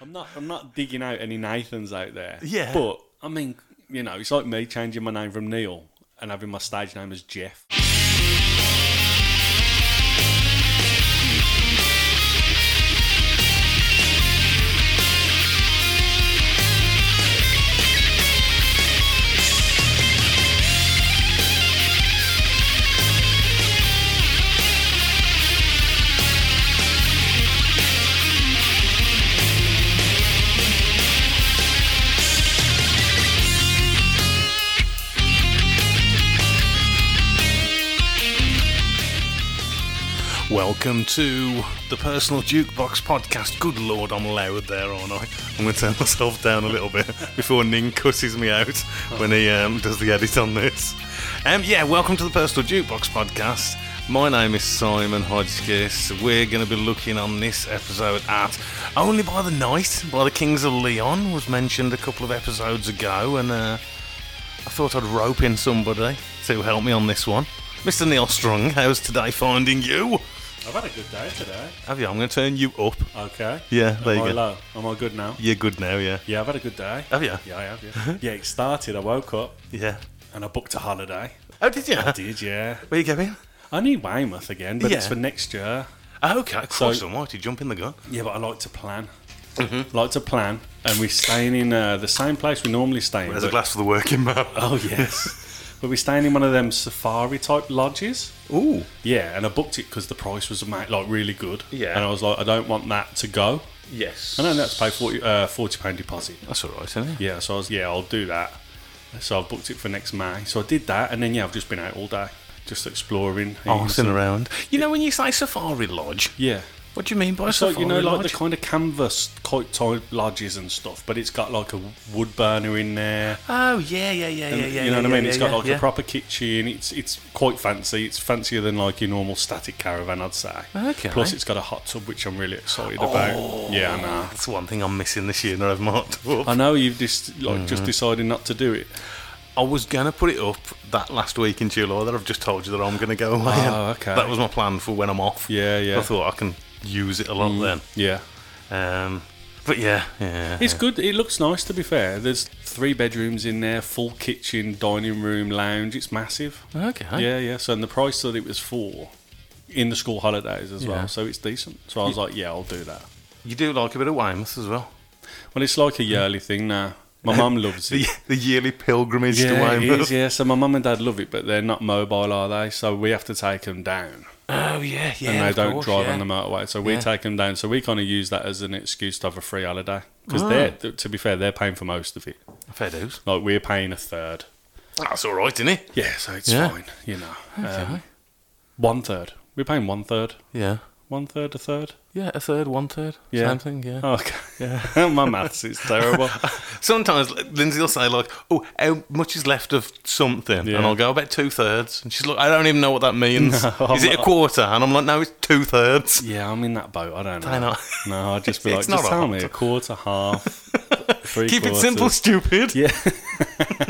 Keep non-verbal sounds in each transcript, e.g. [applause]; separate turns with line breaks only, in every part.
I'm not. I'm not digging out any Nathans out there.
Yeah.
But I mean, you know, it's like me changing my name from Neil and having my stage name as Jeff.
Welcome to the Personal Jukebox Podcast. Good lord, I'm loud there, aren't I? I'm going to turn [laughs] myself down a little bit before Ning cusses me out when he um, does the edit on this. Um, yeah, welcome to the Personal Jukebox Podcast. My name is Simon Hodgkiss. We're going to be looking on this episode at Only by the Night by the Kings of Leon, was mentioned a couple of episodes ago, and uh, I thought I'd rope in somebody to help me on this one. Mr. Neil Strung, how's today finding you?
I've had a good day today.
Have you? I'm going to turn you up.
Okay.
Yeah, there
Am
you
I
go.
low? Am I good now?
You're good now, yeah.
Yeah, I've had a good day.
Have you?
Yeah, I have. Yeah. yeah,
[laughs]
it started. I woke up
Yeah.
and I booked a holiday.
Oh, did you? [laughs] Where
Did yeah.
you going?
I need Weymouth again, but it's
Yeah.
for next year.
Oh, okay.
So-
Christ almighty, jump in the gun.
Yeah, but I like to plan.
Mm-hmm.
Like to plan, and we're staying in uh, the same place we normally stay in.
There's a
but-
glass for the working [laughs] man.
Oh
[laughs]
yes, but we're staying in one of them safari type lodges.
Ooh.
Yeah, and I booked it because the price was ama- like really good.
Yeah.
and I was like, I don't want that to go.
Yes.
I don't know that's pay forty uh, forty pound deposit.
That's all right, isn't it?
Yeah, so I was yeah, I'll do that. So I've booked it for next May. So I did that, and then yeah, I've just been out all day, just exploring.
Arsing Oh, around. You know when you say safari lodge,
Yeah.
what do you mean by
So
safari
you know, like
lodge?
the kind of canvas type type lodges and stuff, but it's got like a wood burner in there.
oh yeah, yeah, yeah, yeah, yeah.
you know what I
yeah,
mean?
Yeah,
It's got
yeah,
like
yeah.
a proper kitchen. It's it's quite fancy. It's fancier than like your normal static caravan, I'd say.
Okay.
Plus, it's got a hot tub, which I'm really excited about. Yeah, I know.
Oh. That's one thing I'm missing this year. Now I've marked up.
I know you've just like just decided not to do it.
I was gonna put it up that last week in July that I've just told you that I'm gonna go away.
Oh, okay.
That was my plan for when I'm off.
Yeah, yeah.
I thought I can use it a lot then.
Yeah,
Um, but yeah, yeah.
it's good. It looks nice. To be fair, there's three bedrooms in there, full kitchen, dining room, lounge. It's massive.
okay.
Yeah, yeah. So and the price that it was for in the school holidays as
Yeah.
well. So it's decent. So I was like, yeah, I'll do that.
You do like a bit of Weymouth as well.
Well, it's like a yearly thing now. My mum [laughs] loves it.
The, the yearly pilgrimage to
Yeah, it
Weymouth.
is, yeah. So my mum and dad love it, but they're not mobile, are they? So we have to take them down,
Oh yeah, yeah.
and they
of
don't
course,
drive
yeah.
on the motorway. So we
Yeah.
take them down. So we kind of use that as an excuse to have a free holiday because
Ah.
they're, th- to be fair, they're paying for most of it.
Fair dues.
Like we're paying a third.
That's all right, isn't it?
Yeah, so it's
Yeah.
fine, you know. Um, one third. We're paying one third.
Yeah.
One third, a third.
Yeah, a third, one third,
Yeah.
same thing. Yeah.
Oh, okay. Yeah. [laughs] my maths is
[laughs]
terrible.
Sometimes Lindsay will say like, "Oh, how much is left of something?"
Yeah.
and I'll go about two thirds, and she's like, "I don't even know what that
[laughs]
means.
No, I'm
is it a
not-
quarter?" And I'm like, "No, it's two thirds.
yeah, I'm in that boat. I don't know.
I know.
No, I'd just be like,
[laughs] It's not
just
a
tell
hot-
me a quarter, half, three
[laughs] Keep it
quarters.
simple, stupid."
Yeah,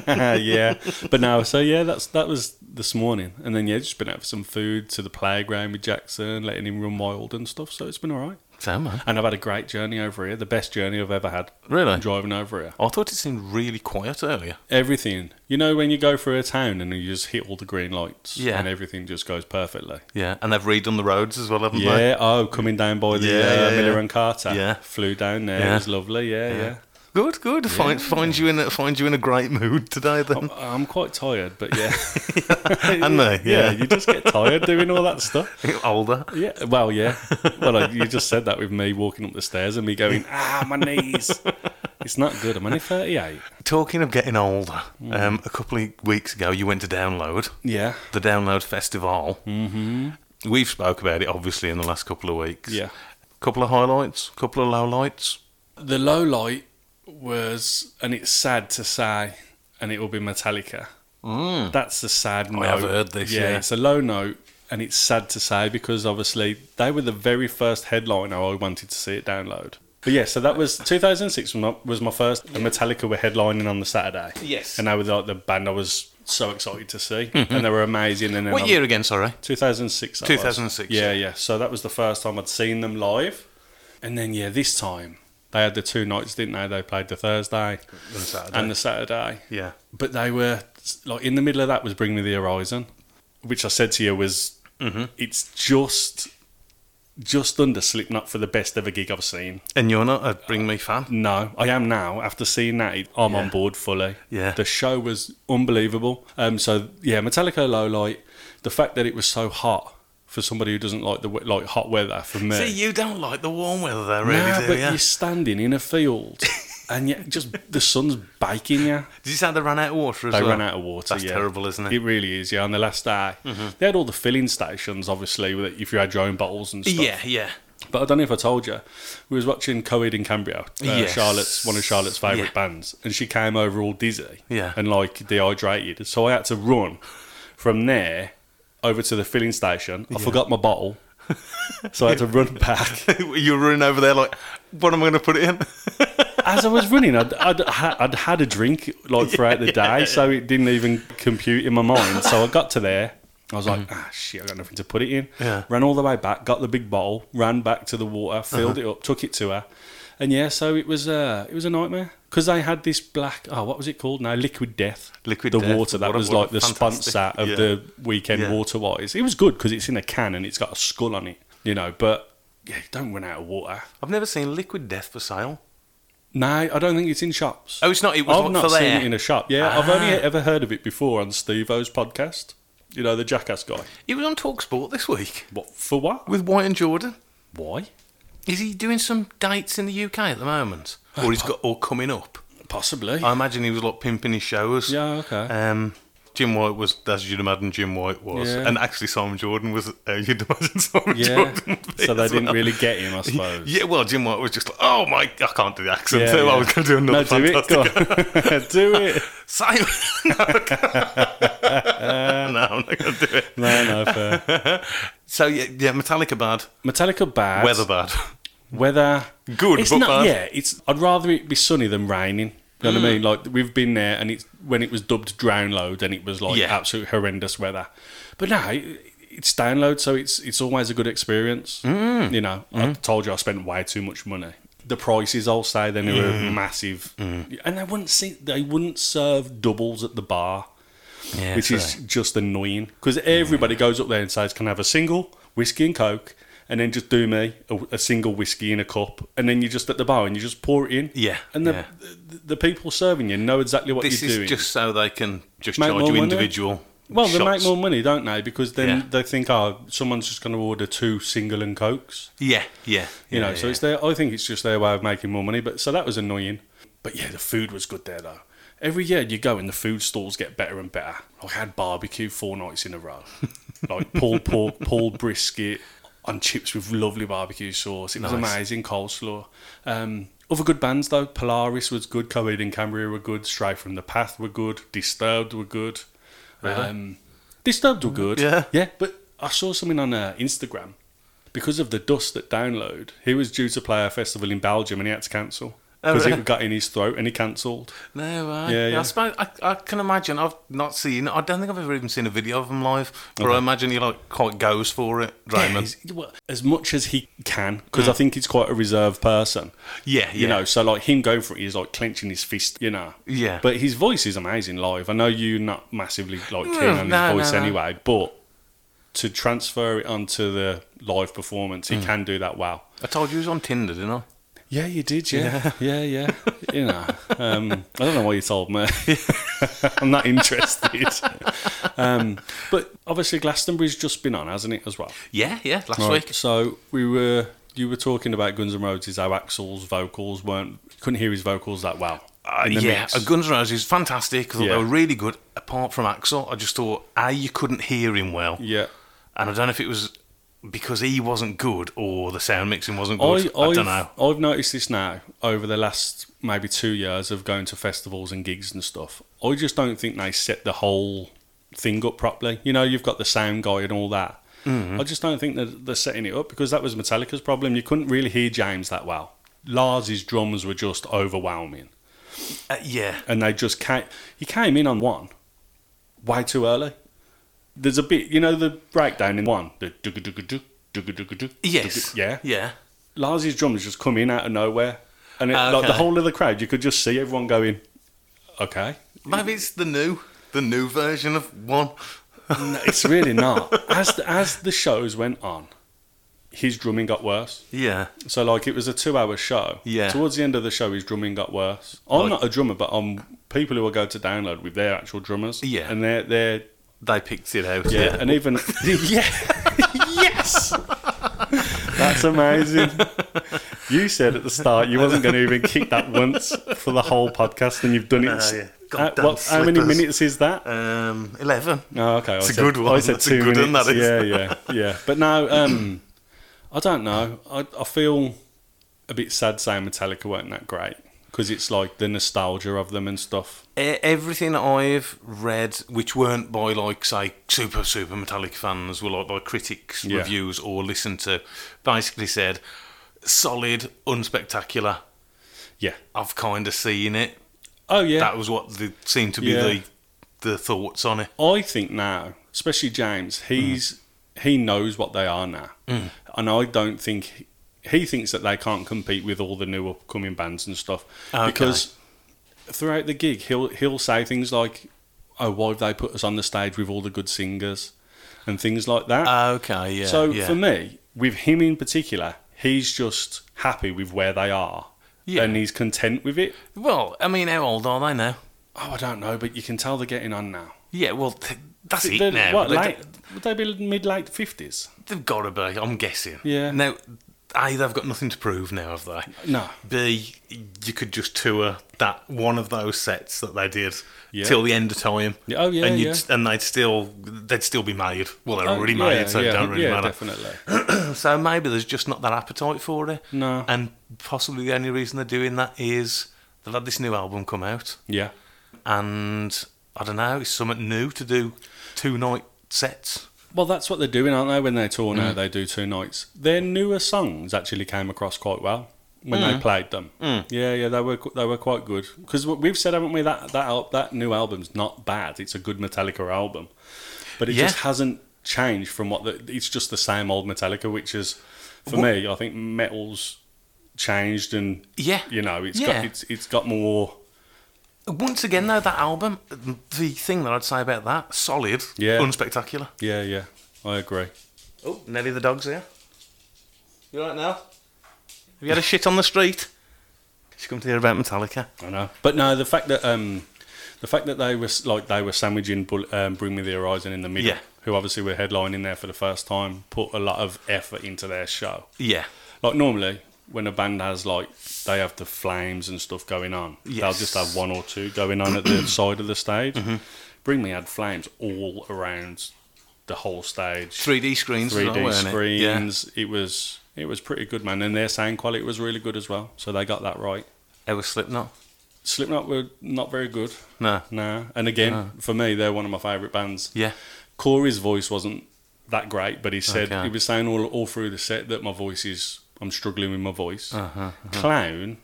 yeah. [laughs] But no, so yeah, that's that was this morning, and then yeah, just been out for some food to the playground with Jackson, letting him run wild and stuff. So it's been all right,
So man,
and I've had a great journey over here, the best journey I've ever had.
Really?
driving over here,
I thought it seemed really quiet earlier.
everything. You know, when you go through a town and you just hit all the green lights,
Yeah.
and everything just goes perfectly.
Yeah, and they've redone the roads as well, haven't they?
Yeah. Oh, coming down by the
Yeah,
uh,
yeah, yeah.
Miller and Carter.
Yeah.
Flew down there.
Yeah.
It was lovely. Yeah, yeah.
Good, good. Find find you in a, find you in a great mood
[laughs]
today then.
I'm quite tired, but yeah.
[laughs] And they,
[laughs] yeah,
yeah.
you just get tired doing all that stuff.
Older.
Yeah, well, yeah. Well, like, you just said that with me walking up the stairs and me going, ah, my knees. It's not good. I'm only 38.
Talking of getting older,
Mm.
um, a couple of weeks ago you went to download
Yeah.
the Download Festival. Mm-hmm. We've spoke about it obviously in the last couple of weeks.
Yeah.
couple of highlights, couple of lowlights.
The low light was, and it's sad to say, and it will be Metallica.
Mm.
That's the sad note.
have heard this, yeah.
it's a low note, and it's sad to say because obviously they were the very first headliner I wanted to see it download. But yeah, so that was 2006 was my, was my first. And Metallica were headlining on the Saturday.
Yes.
and they were like the band I was so excited to see, and they were amazing. And then
Mm-hmm. What
I'm-
year again? Sorry.
2006. that was.
2006,
Yeah, yeah. So that was the first time I'd seen them live, and then yeah, this time They had the two nights, didn't they? They played the Thursday
on Saturday.
and the Saturday.
yeah.
But they were like in the middle of that was Bring Me the Horizon, which I said to you was
Mm-hmm.
it's just just under Slipknot for the best ever gig I've seen.
And you're not a Bring Me fan?
No, I am now. After seeing that, it- I'm on
Yeah.
board fully.
Yeah.
the show was unbelievable. Um, so yeah, Metallica low light. The fact that it was so hot for somebody who doesn't like the we- like hot weather for me.
See, you don't like the warm weather there, really,
Nah,
do
but
you?
you're standing in a
[laughs]
field and yet just the sun's baking you.
Did you say they ran out of water as
They
well?
ran out of water.
That's
yeah.
terrible, isn't it? Mm-hmm.
It really is. Yeah, on the last day, they had all the filling stations, obviously, with if you had your own bottles and stuff.
Yeah, [laughs] yeah.
But I don't know if I told you, we was watching Coed in Cambria, uh,
Yes.
Charlotte's one of Charlotte's favourite
Yeah.
bands, and she came over all dizzy
Yeah.
and like dehydrated. So I had to run from there over to the filling station. I forgot my bottle, so I had to run back.
you were running over there like, what am I going to put it in?
As I was running, I'd, I'd, ha- I'd had a drink like throughout the day, so it didn't even compute in my mind. So I got to there. I was like, ah, shit, I got nothing to put it in.
Mm-hmm. Yeah. Uh-huh.
Ran all the way back, got the big bottle, ran back to the water, filled it up, took it to her, and yeah, so it was uh, it was a nightmare because they had this black oh what was it called now liquid death
Liquid
the
Death.
water that
What a-
was
what a
like the
fantastic-
sponsor of
yeah.
the weekend
Yeah.
water wise. It was good because it's in a can and it's got a skull on it, you know. But yeah, don't run out of water.
I've never seen Liquid Death for sale.
No, I don't think it's in shops.
Oh, it's not. It was
I've
not,
not
for
seen
there. Ah.
it in a shop. Yeah, I've only ever heard of it before on Steve O's podcast. You know, the jackass guy.
He was on Talksport this week
What for what?
with White and Jordan.
Why?
Is he doing some dates in the UK at the moment, or he's got or coming up?
Possibly.
I imagine he was like pimping his shows.
yeah, okay.
Um, Jim White was, as you'd imagine, Jim White was,
Yeah.
and actually Simon Jordan was. Uh, you'd imagine [laughs] Simon
yeah.
Jordan. would be [laughs]
So they
as
didn't
well.
really get
[laughs]
him, I suppose.
Yeah, well, Jim White was just like, "Oh my, I can't do the accent."
Yeah,
so
yeah.
I was going to do another
No, do it. Go
fantastic
on.
[laughs]
[laughs] do it.
Simon. [laughs] no,
[laughs]
I'm not going to do it.
No, no, fair.
[laughs] So yeah, yeah, Metallica bad,
Metallica bad.
weather bad.
Weather.
Good,
It's
but
not.
bad. Mm.
Yeah, it's. I'd rather it be sunny than raining. You know what I mean? Like we've been there, and it's when it was dubbed download, and it was like
Yeah.
absolute horrendous weather. But no, it, it's download, so it's it's always a good experience.
Mm.
You know, I told you I spent way too much money. The prices, I'll say, then they were
Mm.
massive, and they wouldn't see they wouldn't serve doubles at the bar [laughs]
Yeah,
which is just annoying because everybody goes up there and says, "Can I have a single whiskey and coke?" And then just do me a, a single whiskey in a cup, and then you're just at the bar and you just pour it in.
Yeah,
and the
yeah.
the, the people serving you know exactly what
this
you're
is
doing.
just so they can just
Make
charge
more
you
money.
individual.
well, they
shots.
make more money, don't they? Because then
Yeah.
they think, "Oh, someone's just going to order two single and cokes,"
Yeah, yeah,
you know.
yeah,
so
yeah.
it's their. I think it's just their way of making more money. But so that was annoying. But yeah, the food was good there though. Every year you go and the food stalls get better and better. Like, I had barbecue four nights in a
[laughs]
row. like pulled pork, pulled brisket on chips with lovely barbecue sauce. It was
Nice.
amazing coleslaw. Um, other good bands though, Polaris was good, Coed in Cambria were good, Stray from the Path were good, Disturbed were good. Um, Disturbed were good.
Yeah.
Yeah, but I saw something on uh, Instagram. Because of the dust that download, he was due to play a festival in Belgium and he had to cancel.
Oh,
Because
really?
it got in his throat and he cancelled.
No, I,
Yeah, yeah.
I, suppose, I, I can imagine. I've not seen. I don't think I've ever even seen a video of him live. But I imagine he like quite goes for it, Draymond.
He's- well, As much as he can, because I think he's quite a reserved person.
Mm. Yeah, yeah.
You know, so like him going for it, he's like clenching his fist, you know.
Yeah.
But his voice is amazing live. I know you're not massively like keen on
Mm, no,
his voice
no, no.
anyway, but to transfer it onto the live performance, he
Mm.
can do that well.
I told you he was on Tinder, didn't I?
Yeah, you did, yeah. [laughs] Yeah, yeah. you know, um, I don't know why you told me. [laughs] I'm not interested. um, but obviously, Glastonbury's just been on, hasn't it, as well?
Yeah, yeah. Last
Right,
week.
So we were you were talking about Guns N' Roses how Axel's vocals weren't couldn't hear his vocals that well.
Uh,
in the
yeah,
mix.
a Guns N' Roses, fantastic. I thought
Yeah.
they were really good. Apart from Axel, I just thought a you couldn't hear him well,
yeah.
and I don't know if it was because he wasn't good or the sound mixing wasn't
I,
good.
I've,
I, don't know.
I've noticed this now over the last maybe two years of going to festivals and gigs and stuff. I just don't think they set the whole thing up properly. You know, you've got the sound guy and all that.
Mm-hmm.
I just don't think that they're setting it up because that was Metallica's problem. You couldn't really hear James that well. Lars's drums were just overwhelming.
Uh, yeah,
and they just came. He came in on one, way too early. There's a bit, you know, the breakdown in one. The dugga-dugga-doo, dugga-dugga-doo,
yes,
dugga- yeah.
yeah.
Lars's drums just come in out of nowhere. And it, like
Okay.
the whole of the crowd, you could just see everyone going, okay.
Maybe it's the new, the new version of one.
No, it's really not. [laughs] As the, as the shows went on, his drumming got worse.
Yeah.
So like it was a two hour show.
Yeah.
Towards the end of the show, his drumming got worse. I'm
Like-
not a drummer, but um, people who will go to download with their actual drummers.
Yeah.
And they're they're
They picked it out.
yeah, and even
[laughs]
yeah, yes. That's amazing. You said at the start you wasn't going to even kick that once for the whole podcast, and you've done it.
No, yeah.
Uh,
Goddamn
what- how many
slippers.
minutes is that?
Um, eleven.
Oh, okay. I
It's a
said-
good one.
I said
That's a
two
good one,
minutes.
that is.
Yeah, yeah, yeah. But no, um, I don't know. I, I feel a bit sad saying Metallica weren't that great because it's like the nostalgia of them and stuff.
E- Everything I've read, which weren't by like say super super Metallic fans, were like by critics'
Yeah.
reviews or listened to, basically said solid, unspectacular.
Yeah.
I've kind of seen it.
Oh, yeah.
That was what the, seemed to be
Yeah.
the the thoughts on it.
I think now, especially James, he's he knows what they are now,
Mm.
and I don't think he thinks that they can't compete with all the new upcoming bands and stuff
Okay.
because throughout the gig he'll he'll say things like, "Oh, why have they put us on the stage with all the good singers?" and things like that.
Okay, Uh, yeah.
so
yeah.
for me, with him in particular, he's just happy with where they are,
Yeah.
and he's content with it.
well, I mean, how old are they now?
Oh, I don't know, but you can tell they're getting on now.
Yeah, well, th- that's it
They're-
now.
what,
They-
late, would they be mid late fifties?
They've got to be. I'm guessing.
Yeah.
Now, a they've got nothing to prove now, have they?
No.
B you could just tour that one of those sets that they did
Yeah.
till the end of time.
Yeah, oh, yeah,
And
yeah.
and they'd still they'd still be made. Well, they're
Oh,
already
yeah,
made, so
yeah,
it don't really
yeah,
matter.
Definitely.
So maybe there's just not that appetite for it.
No.
And possibly the only reason they're doing that is they've had this new album come out,
Yeah.
and I don't know, it's something new to do two night sets.
Well, that's what they're doing, aren't they? When they tour now, they do two nights. Their newer songs actually came across quite well when
Mm.
they played them. Yeah, yeah, they were qu- they were quite good because we've said, haven't we, that that al- that new album's not bad. It's a good Metallica album, but it
Yeah.
just hasn't changed from what the, it's just the same old Metallica, which is for
Wha-
me, I think metal's changed and
Yeah.
you know it's
Yeah.
got it's it's got more
Once again, though, that album, the thing that I'd say about that, solid,
Yeah.
unspectacular.
yeah yeah I agree.
Oh, Nelly the dog's here. You right now? Have you [laughs] had a shit on the street? She's come to hear about Metallica.
I know, but no, the fact that um, the fact that they were s- like they were sandwiching Bull- um, Bring Me the Horizon in the middle,
Yeah.
who obviously were headlining there for the first time, put a lot of effort into their show.
Yeah.
Like normally, when a band has like they have the flames and stuff going on, they'll
Yes. Mm-hmm.
just have one or two going on at
[clears throat]
the side of the stage. Bring Me had flames all around the whole stage.
3D screens. as
3D
well, weren't It? Yeah.
screens. It was it was pretty good, man, and their sound quality was really good as well. So they got that right.
It was Slipknot.
Slipknot were not very good.
No.
Nah. And again, for me, they're one of my favourite bands.
Yeah.
Corey's voice wasn't that great, but he said
Okay.
he was saying all all through the set that my voice is I'm struggling with my voice.
Ah, Uh-huh.
Clown,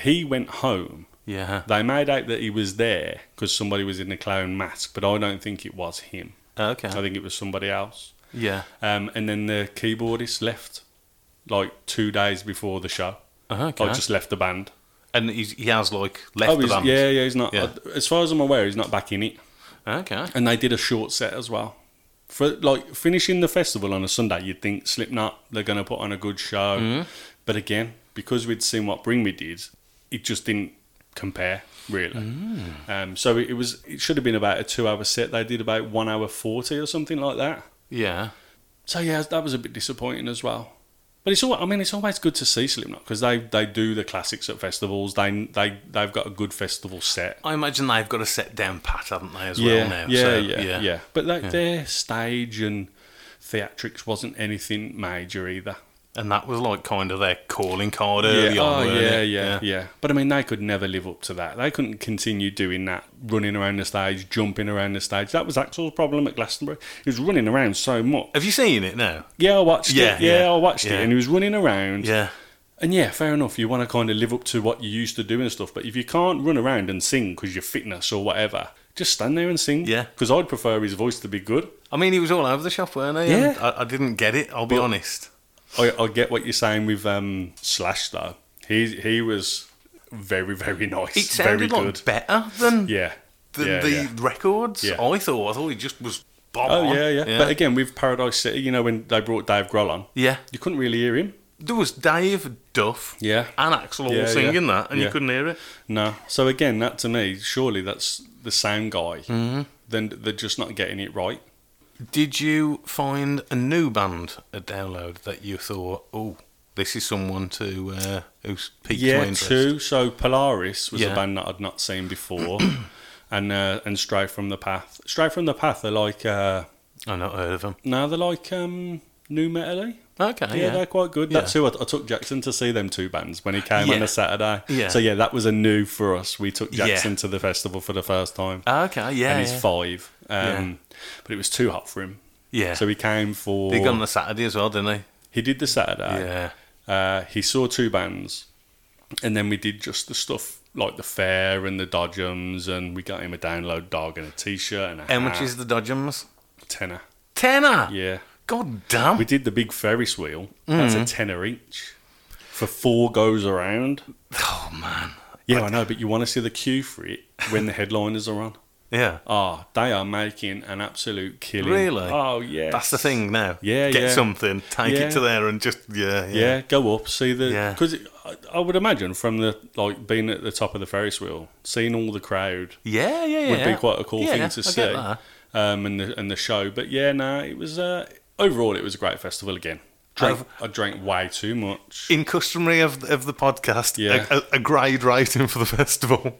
he went home.
Yeah.
They made out that he was there because somebody was in a clown mask, but I don't think it was him.
Okay.
Uh, I think it was somebody else.
Yeah.
Um, and then the keyboardist left like two days before the show.
Uh-huh, Okay.
Like just left the band. Oh,
and he's, he has like left the
he's,
band.
yeah, yeah, he's not. uh,
Yeah.
As far as I'm aware, he's not back in it.
Okay.
and they did a short set as well. For like finishing the festival on a Sunday, you'd think Slipknot they're going to put on a good show, but again, because we'd seen what Bring Me did, it just didn't compare really. Um, so it, it was it should have been about a two-hour set. They did about one hour forty or something like that.
Yeah.
So yeah, that was a bit disappointing as well. But it's all I mean, it's always good to see Slipknot because they, they do the classics at festivals. They they they've got a good festival set.
I imagine they've got a set down pat, haven't they, as well now?
Yeah,
so,
yeah, yeah,
yeah.
But like their stage and theatrics wasn't anything major either.
And that was like kind of their calling card early on.
Oh,
weren't
yeah, yeah,
it?
yeah, But I mean, they could never live up to that. They couldn't continue doing that, running around the stage, jumping around the stage. That was Axel's problem at Glastonbury. He was running around so much.
Have you seen it now?
Yeah, I watched
Yeah,
it. Yeah,
yeah,
I watched
yeah.
it, and he was running around.
Yeah.
And yeah, fair enough. You want to kind of live up to what you used to do and stuff. But if you can't run around and sing because your fitness or whatever, just stand there and sing.
Yeah.
Because I'd prefer his voice to be good.
I mean, he was all over the shop, weren't he?
Yeah.
And I, I didn't get it, I'll be honest.
I, I get what you're saying with um, Slash though. He he was very very [laughs] nice.
It
very
sounded like
good.
better than
Yeah.
the,
yeah,
the
yeah.
records.
Yeah.
I thought. I thought it just was bomb
Oh
on.
yeah, yeah, But again, with Paradise City, you know when they brought Dave Grohl on,
Yeah.
you couldn't really hear him.
There was Dave Duff
Yeah.
and Axel all
Yeah, yeah.
singing that, and you
Yeah.
couldn't hear it.
No. So again, that to me, surely that's the sound guy.
Mm-hmm.
Then they're just not getting it right.
Did you find a new band a download that you thought, oh, this is someone to uh, who's piqued my
Yeah,
interest?
two. So Polaris was
Yeah.
a band that I'd not seen
[coughs]
before, and uh, and Stray from the Path. Stray from the Path are like uh,
I've not heard of them.
now they're like um, new metal.
Okay,
Yeah,
Oh, yeah.
they're quite good.
Yeah.
That's who I, I took Jackson to see them two bands when he came on
Yeah.
a Saturday.
Yeah.
So yeah, that was a new for us. We took
Yeah.
Jackson to the festival for the first time,
Ah, Okay, yeah.
and he's
yeah.
five. Um, But it was too hot for him,
yeah.
so he came for.
they got on the Saturday as well, didn't they?
He did the Saturday.
yeah.
Uh, he saw two bands, and then we did just the stuff like the fair and the Dodgems, and we got him a download dog and a T-shirt and a
How much
hat.
is the Dodgems?
tenner?
Tenner.
Yeah,
God damn.
we did the big Ferris wheel. That's
Mm.
a tenner each for four goes around.
oh man.
Yeah, I know, but you want to see the queue for it when the headliners are on.
Yeah.
Ah, they are making an absolute killing.
Really?
Oh yeah.
That's the thing now.
Yeah,
Get
yeah.
something, take
Yeah.
it to there, and just yeah, yeah.
Yeah. go up, see the
Yeah.
because I I would imagine from the like being at the top of the Ferris wheel, seeing all the crowd
Yeah, yeah, yeah.
would be quite a cool
Yeah,
thing to
I get
see.
that.
Um, and the and the show, but yeah, no, it was uh, overall it was a great festival again. Drank,
I've-
I drank way too much.
In customary of of the podcast,
Yeah.
a, a, a grade rating for the [laughs] festival.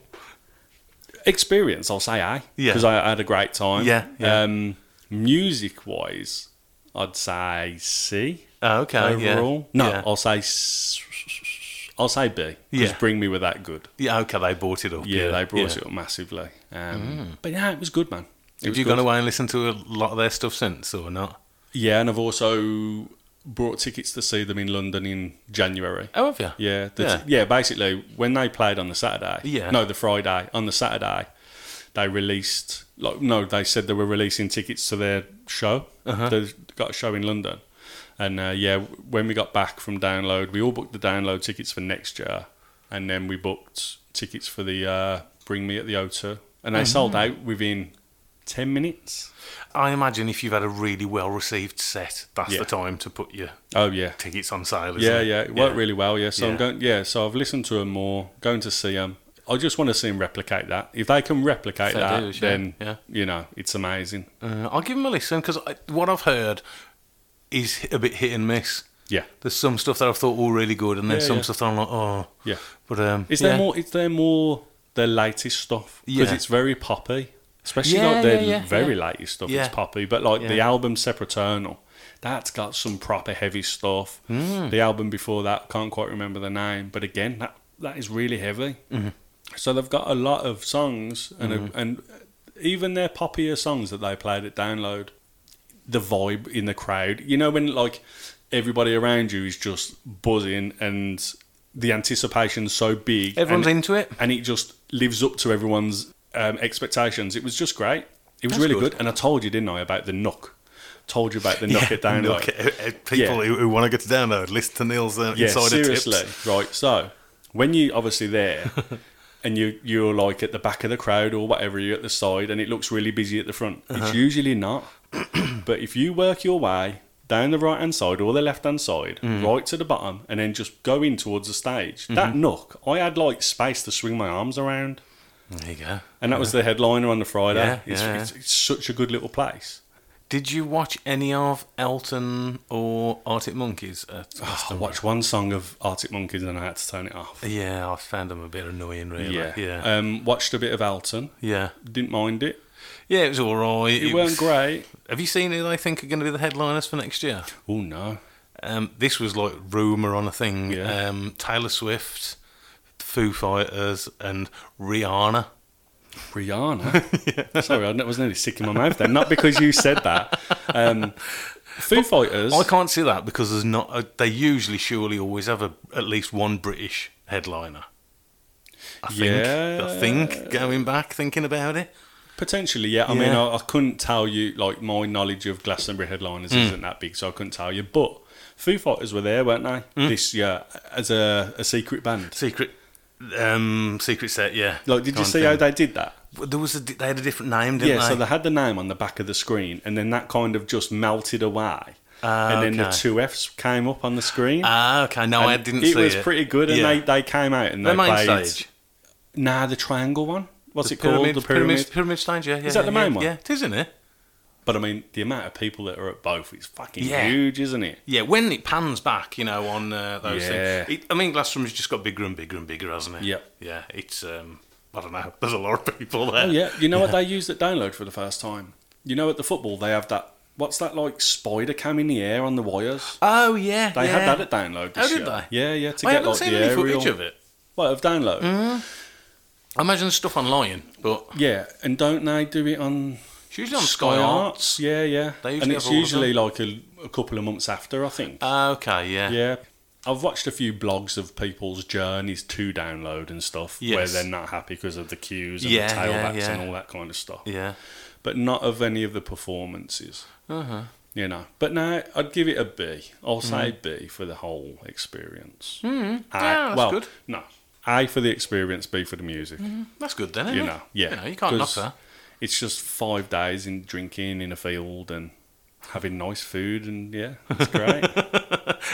Experience, I'll say, I
Yeah.
because I had a great time.
Yeah, yeah.
Um, music wise, I'd say C.
Oh, okay.
overall.
Yeah.
No,
Yeah.
I'll say s- I'll say B.
Yeah.
Just bring me with that good.
Yeah, okay, they bought it up.
Yeah, they brought it up massively. Um, But yeah, it was good, man. It
Mm. Have
was
you
good.
gone away and listened to a lot of their stuff since or not?
Yeah, and I've also brought tickets to see them in London in January.
Oh, have you?
Yeah, the
Yeah.
yeah. yeah. Basically, when they played on the Saturday,
Yeah.
no, the Friday on the Saturday, they released like no, they said they were releasing tickets to their show. They've got a show in London, and uh, yeah, when we got back from download, we all booked the download tickets for next year, and then we booked tickets for the uh, Bring Me at the O2, and they sold out within ten minutes.
I imagine if you've had a really well received set, that's
Yeah.
the time to put your
Oh yeah,
tickets on sale. Isn't
yeah,
it?
yeah, it worked really well. Yeah, so
Yeah.
I'm going. Yeah, so I've listened to him more. Going to see him. I just want to see him replicate that. If they can replicate
If they
that,
do, sure,
then
yeah.
you know it's amazing.
Uh, I'll give them a listen because what I've heard is a bit hit and miss.
Yeah,
There's some stuff that I've thought all really good, and then
Yeah,
some
yeah.
stuff that I'm like, oh,
yeah.
But um,
Is
yeah.
there more? Is there more their latest stuff? Because
Yeah.
it's very poppy, especially
Yeah,
like their
yeah, yeah,
very
yeah.
latest stuff.
Yeah.
It's poppy, but like the
Yeah.
album Separaternal, that's got some proper heavy stuff.
Mm.
The album before that, can't quite remember the name, but again, that that is really heavy.
Mm-hmm.
So they've got a lot of songs, and and even their poppier songs that they played at Download, the vibe in the crowd. You know when like everybody around you is just buzzing and. The anticipation's so big.
Everyone's
and-
into it.
and it just lives up to everyone's um, expectations. It was just great. It was
That's
really
good.
good. And I told you, didn't I, about the nook? Told you about the knock it down.
[laughs] knock
like-
it- uh, People
Yeah.
who, who want to get to download, listen to Neil's uh,
Yeah,
insider
seriously.
tips.
Right. So when you obviously
[laughs]
there, and you you're like at the back of the crowd or whatever, you're at the side, and it looks really busy at the front.
Uh-huh.
It's usually
[coughs]
not. but if you work your way down the right hand side or the left hand side,
Mm.
right to the bottom, and then just go in towards the stage, that
Mm-hmm.
nook, I had like space to swing my arms around.
There you go.
And that was the headliner on the Friday.
Uh-huh. Yeah,
it's,
yeah,
It's,
yeah.
it's such a good little place.
Did you watch any of Elton or Arctic Monkeys? At
I
Glastonbury?
watched one song of Arctic Monkeys and I had to turn it off.
Yeah, I found them a bit annoying, really. Yeah, yeah,
Um, watched a bit of Elton.
yeah.
Didn't mind it.
Yeah, it was all right.
It,
It
weren't
was-
great.
Have you seen who they think are going to be the headliners for next year?
Oh no.
Um, this was like rumor on a thing.
Yeah.
Um, Taylor Swift, Foo Fighters, and Rihanna.
Rihanna. [laughs] Sorry, I was nearly sick in my mouth then. Not because you said that. Um, Foo Fighters.
I can't see that because there's not. A, they usually, surely, always have a, at least one British headliner. I think. I
Yeah.
think going back, thinking about it.
Potentially, yeah. I mean,
Yeah.
I, I couldn't tell you, like, my knowledge of Glastonbury headliners
Hmm.
isn't that big, so I couldn't tell you. But Foo Fighters were there, weren't they,
Hmm.
this year as a, a secret band?
Secret, um, secret set. Yeah.
Like, did you
Can't
see how
think.
they did that?
There was a, di- they had a different name, didn't
Yeah,
they?
so they had the name on the back of the screen, and then that kind of just melted away.
Ah,
and then the
okay.
two Fs came up on the screen.
ah, okay. No, I
And
didn't
it
see
was
it.
pretty good, and
Yeah.
they, they came out and
the
they
main
played.
stage.
Nah, the triangle one. What's it
Pyramid,
called? The pyramid.
pyramid, stage. Yeah, yeah.
Is that the
yeah,
main one?
Yeah, it is, isn't it?
But I mean, the amount of people that are at both is fucking
Yeah.
huge, isn't it?
Yeah, when it pans back, you know, on uh, those
Yeah.
things. It, I mean, Glastonbury's just got bigger and bigger and bigger, hasn't it?
Yep.
Yeah, it's. Um, I don't know. [laughs] There's a lot of people there.
Oh yeah. You know what they used at download for the first time? You know, at the football they have that. What's that like spider cam in the air on the wires?
Oh yeah.
They
yeah.
had that at download.
Oh,
This
did
year.
they?
Yeah, yeah. To
I
get
haven't
like
seen
the
any
aerial.
footage of it. Mm.
Well, of download.
I imagine there's stuff online, but
Yeah, and don't they do it on
it's usually on Sky Arts.
Yeah, yeah.
They usually
and it's
have all of
usually like a, a couple of months after, I think.
Ah, okay, yeah.
Yeah. I've watched a few blogs of people's journeys to download and stuff where
Yes.
they're not happy because of the queues and
Yeah,
the
yeah,
tailbacks
yeah.
and all that kind of stuff.
Yeah.
But not of any of the performances,
Uh huh.
you know. But no, I'd give it a B. I'll say B for the whole experience. Mm. I,
Mm. Hmm. Yeah, that's
well,
good.
No. A for the experience, B for the music.
That's good then, isn't
You
it?
know, yeah.
You know, you can't knock
'Cause
that.
It's just five days in drinking in a field and having nice food and yeah, it's great.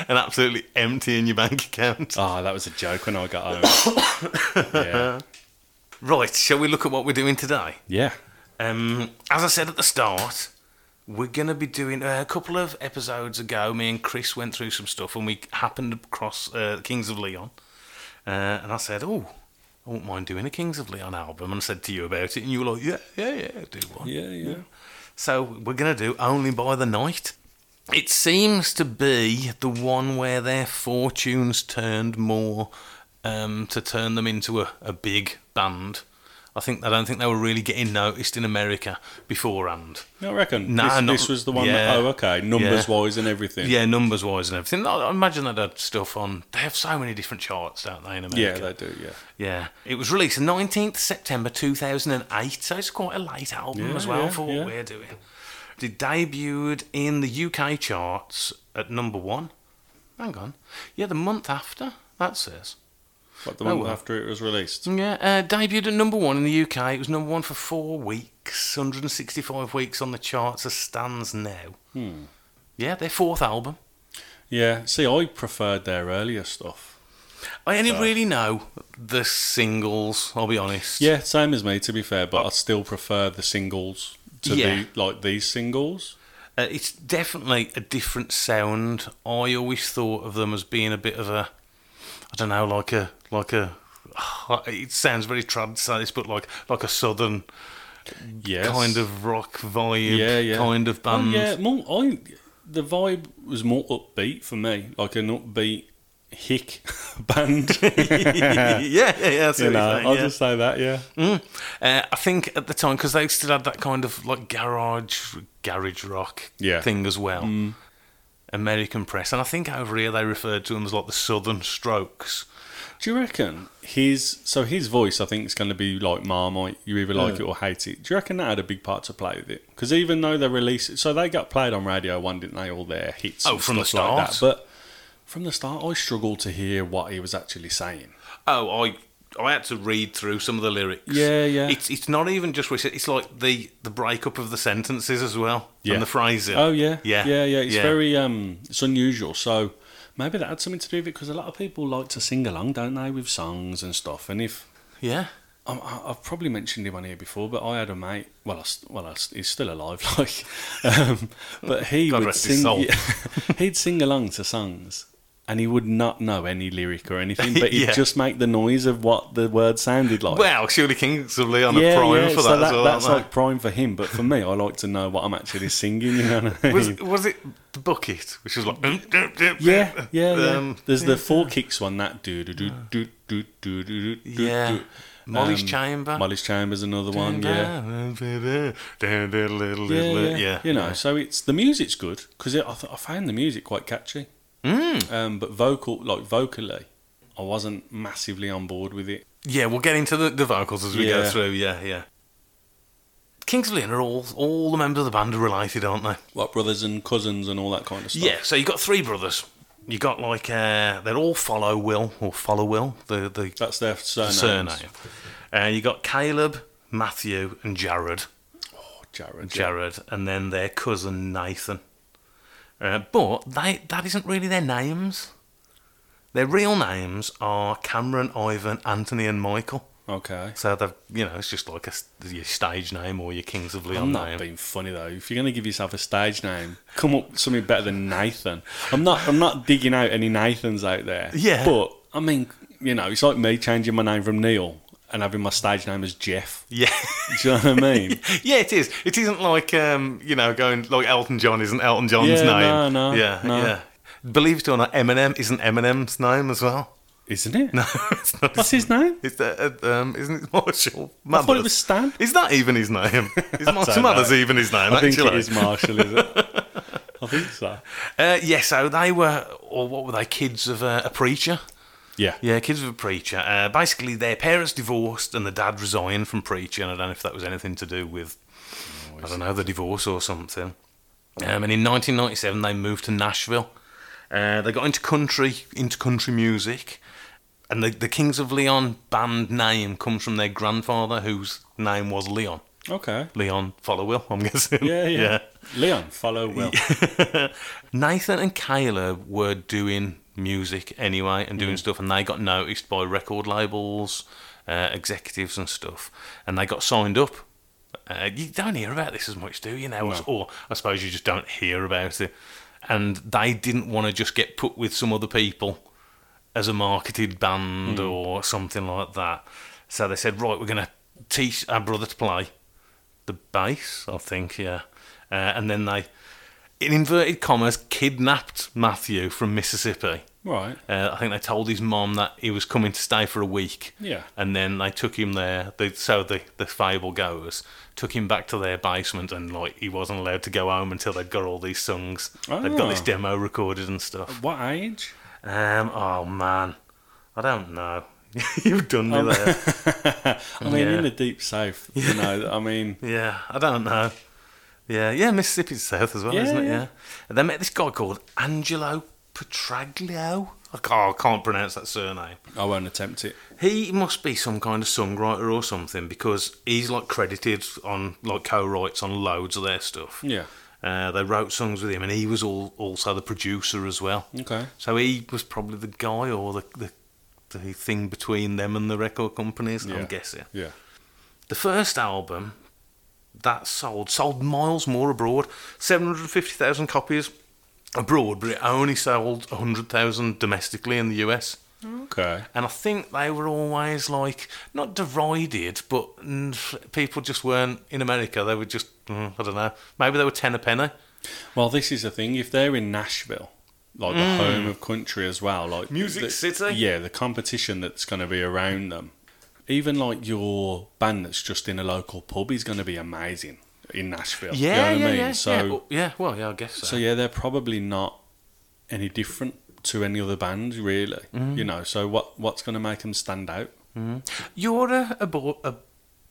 And absolutely empty in your bank account. [laughs]
Ah, that was a joke when I got home.
[coughs]
yeah.
Right, shall we look at what we're doing today?
yeah.
Um, as I said at the start, we're going to be doing uh, a couple of episodes ago. Me and Chris went through some stuff, and we happened across uh, Kings of Leon. Uh, and I said, "Oh, I wouldn't mind doing a Kings of Leon album." And I said to you about it, and you were like, "Yeah, yeah, yeah, do one."
Yeah, yeah.
So we're going to do Only by the Night. It seems to be the one where their fortunes turned more um, to turn them into a, a big band. I think I don't think they were really getting noticed in America beforehand.
No, I reckon
Nah,
this,
not-
this was the one
yeah.
that, oh, okay, numbers wise and everything.
Yeah, numbers wise and everything. I I imagine they had stuff on. They have so many different charts, don't they, in America?
Yeah, they do, yeah.
Yeah. It was released 19th September 2008, so it's quite a late album
Yeah,
as well
yeah,
for what
yeah.
we're doing. It debuted in the UK charts at number one. Hang on. Yeah, the month after, that says.
But the
Oh,
one
well.
after it was released.
Yeah, uh, debuted at number one in the UK. It was number one for four weeks, 165 weeks on the charts as stands now.
Hmm.
Yeah, their fourth album.
Yeah. See, I preferred their earlier stuff.
I only really know the singles, I'll be honest.
Yeah, same as me, to be fair, but I still prefer the singles to
Yeah.
the, like these singles.
Uh, it's definitely a different sound. I always thought of them as being a bit of a, I don't know, like a like a. [sighs] It sounds very trad to say this, but like like a southern
Yes.
kind of um, rock vibe,
yeah, yeah.
kind of
Oh,
band.
yeah, more, I, the vibe was more upbeat for me, like an upbeat hick [laughs]
[laughs]
band.
[laughs] yeah, yeah, yeah. That's
you
what
know,
you're saying,
I'll
yeah.
just say that, yeah.
Mm. Uh, I think at the time because they still had that kind of like garage garage rock
Yeah. Mm.
thing as well. American press, and I think over here they referred to them as like the Southern Strokes.
Do you reckon his so his voice? I think is going to be like Marmite. You either
Mm.
like it or hate it. Do you reckon that had a big part to play with it? Because even though they released, so they got played on Radio One, didn't they? All their hits.
Oh,
and
from the
stuff like that.
start?
But from the start, I struggled to hear what he was actually saying.
Oh, I I had to read through some of the lyrics.
Yeah, yeah.
It's it's not even just recit. It's like the the breakup of the sentences as well
Yeah.
and the phrasing.
Oh yeah,
yeah,
yeah, yeah. It's very um, it's unusual. So maybe that had something to do with it because a lot of people like to sing along, don't they, with songs and stuff. And if
yeah.
Um, I- I've probably mentioned him on here before, but I had a mate. Well, I, st- well, I, st- he's still alive, [laughs] like, um, but he
God
would
rest his
sing.
soul.
[laughs] he'd sing along to songs, and he would not know any lyric or anything,
[laughs]
but he'd
Yeah.
just make the noise of what the word sounded like.
Well, surely Kings of Leon are prime for that,
so
as well.
that's
aren't
like prime for him, but for me, I like to know what I'm actually singing. You know what I
they?
mean?
was was it the bucket, which was like
yeah, yeah, yeah.
Um,
There's the four kicks one that do do do do do do do do
Yeah.
do.
Molly's Chamber.
Molly's Chamber's another one. Yeah.
yeah,
yeah, yeah.
yeah,
You know, so it's the music's good because I, th- I found the music quite catchy.
Mm.
Um, but vocal, like vocally, I wasn't massively on board with it.
yeah. We'll get into the, the vocals as we go
Yeah.
through. Yeah, yeah. Kings of Leon are all all the members of the band are related, aren't they?
Like brothers and cousins and all that kind of stuff.
Yeah. So you got three brothers. You got like uh, they're all follow Will or follow Will the the
That's their surname.
surname. Uh, you got Caleb, Matthew, and Jared.
Oh, Jared.
Jared, and then their cousin Nathan. Uh, but they, that isn't really their names. Their real names are Cameron, Ivan, Anthony, and Michael.
Okay.
So they've, you know, it's just like a, s- your stage name or your Kings of
I'm
Leon
not
name.
being funny though. If you're going to give yourself a stage name, come up with something better than Nathan. I'm not. I'm not digging out any Nathans out there.
Yeah.
But I mean, you know, it's like me changing my name from Neil and having my stage name as Jeff.
[laughs] Yeah. [laughs]
Do you know what I mean?
yeah, it is. It isn't like, um, you know, going like Elton John isn't Elton John's
Yeah, no,
name.
no,
yeah,
no.
yeah. Believe it or not, Eminem isn't Eminem's name as well. [laughs]
Isn't it?
No, it's not.
What's his name?
Is that, uh, um, isn't it Marshall?
I thought it was Stan.
Is that even his
[laughs]
name? Is
don't
Marshall Mathers
know.
even his name?
I think
actually?
it is Marshall. Is it? [laughs] I think so.
Uh, yeah, so they were, or what were they, kids of uh, a preacher?
Yeah.
Yeah, kids of a preacher. Uh, basically, their parents divorced and the dad resigned from preacher, and I don't know if that was anything to do with, I don't know, the divorce or something. Um, and in 1997, they moved to Nashville. Uh, they got into country, into country music, and the, the Kings of Leon band name comes from their grandfather, whose name was Leon.
Okay.
Leon Follow Will, I'm guessing.
Yeah,
[laughs]
yeah. Leon, follow Will.
Nathan and Caleb were doing music anyway and doing stuff, and they got noticed by record labels, uh, executives, and stuff, and they got signed up. Uh, you don't hear about this as much, do you? Now,
No.
or I suppose you just don't hear about it. And they didn't want to just get put with some other people as a marketed band or something like that. So they said, right, we're going to teach our brother to play the bass, I think, yeah. Uh, and then they, in inverted commas, kidnapped Matthew from Mississippi.
Right.
Uh, I think they told his mom that he was coming to stay for a week.
Yeah.
And then they took him there. They, so the, the fable goes. Took him back to their basement and like he wasn't allowed to go home until they'd got all these songs. They'd got this
Ah.
demo recorded and stuff.
What [laughs] age?
Um. Oh man, I don't know. [laughs] You've done
Um,
me there.
I mean,
Yeah.
in the deep south, you know. I mean,
Yeah, I don't know. Yeah, yeah, Mississippi's south as well,
Yeah,
isn't it?
yeah.
Yeah. And they met this guy called Angelo Petraglio. I can't, I can't pronounce that surname.
I won't attempt it.
He must be some kind of songwriter or something because he's like credited on like co-writes on loads of their stuff.
Yeah.
Uh, they wrote songs with him, and he was all, also the producer as well.
Okay.
So he was probably the guy or the the, the thing between them and the record companies.
Yeah.
I'm guessing.
Yeah.
The first album that sold sold miles more abroad, seven hundred fifty thousand copies abroad, but it only sold hundred thousand domestically in the US.
Okay.
And I think they were always like not derided, but mm, people just weren't in America. They were just mm, I don't know. Maybe they were ten a penny.
Well, this is the thing. If they're in Nashville, like the home of country as well, like
Mm. Music
the-
city?
yeah, the competition that's going to be around them. Even like your band that's just in a local pub is going to be amazing in Nashville. you know
Yeah,
what
yeah,
I mean?
yeah,
so,
yeah. Well, yeah, well, yeah, I guess so.
so yeah, they're probably not any different to any other band, really.
Mm.
You know, so what what's going to make them stand out?
You're a a, bor- a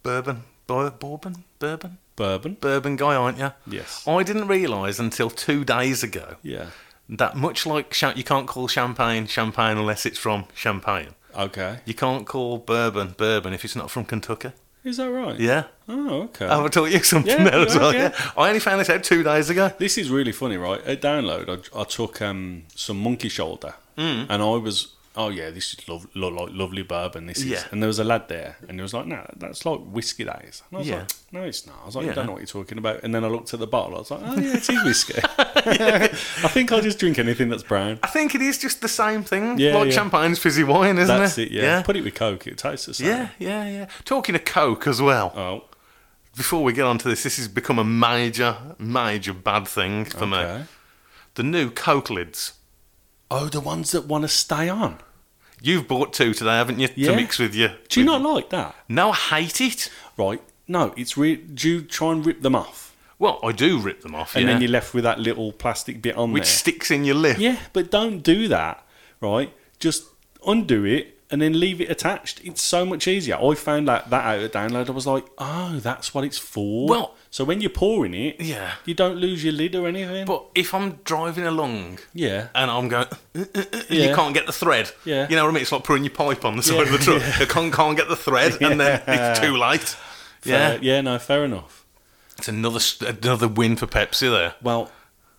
bourbon, bor- bourbon, bourbon,
Bourbon.
bourbon guy, aren't you?
Yes.
I didn't realise until two days ago
Yeah.
that much like cha- you can't call champagne champagne unless it's from Champagne.
Okay.
You can't call bourbon bourbon if it's not from Kentucky.
Is that right?
Yeah,
Oh, okay.
have I taught you something
Yeah,
there as
yeah,
well?
yeah.
Yeah. I only found this out two days ago.
This is really funny, right? At download, I, I took um, some monkey shoulder,
Mm.
and I was, oh yeah, this is lov- lo- like lovely bourbon. This is,
Yeah.
and there was a lad there, and he was like, no, that's like whiskey that is. And I was
Yeah.
like, no, it's not. I was like,
Yeah.
you don't know what you're talking about. And then I looked at the bottle. I was like, oh yeah, it is
[laughs]
whiskey. [laughs] I think I'll just drink anything that's brown.
I think it is just the same thing.
Yeah,
like
yeah.
champagne's fizzy wine, isn't
That's
it?
it. Yeah.
Yeah.
Put it with Coke. It tastes the same.
yeah, yeah, yeah. Talking of Coke as well.
Oh.
Before we get on to this, this has become a major, major bad thing for me.
Okay.
The new Coke lids.
Oh, the ones that want to stay on.
You've bought two today, haven't you?
Yeah.
To mix with you.
Do you not like that?
No, I hate it.
Right. No, it's re- do you try and rip them off,
Well, I do rip them off,
and
yeah.
then you're left with that little plastic bit on
which
there.
sticks in your lip.
Yeah, but don't do that, right? Just undo it, and then leave it attached. It's so much easier. I found that that out at download. I was like, oh, that's what it's for.
Well-
so when you're pouring it,
Yeah.
you don't lose your lid or anything.
But if I'm driving along
yeah,
and I'm going, uh, you
Yeah.
can't get the thread.
Yeah.
You know what I mean? It's like putting your pipe on the side of the truck. You can't, can't get the thread, and
[laughs]
then it's too late. Yeah.
Fair- yeah. No, fair enough.
It's another s- another win for Pepsi there.
Well,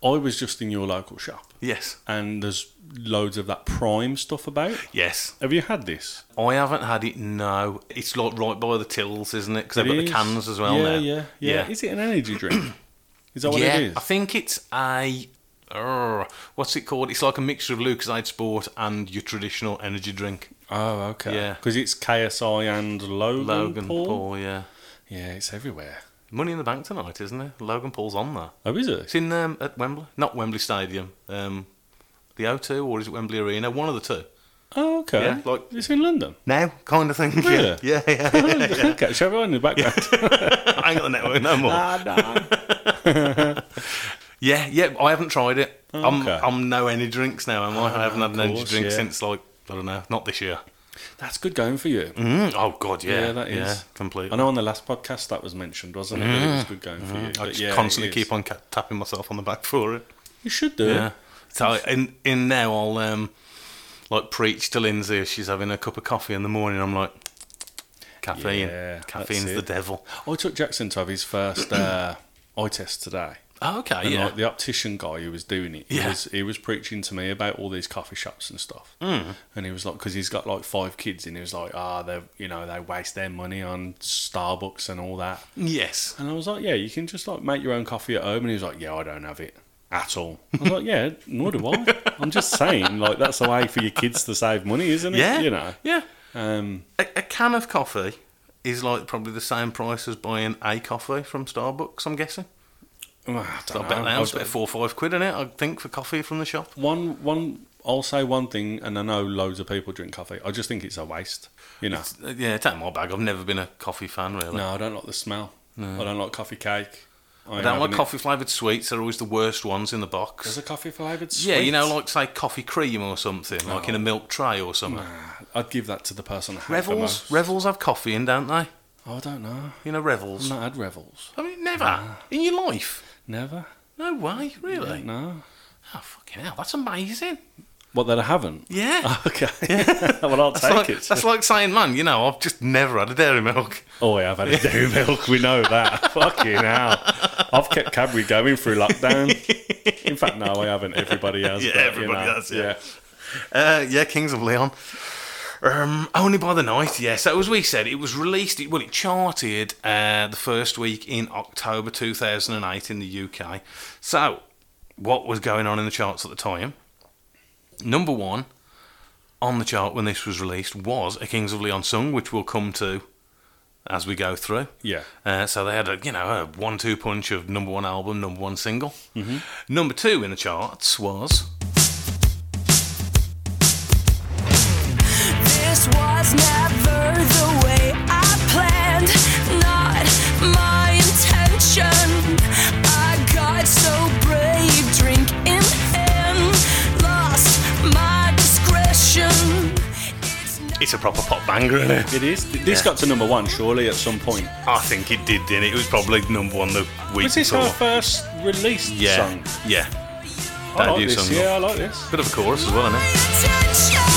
I was just in your local shop,
Yes.
and there's loads of that Prime stuff about.
Yes.
Have you had this?
I haven't had it. No, it's like right by the tills, isn't it? Because they've
It
got the
is.
cans as well
yeah,
now.
Yeah, yeah, Is it an energy drink? Is that what
Yeah,
it is?
I think it's a. Urgh, what's it called? It's like a mixture of Lucasade Sport and your traditional energy drink.
Oh, okay.
Yeah.
because it's KSI and Logan,
Logan
Paul.
Paul. yeah.
Yeah, it's everywhere.
Money in the Bank tonight, isn't it? Logan Paul's on there.
Oh, is it?
It's in um, at Wembley, not Wembley Stadium, um, the O2 or is it Wembley Arena? One of the two.
Oh, okay.
Yeah, like-
it's in London.
Now, kind of thing.
Really?
Yeah, [laughs] yeah. yeah.
okay, show everyone in the background.
I ain't got the network no [laughs] more.
Ah.
Yeah, yeah, I haven't tried it. I'm,
Okay. Ah,
I'm no energy drinks now, am I? I haven't had an energy
course,
drink
yeah.
since, like, I don't know, not this year.
That's good going for you.
Mm, oh, God, yeah.
Mm-hmm. Yeah, that is.
completely.
I know on the last podcast that was mentioned, wasn't it? That it was good going for you.
Mm-hmm. I
But
just
yeah,
constantly
it is.
keep on ca- tapping myself on the back for it.
You should do.
Yeah.
it.
So in in now I'll um like preach to Lindsay if she's having a cup of coffee in the morning. I'm like caffeine.
Yeah, that's
Caffeine's the
it.
devil.
I took Jackson to have his first uh, [coughs] eye test today.
Oh, okay.
And
Yeah.
like the optician guy who was doing it, he,
Yeah.
was, he was preaching to me about all these coffee shops and stuff. Mm. And he was like, because he's got like five kids, and he was like, ah, they you know they waste their money on Starbucks and all that.
yes.
And I was like, yeah, you can just like make your own coffee at home. And he was like, yeah, I don't have it at all. I was like, yeah, nor do I. I'm just saying, like that's a way for your kids to save money, isn't it?
Yeah.
you know.
Yeah.
Um,
A, a can of coffee is like probably the same price as buying a coffee from Starbucks. I'm guessing.
well, I
So
don't
I bet
know.
now it's
I've-
about four or five quid in it. I think for coffee from the shop.
one one. I'll say one thing, and I know loads of people drink coffee. I just think it's a waste. You know.
Uh, Yeah, take my bag. I've never been a coffee fan really.
No, I don't like the smell. I don't like coffee cake.
I don't
e-
like coffee flavoured sweets. They're always the worst ones in the box.
There's a coffee flavoured sweet. Oh.
Yeah, you know, like say coffee cream or something, like in a milk tray or something.
Ah, I'd give that to the person that had the
Revels,
most.
Revels have coffee in, don't they?
Oh, I don't know.
You know, Revels.
I've not had Revels.
I mean, never in your life.
Never.
No way, really.
No.
Oh fucking hell, that's amazing.
What, that [laughs] I
[laughs]
haven't?
Yeah.
Okay. well, I'll
[laughs] That's
take
like,
it.
that's like saying, man, you know, I've just never had a dairy milk.
Oh, yeah, I've had a dairy milk. We know
[laughs]
that. Fucking hell. I've kept Cadbury going through lockdown. In fact, no, I haven't. Everybody has.
Yeah,
but, you
everybody
know,
has, yeah. Uh, yeah, Kings of Leon. Um, only by the night, yeah. So as we said, it was released. It, well, it charted uh, the first week in October 2008 in the UK. So, what was going on in the charts at the time? Number one on the chart when this was released was a Kings of Leon song, which we'll come to as we go through.
Yeah.
Uh, so they had a you know a one-two punch of number one album, number one single. Mm-hmm. Number two in the charts was
This was never the way I planned, not my intention. I got so brave, drink in hand, lost my discretion. It's not
It's a proper pop banger, isn't it?
It is. This got to number one, surely, at some point.
I think it did, didn't it? It was probably number one the week
Was this
before.
her first released
yeah,
song?
yeah.
I like
Debut
this.
song.
Yeah, I like this.
Bit of a chorus as well,
my
isn't
intention.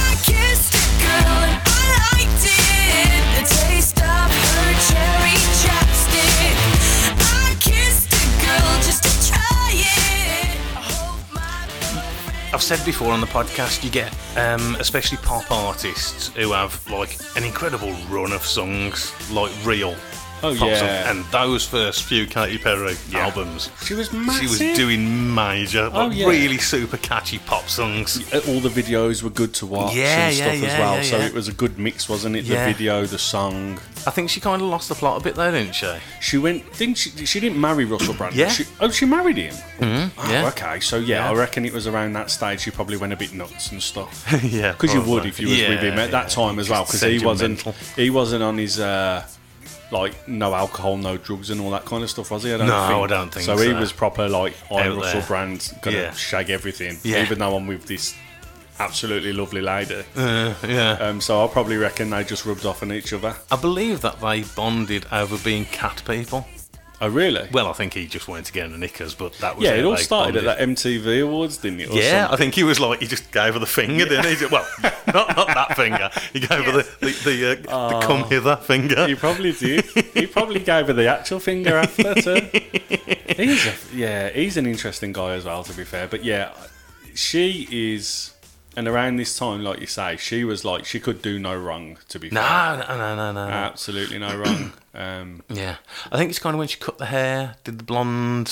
I kissed a girl and I liked it. The taste of her cherry chapstick. I kissed a girl just to try it. I hope my boyfriend.
it? I've said before on the podcast, you get um, especially pop artists who have like an incredible run of songs, like real.
Oh,
pop
yeah.
songs. and those first few Katy Perry albums,
She was
she
massive.
was doing major,
Oh,
like,
yeah.
really super catchy pop songs.
all the videos were good to watch
Yeah,
and
yeah,
stuff as
yeah,
well.
yeah,
so
yeah.
it was a good mix, wasn't it?
Yeah.
The video, the song.
I think she kind of lost the plot a bit there, didn't
[laughs]
she?
She went. Didn't she? She didn't marry Russell Brand.
Yeah. Mm-hmm.
She, oh, she married him. Oh,
yeah.
okay. So yeah,
Yeah.
I reckon it was around that stage she probably went a bit nuts and
[laughs]
stuff.
yeah,
Because you would
probably.
if you was with
Yeah,
him at that
yeah.
time as well. Because he wasn't.
Sentimental.
He wasn't on his. Uh, like no alcohol, no drugs, and all that kind of stuff, was he? I don't
No,
think.
I don't think
he
so.
was proper like,
Out
I'm Russell
there.
Brand, gonna
Yeah.
shag everything,
Yeah.
even though I'm with this absolutely lovely lady.
Uh, yeah.
Um, so I probably reckon they just rubbed off on each other.
I believe that they bonded over being cat people.
Oh, really?
Well, I think he just wanted to get in the knickers, but that was
yeah, it all
they
started
bonded.
at that MTV Awards, didn't it? or
Yeah,
something?
I think he was like he just gave her the finger, didn't he? He said- Well,
[laughs]
not not that finger. He gave her the the, the, uh,
Ah.
the come hither finger.
He probably did. he probably gave her the actual finger after too.
[laughs]
He's a, yeah, he's an interesting guy as well, to be fair. But yeah, she is, and around this time, like you say, she was like she could do no wrong. To be fair,
No, no, no, no, no. no.
Ah. absolutely no wrong. [clears throat] Um,
Yeah, I think it's kind of when she cut the hair, did the blonde,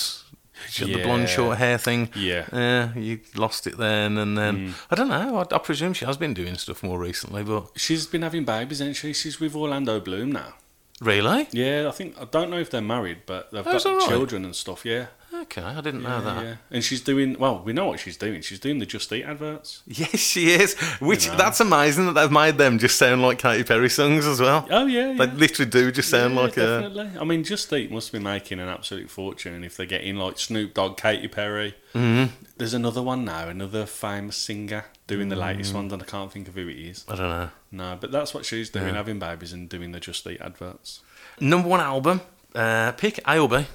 she had the blonde
Yeah.
short hair thing.
Yeah. Mm.
yeah, you lost it then, and then I don't know. I, I presume she has been doing stuff more recently, but
she's been having babies, hasn't she? She's with Orlando Bloom now.
really,
Yeah, I think I don't know if they're married, but they've
Oh, is
got
that right?
children and stuff. Yeah,
okay, I didn't know
yeah,
that.
yeah. And she's doing well. We know what she's doing. She's doing the Just Eat adverts.
Yes, she is. Which
You know.
that's amazing that they've made them just sound like Katy Perry songs as well.
Oh yeah, yeah.
They literally do just sound
Yeah,
Um, like uh, a.
definitely. I mean, Just Eat must be making an absolute fortune if they're getting like Snoop Dogg, Katy Perry.
Mm-hmm.
There's another one now, another famous singer doing the latest
Mm.
ones, and I can't think of who it is.
I don't know.
No, but that's what she's doing, having babies and doing the Just Eat adverts.
Number one album. Uh, pick A or B.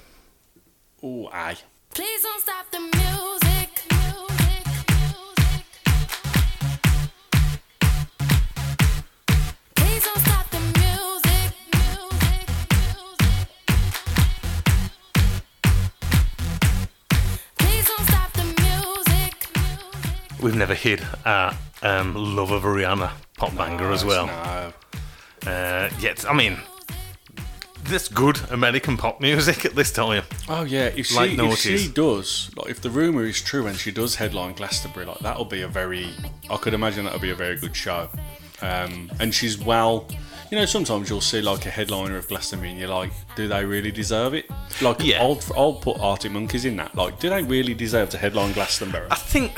Oh, aye.
Please don't stop the music. music, music. Please don't stop the music. music, music. Please don't stop the music. music.
We've never hid our um, love of Rihanna pop banger as well.
No.
Uh, yet, I mean, this good American pop music at this time.
Oh yeah, if she,
Like
if
noughties.
she does, like if the rumor is true and she does headline Glastonbury, like that'll be a very, I could imagine that'll be a very good show. Um, and she's well, you know, sometimes you'll see like a headliner of Glastonbury and you're like, do they really deserve it? Like,
Yeah.
I'll, I'll put Arctic Monkeys in that. Like, do they really deserve to headline Glastonbury?
I think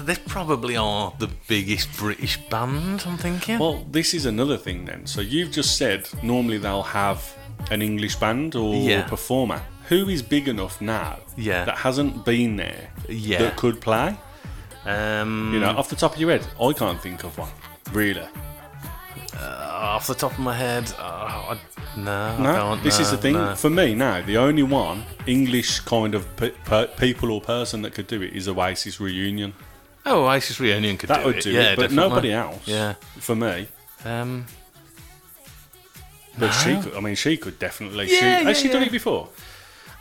they probably are the biggest British band, I'm thinking.
Well, this is another thing then. So you've just said normally they'll have an English band or
Yeah.
performer. Who is big enough now
Yeah.
that hasn't been there
Yeah.
that could play?
um,
You know, off the top of your head, I can't think of one. Really?
off the top of my head, uh, I, no, I
No.
can't.
This
no,
is the thing
no.
for me now. The only one English kind of pe- per- people or person that could do it is Oasis reunion.
Oh, Oasis reunion could
That
do
would
it.
do
yeah,
it, but
definitely.
nobody else.
Yeah.
For me,
Um,
but she. Could, I mean, she could definitely. she,
Yeah,
has
yeah,
she done
yeah.
it before?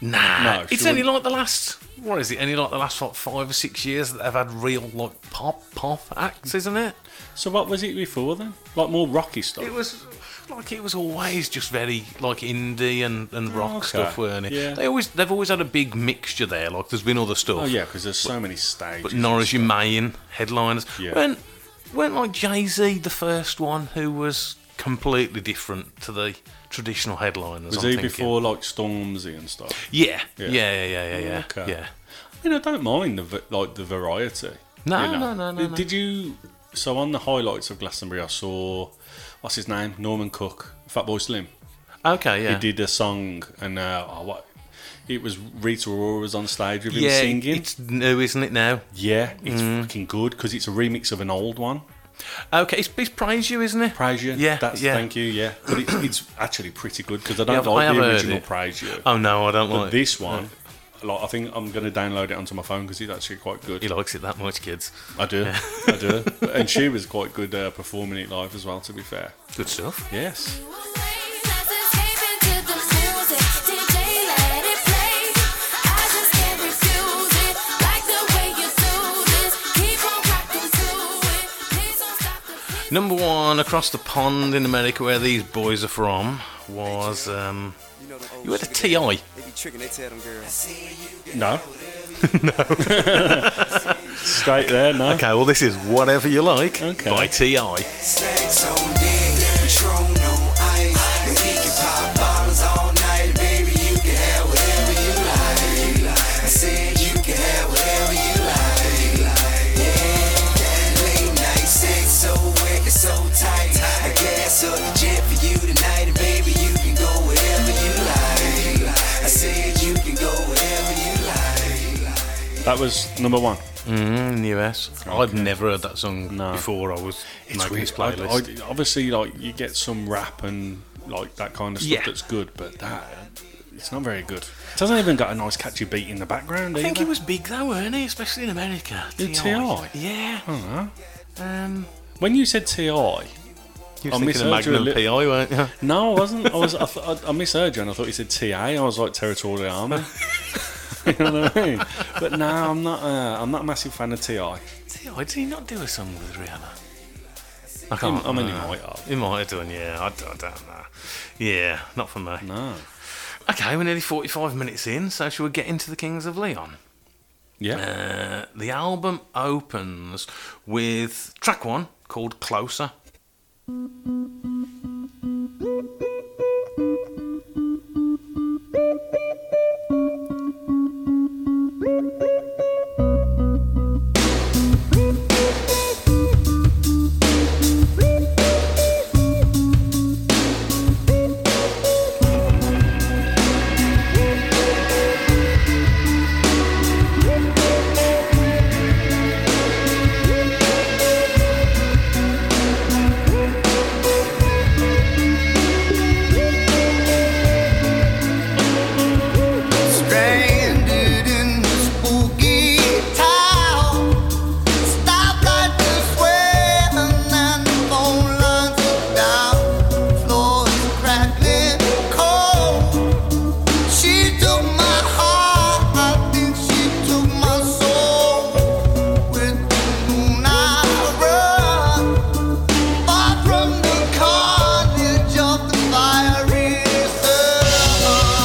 nah,
No, she
it's only
wouldn't.
like the last. What is it? Only like the last like, five or six years that they've had real like pop pop acts, isn't it?
So what was it before then? Like more rocky stuff.
It was like it was always just very like indie and, and rock
Oh, okay.
stuff, weren't it?
Yeah.
They always they've always had a big mixture there. Like there's been other stuff.
oh yeah, because there's so many stages.
But Norris, your main headliners.
Yeah.
Weren't, weren't like Jay Z the first one who was completely different to the traditional headliners?
was
I'm
he
thinking.
before like Stormzy and stuff?
Yeah. Yeah.
Yeah.
Yeah. Yeah. Yeah. Yeah.
Okay.
yeah.
I mean, I don't mind the va- like the variety.
No, no, no, no, no.
Did you? So on the highlights of Glastonbury, I saw what's his name, Norman Cook, Fatboy Slim.
Okay. Yeah.
He did a song, and uh, oh, what? It was Rita Ora was on stage with him
yeah.
singing.
It's Mm. new, isn't it now?
yeah, it's fucking good because it's a remix of an old one.
Okay. It's, it's praise you, isn't it?
Praise you.
Yeah,
That's,
yeah.
Thank you. Yeah, but it's, it's actually pretty good because I
Yeah,
don't
but I
like
have
the
heard
original
it.
Praise You.
Oh no, I don't
but
like
this one. Like, I think I'm going to download it onto my phone because it's actually quite good.
He likes it that much, kids.
I do, I do. And she was quite good uh, performing it live as well. To be fair,
Good stuff.
yes.
Number one across the pond in America, where these boys are from, was um, you had a Ti.
They be tricking, they tell them girls.
[laughs]
No. [laughs] no. Straight there. No.
Okay, well, this is Whatever You Like
Okay.
by T.I.
Stacks on deck, Patron on ice. And we can pop bottles all night, baby. You can have whatever you like. I said you can have whatever you like. Yeah, late night sex so wet and so tight. I gas up the jet for you tonight, and baby you can go wherever you like. I said you can go wherever you like.
That was number one.
Mm, in the US. I'd never heard that song
No.
before I was making this
I-
playlist.
I- obviously, like you get some rap and like that kind of stuff
Yeah.
that's good, but that it's not very good. It doesn't even got a nice catchy beat in the background.
I think
either.
he was big though, weren't he? Especially in America.
The TI?
Yeah. Um,
When you said Ti,
you
I
was thinking of
misheard you a
Magnum
li-
PI, weren't you?
no, I wasn't. I was. I, th- I, I misheard you, and I thought you said TA. I was like territorial army. [laughs] you know what I mean? But no, I'm not. Uh, I'm not a massive fan of Ti. I
TI, did he not do a song with Rihanna? I
mean, I mean, he
remember.
might have.
He might have done, yeah. I, d- I don't know. Yeah, not for me.
No.
Okay, we're nearly 45 minutes in, so shall we get into the Kings of Leon?
Yeah.
Uh, the album opens with track one called Closer.
Stranded in this spooky town. Stoplight is swaying and the phone lines are down. Floor is crackling cold. She took my heart, I think she took my soul. With the moon I run. Far from the carnage of the fiery sun.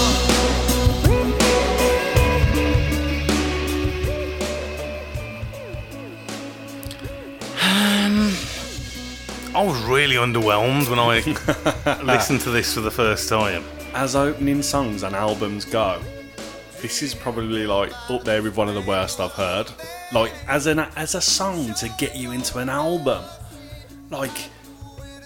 I was really underwhelmed when I [laughs] listened to this for the first time.
As opening songs and albums go, this is probably like up there with one of the worst I've heard. Like as an as a song to get you into an album, like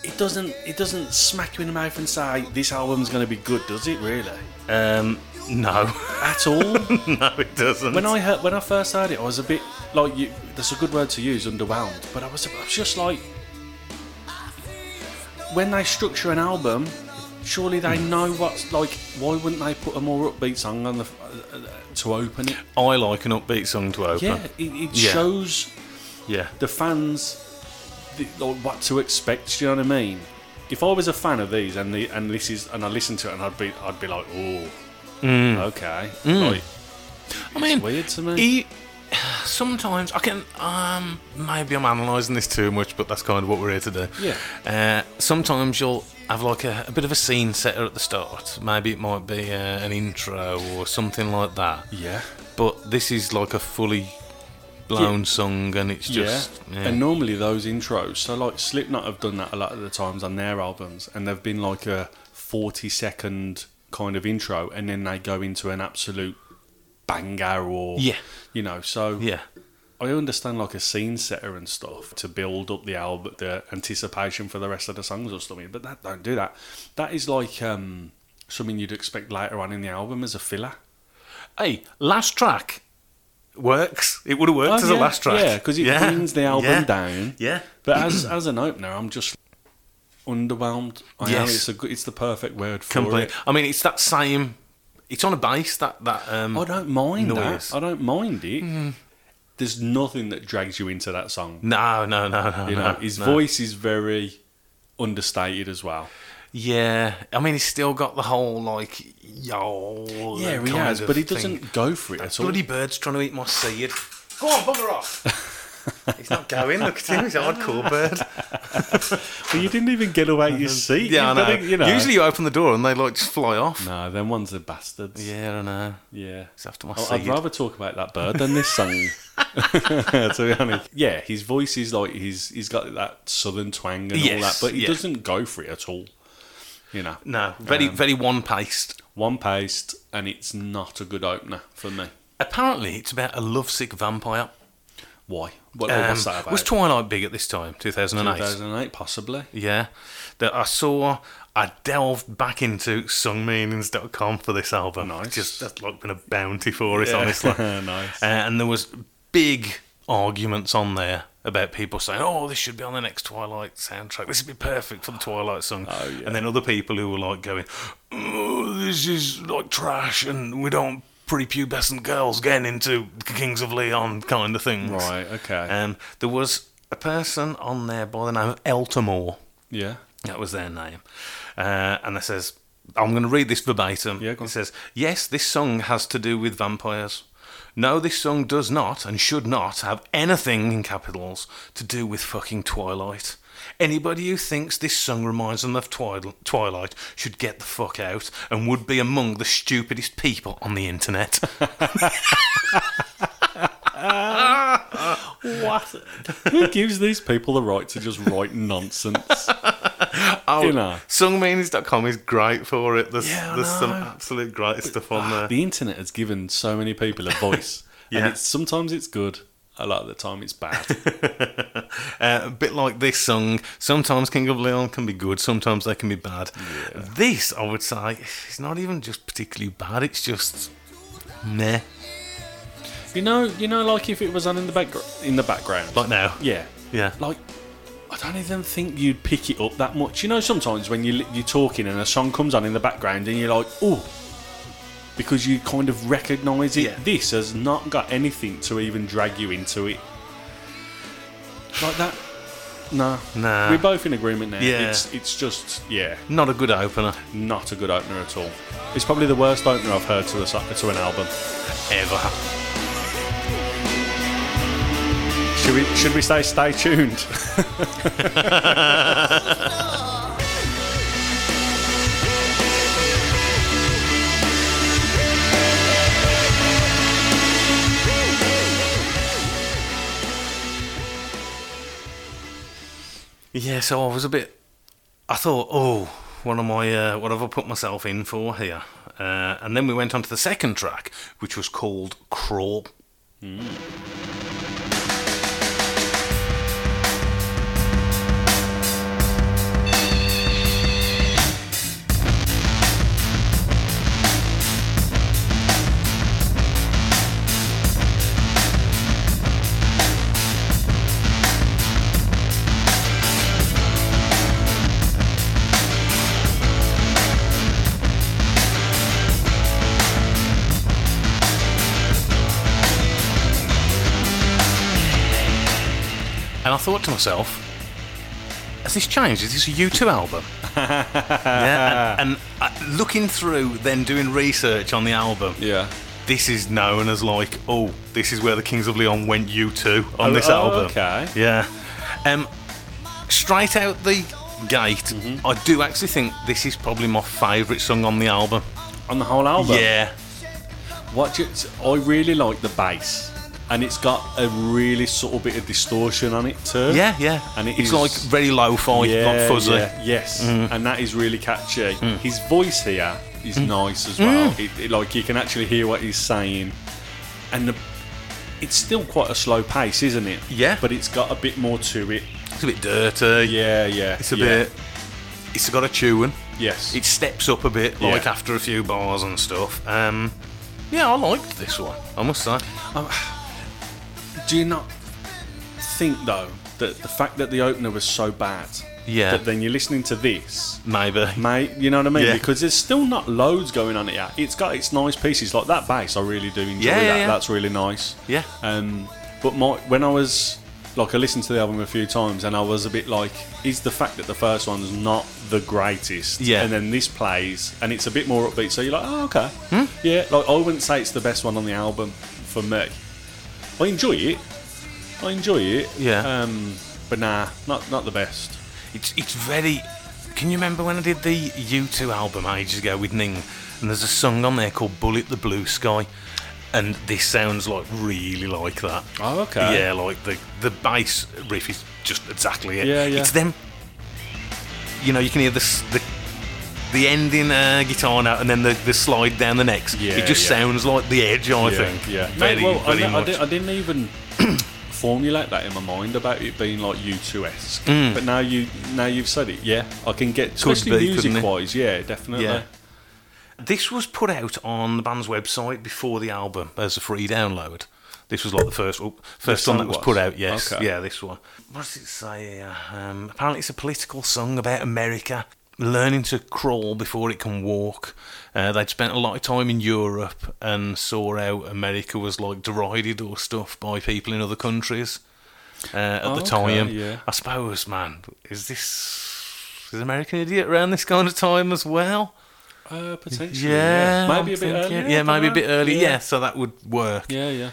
it doesn't it doesn't smack you in the mouth and say this album's going to be good, does it? Really?
Um, no, [laughs]
At all?
no, it doesn't.
when I heard, when I first heard it, I was a bit like, you, that's a good word to use, underwhelmed. But I was, I was just like, when they structure an album, surely they know what's like. Why wouldn't they put a more upbeat song on the uh, uh, to open it?
I like an upbeat song to open.
Yeah, it, it
Yeah.
shows
yeah.
the fans the, like, what to expect. Do you know what I mean? If I was a fan of these and the and this is and I listened to it and I'd be I'd be like, oh, okay, like,
I mean,
weird to me.
He, [sighs] sometimes I can. Um, maybe I'm analysing this too much, but that's kind of what we're here to do.
Yeah.
Uh, sometimes you'll have like a, a bit of a scene setter at the start. Maybe it might be uh, an intro or something like that.
yeah.
But this is like a fully blown song, and it's just yeah.
yeah. And normally those intros, so like Slipknot have done that a lot of the times on their albums, and they've been like a forty-second kind of intro, and then they go into an absolute banger, or
Yeah.
you know. So
yeah.
I understand like a scene setter and stuff to build up the album, the anticipation for the rest of the songs or something, but that don't do that. That is like um, something you'd expect later on in the album as a filler. Oh,
Hey, last track works. It would have worked as
yeah,
a last track.
yeah, 'cause it brings the album
[laughs] yeah,
down.
Yeah.
But as [clears throat] as an opener, I'm just underwhelmed. I am.
Yes.
It's a good, it's the perfect word for
Complete.
it.
I mean, it's that same. It's on a bass that that. Um,
I don't mind
Noise.
that. I don't mind it. There's nothing that drags you into that song.
No, no, no, no.
You
no,
know, his
no.
voice is very understated as well.
Yeah, I mean, he's still got the whole like yo.
Yeah,
kind
he has,
of
but he
thing.
doesn't go for it at all.
Bloody bird's trying to eat my seed. Go on, bugger off.
[laughs]
he's not going. Look at him. He's a hardcore bird.
Well, you didn't even get away your seat.
Mm-hmm. Yeah,
You've
I know.
gotta- you know.
Usually, you open the door and they like just fly off.
no, them ones are bastards.
Yeah, I know.
Yeah.
It's after my
I- I'd
seed.
rather talk about that bird than this song. to be honest. Yeah, his voice is like he's he's got that southern twang and all that,
Yes,
but he
yeah.
doesn't go for it at all. You know.
No, very,
Um,
very one paced.
one paste and it's not a good opener for me.
Apparently, it's about a lovesick vampire.
Why? What
Um,
Oh, what's that about?
was Twilight big at this time? 2008.
2008 possibly.
Yeah, that I saw. I delved back into songmeanings.com for this album.
Nice.
Just that's like been a bounty for us, honestly.
[laughs] nice.
Uh, and there was big arguments on there about people saying, "Oh, this should be on the next Twilight soundtrack. This would be perfect for the Twilight song."
Oh, yeah.
And then other people who were like going, oh, "This is like trash, and we don't." Prepubescent girls getting into Kings of Leon kind of things.
Right, okay.
Um, there was a person on there by the name of Eltamore.
Yeah.
That was their name. Uh, and it says, I'm going to read this verbatim.
Yeah, go on.
it says, Yes, this song has to do with vampires. No, this song does not and should not have anything in capitals to do with fucking Twilight. Anybody who thinks this song reminds them of Twil- Twilight should get the fuck out and would be among the stupidest people on the internet. [laughs]
What? Who gives these people the right to just write nonsense?
Oh,
You know.
songmeanings.com is great for it. There's,
Yeah, I
there's some
know.
absolute great stuff on there.
Ah, The internet has given so many people a [laughs] voice,
Yeah.
and it's, sometimes it's good. A lot of the time, it's bad.
[laughs] Uh, a bit like this song. Sometimes King of Leon can be good, sometimes they can be bad. This, I would say, is not even just particularly bad, it's just meh.
[laughs] you know, you know, like if it was on in the background, in the background,
Like now.
yeah,
Yeah.
like I don't even think you'd pick it up that much. You know, sometimes when you li- you're talking and a song comes on in the background, and you're like, oh, because you kind of recognise it.
Yeah.
This has not got anything to even drag you into it. Like that. Nah.
Nah.
We're both in agreement now.
Yeah.
It's it's just yeah.
Not a good opener,
not a good opener at all. It's probably the worst opener I've heard to, a, so- to an album.
ever.
Should we, should we say stay tuned? [laughs]
Yeah, so I was a bit. I thought, oh, what am I? Uh, what have I put myself in for here? Uh, and then we went on to the second track, which was called "Crawl." And I thought to myself, has this changed? Is this a U2
[laughs]
album? yeah, and, and uh, looking through, then doing research on the album,
Yeah.
this is known as like, oh, this is where the Kings of Leon went U2 on
Oh,
this
oh,
album.
okay.
Yeah. Um, straight out the gate,
Mm-hmm.
I do actually think this is probably my favourite song on the album.
On the whole album?
yeah.
Watch it. I really like the bass. And it's got a really subtle bit of distortion on it too.
Yeah, yeah.
And it
it's
is-
like very low fi
Yeah,
like fuzzy.
yeah, yes, and that is really catchy. His voice here is nice as well. It, it- like you can actually hear what he's saying, and the, it's still quite a slow pace, isn't it?
Yeah.
But it's got a bit more to it.
It's a bit dirty.
Yeah, yeah.
It's a
yeah.
bit. It's got a chewing.
Yes.
it steps up a bit,
Yeah.
like after a few bars and stuff. Um, yeah, I liked this one. I must say.
Do you not think though that the fact that the opener was so bad,
Yeah.
that then you're listening to this,
Maybe.
mate? You know what I mean?
Yeah.
Because there's still not loads going on here. It's got its nice pieces like that bass. I really do enjoy
Yeah, yeah,
that.
yeah.
That's really nice.
Yeah.
Um, but my when I was like I listened to the album a few times and I was a bit like, is the fact that the first one's not the greatest,
Yeah.
and then this plays and it's a bit more upbeat, so you're like, oh okay,
Hmm?
yeah. Like I wouldn't say it's the best one on the album for me. I enjoy it, I enjoy it,
Yeah.
Um, but nah, not not the best.
It's it's very. Can you remember when I did the U2 album ages ago with Ning? And there's a song on there called "Bullet the Blue Sky," and this sounds like really like that.
Oh, okay.
Yeah, like the the bass riff is just exactly it.
Yeah, yeah.
It's them. You know, you can hear the s- the, the ending uh, guitar note and then the, the slide down the next.
Yeah,
it just
yeah.
sounds like the edge, I
yeah,
think.
Yeah,
very,
Mate, well,
very
I, ne- I
much.
di- I didn't even [clears throat] formulate that in my mind about it being like U2 esque. But now you now you've said it, yeah, I can get especially
Mm. be, couldn't it?
music wise, yeah, definitely.
Yeah. uh, This was put out on the band's website before the album as a free download. This was like the first oop, first
song
one that was,
was?
put out. Yes,
Okay.
yeah, this one. What does it say here? Um, apparently, it's a political song about America learning to crawl before it can walk. Uh, they'd spent a lot of time in Europe and saw how America was like derided or stuff by people in other countries uh, at the
Okay,
time.
yeah.
I suppose, man, is this is American Idiot around this kind of time as well?
Uh, potentially.
Yeah,
Maybe
I'm
a bit
thinking-
earlier.
Yeah,
I don't
maybe a bit
know.
earlier. Yeah. so that would work.
Yeah, yeah.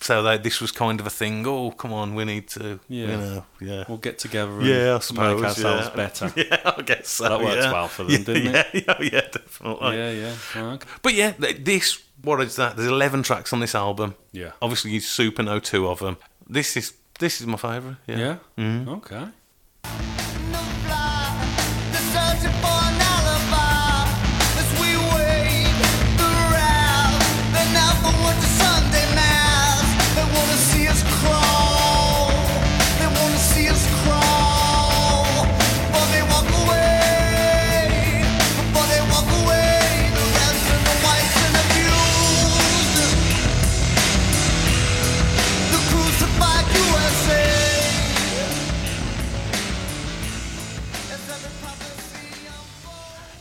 So that this was kind of a thing. Oh, come on, we need to.
Yeah.
You know, yeah.
We'll get together and
Yeah, I
make
suppose,
ourselves
yeah.
better.
[laughs] yeah, I guess so.
That worked
yeah.
well
[laughs]
for them,
yeah,
didn't
yeah, it? Yeah, yeah, definitely.
Yeah, yeah. Okay.
But yeah, th- this what is that? There's 11 tracks on this album.
Yeah.
Obviously, you super know two of them. This is this is my favorite. Yeah. Mm.
Yeah. Okay.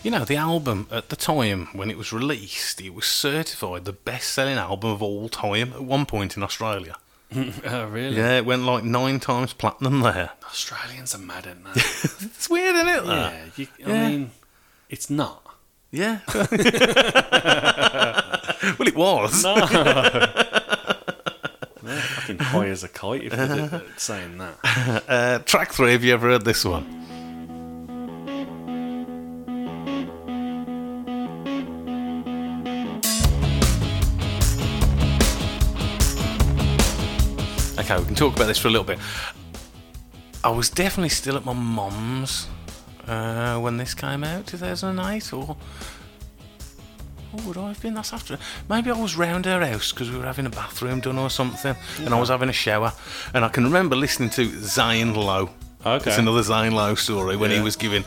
You know, the album at the time when it was released, it was certified the best-selling album of all time at one point in Australia.
Uh, really?
Yeah, it went like nine times platinum there.
Australians are mad at that.
[laughs] It's weird, isn't it? that?
yeah. You, I
Yeah.
mean, it's not.
Yeah. [laughs] well, it was.
They're fucking high as a kite if they're
[laughs]
d- saying that.
Uh, track three, have you ever heard this one? Okay, we can talk about this for a little bit. I was definitely still at my mum's uh, when this came out, 2008, or. What would I have been? That's after. Maybe I was round her house because we were having a bathroom done or something, and I was having a shower. And I can remember listening to Zion Lowe.
Okay.
It's another Zion Lowe story when he
Yeah.
was given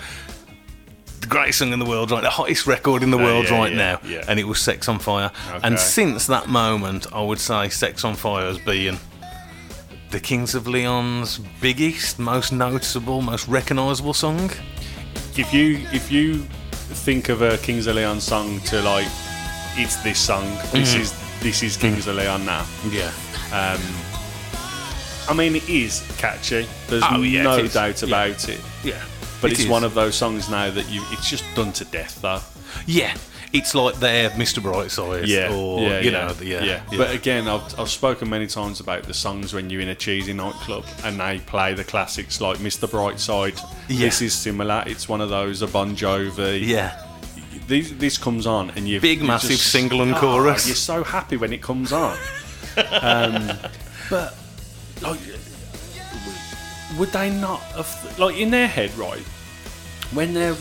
the greatest song in the world, right? The hottest record in the world
Uh, yeah,
right
yeah,
now.
yeah.
And it was Sex on Fire.
Okay.
And since that moment, I would say Sex on Fire has been the Kings of Leon's biggest, most noticeable, most recognisable song.
If you if you think of a Kings of Leon song to like, it's this song. This
Mm.
is this is Kings of Leon now.
Yeah.
I mean, it is catchy. There's
Oh, yeah,
no
it is.
doubt about it.
Yeah.
But
It
it's
is.
one of those songs now that you it's just done to death though.
Yeah, it's like their Mr. Brightside. or you know, the- yeah, yeah.
But uh, again, I've, I've spoken many times about the songs when you're in a cheesy nightclub and they play the classics like Mr. Brightside.
Yeah.
This is similar. It's one of those a Bon Jovi.
yeah.
These, this comes on and you
Big,
you
massive
just-
single and
Ah,
chorus.
You're so happy when it comes
[laughs]
on. um, but like, would they not have like in their head right when they're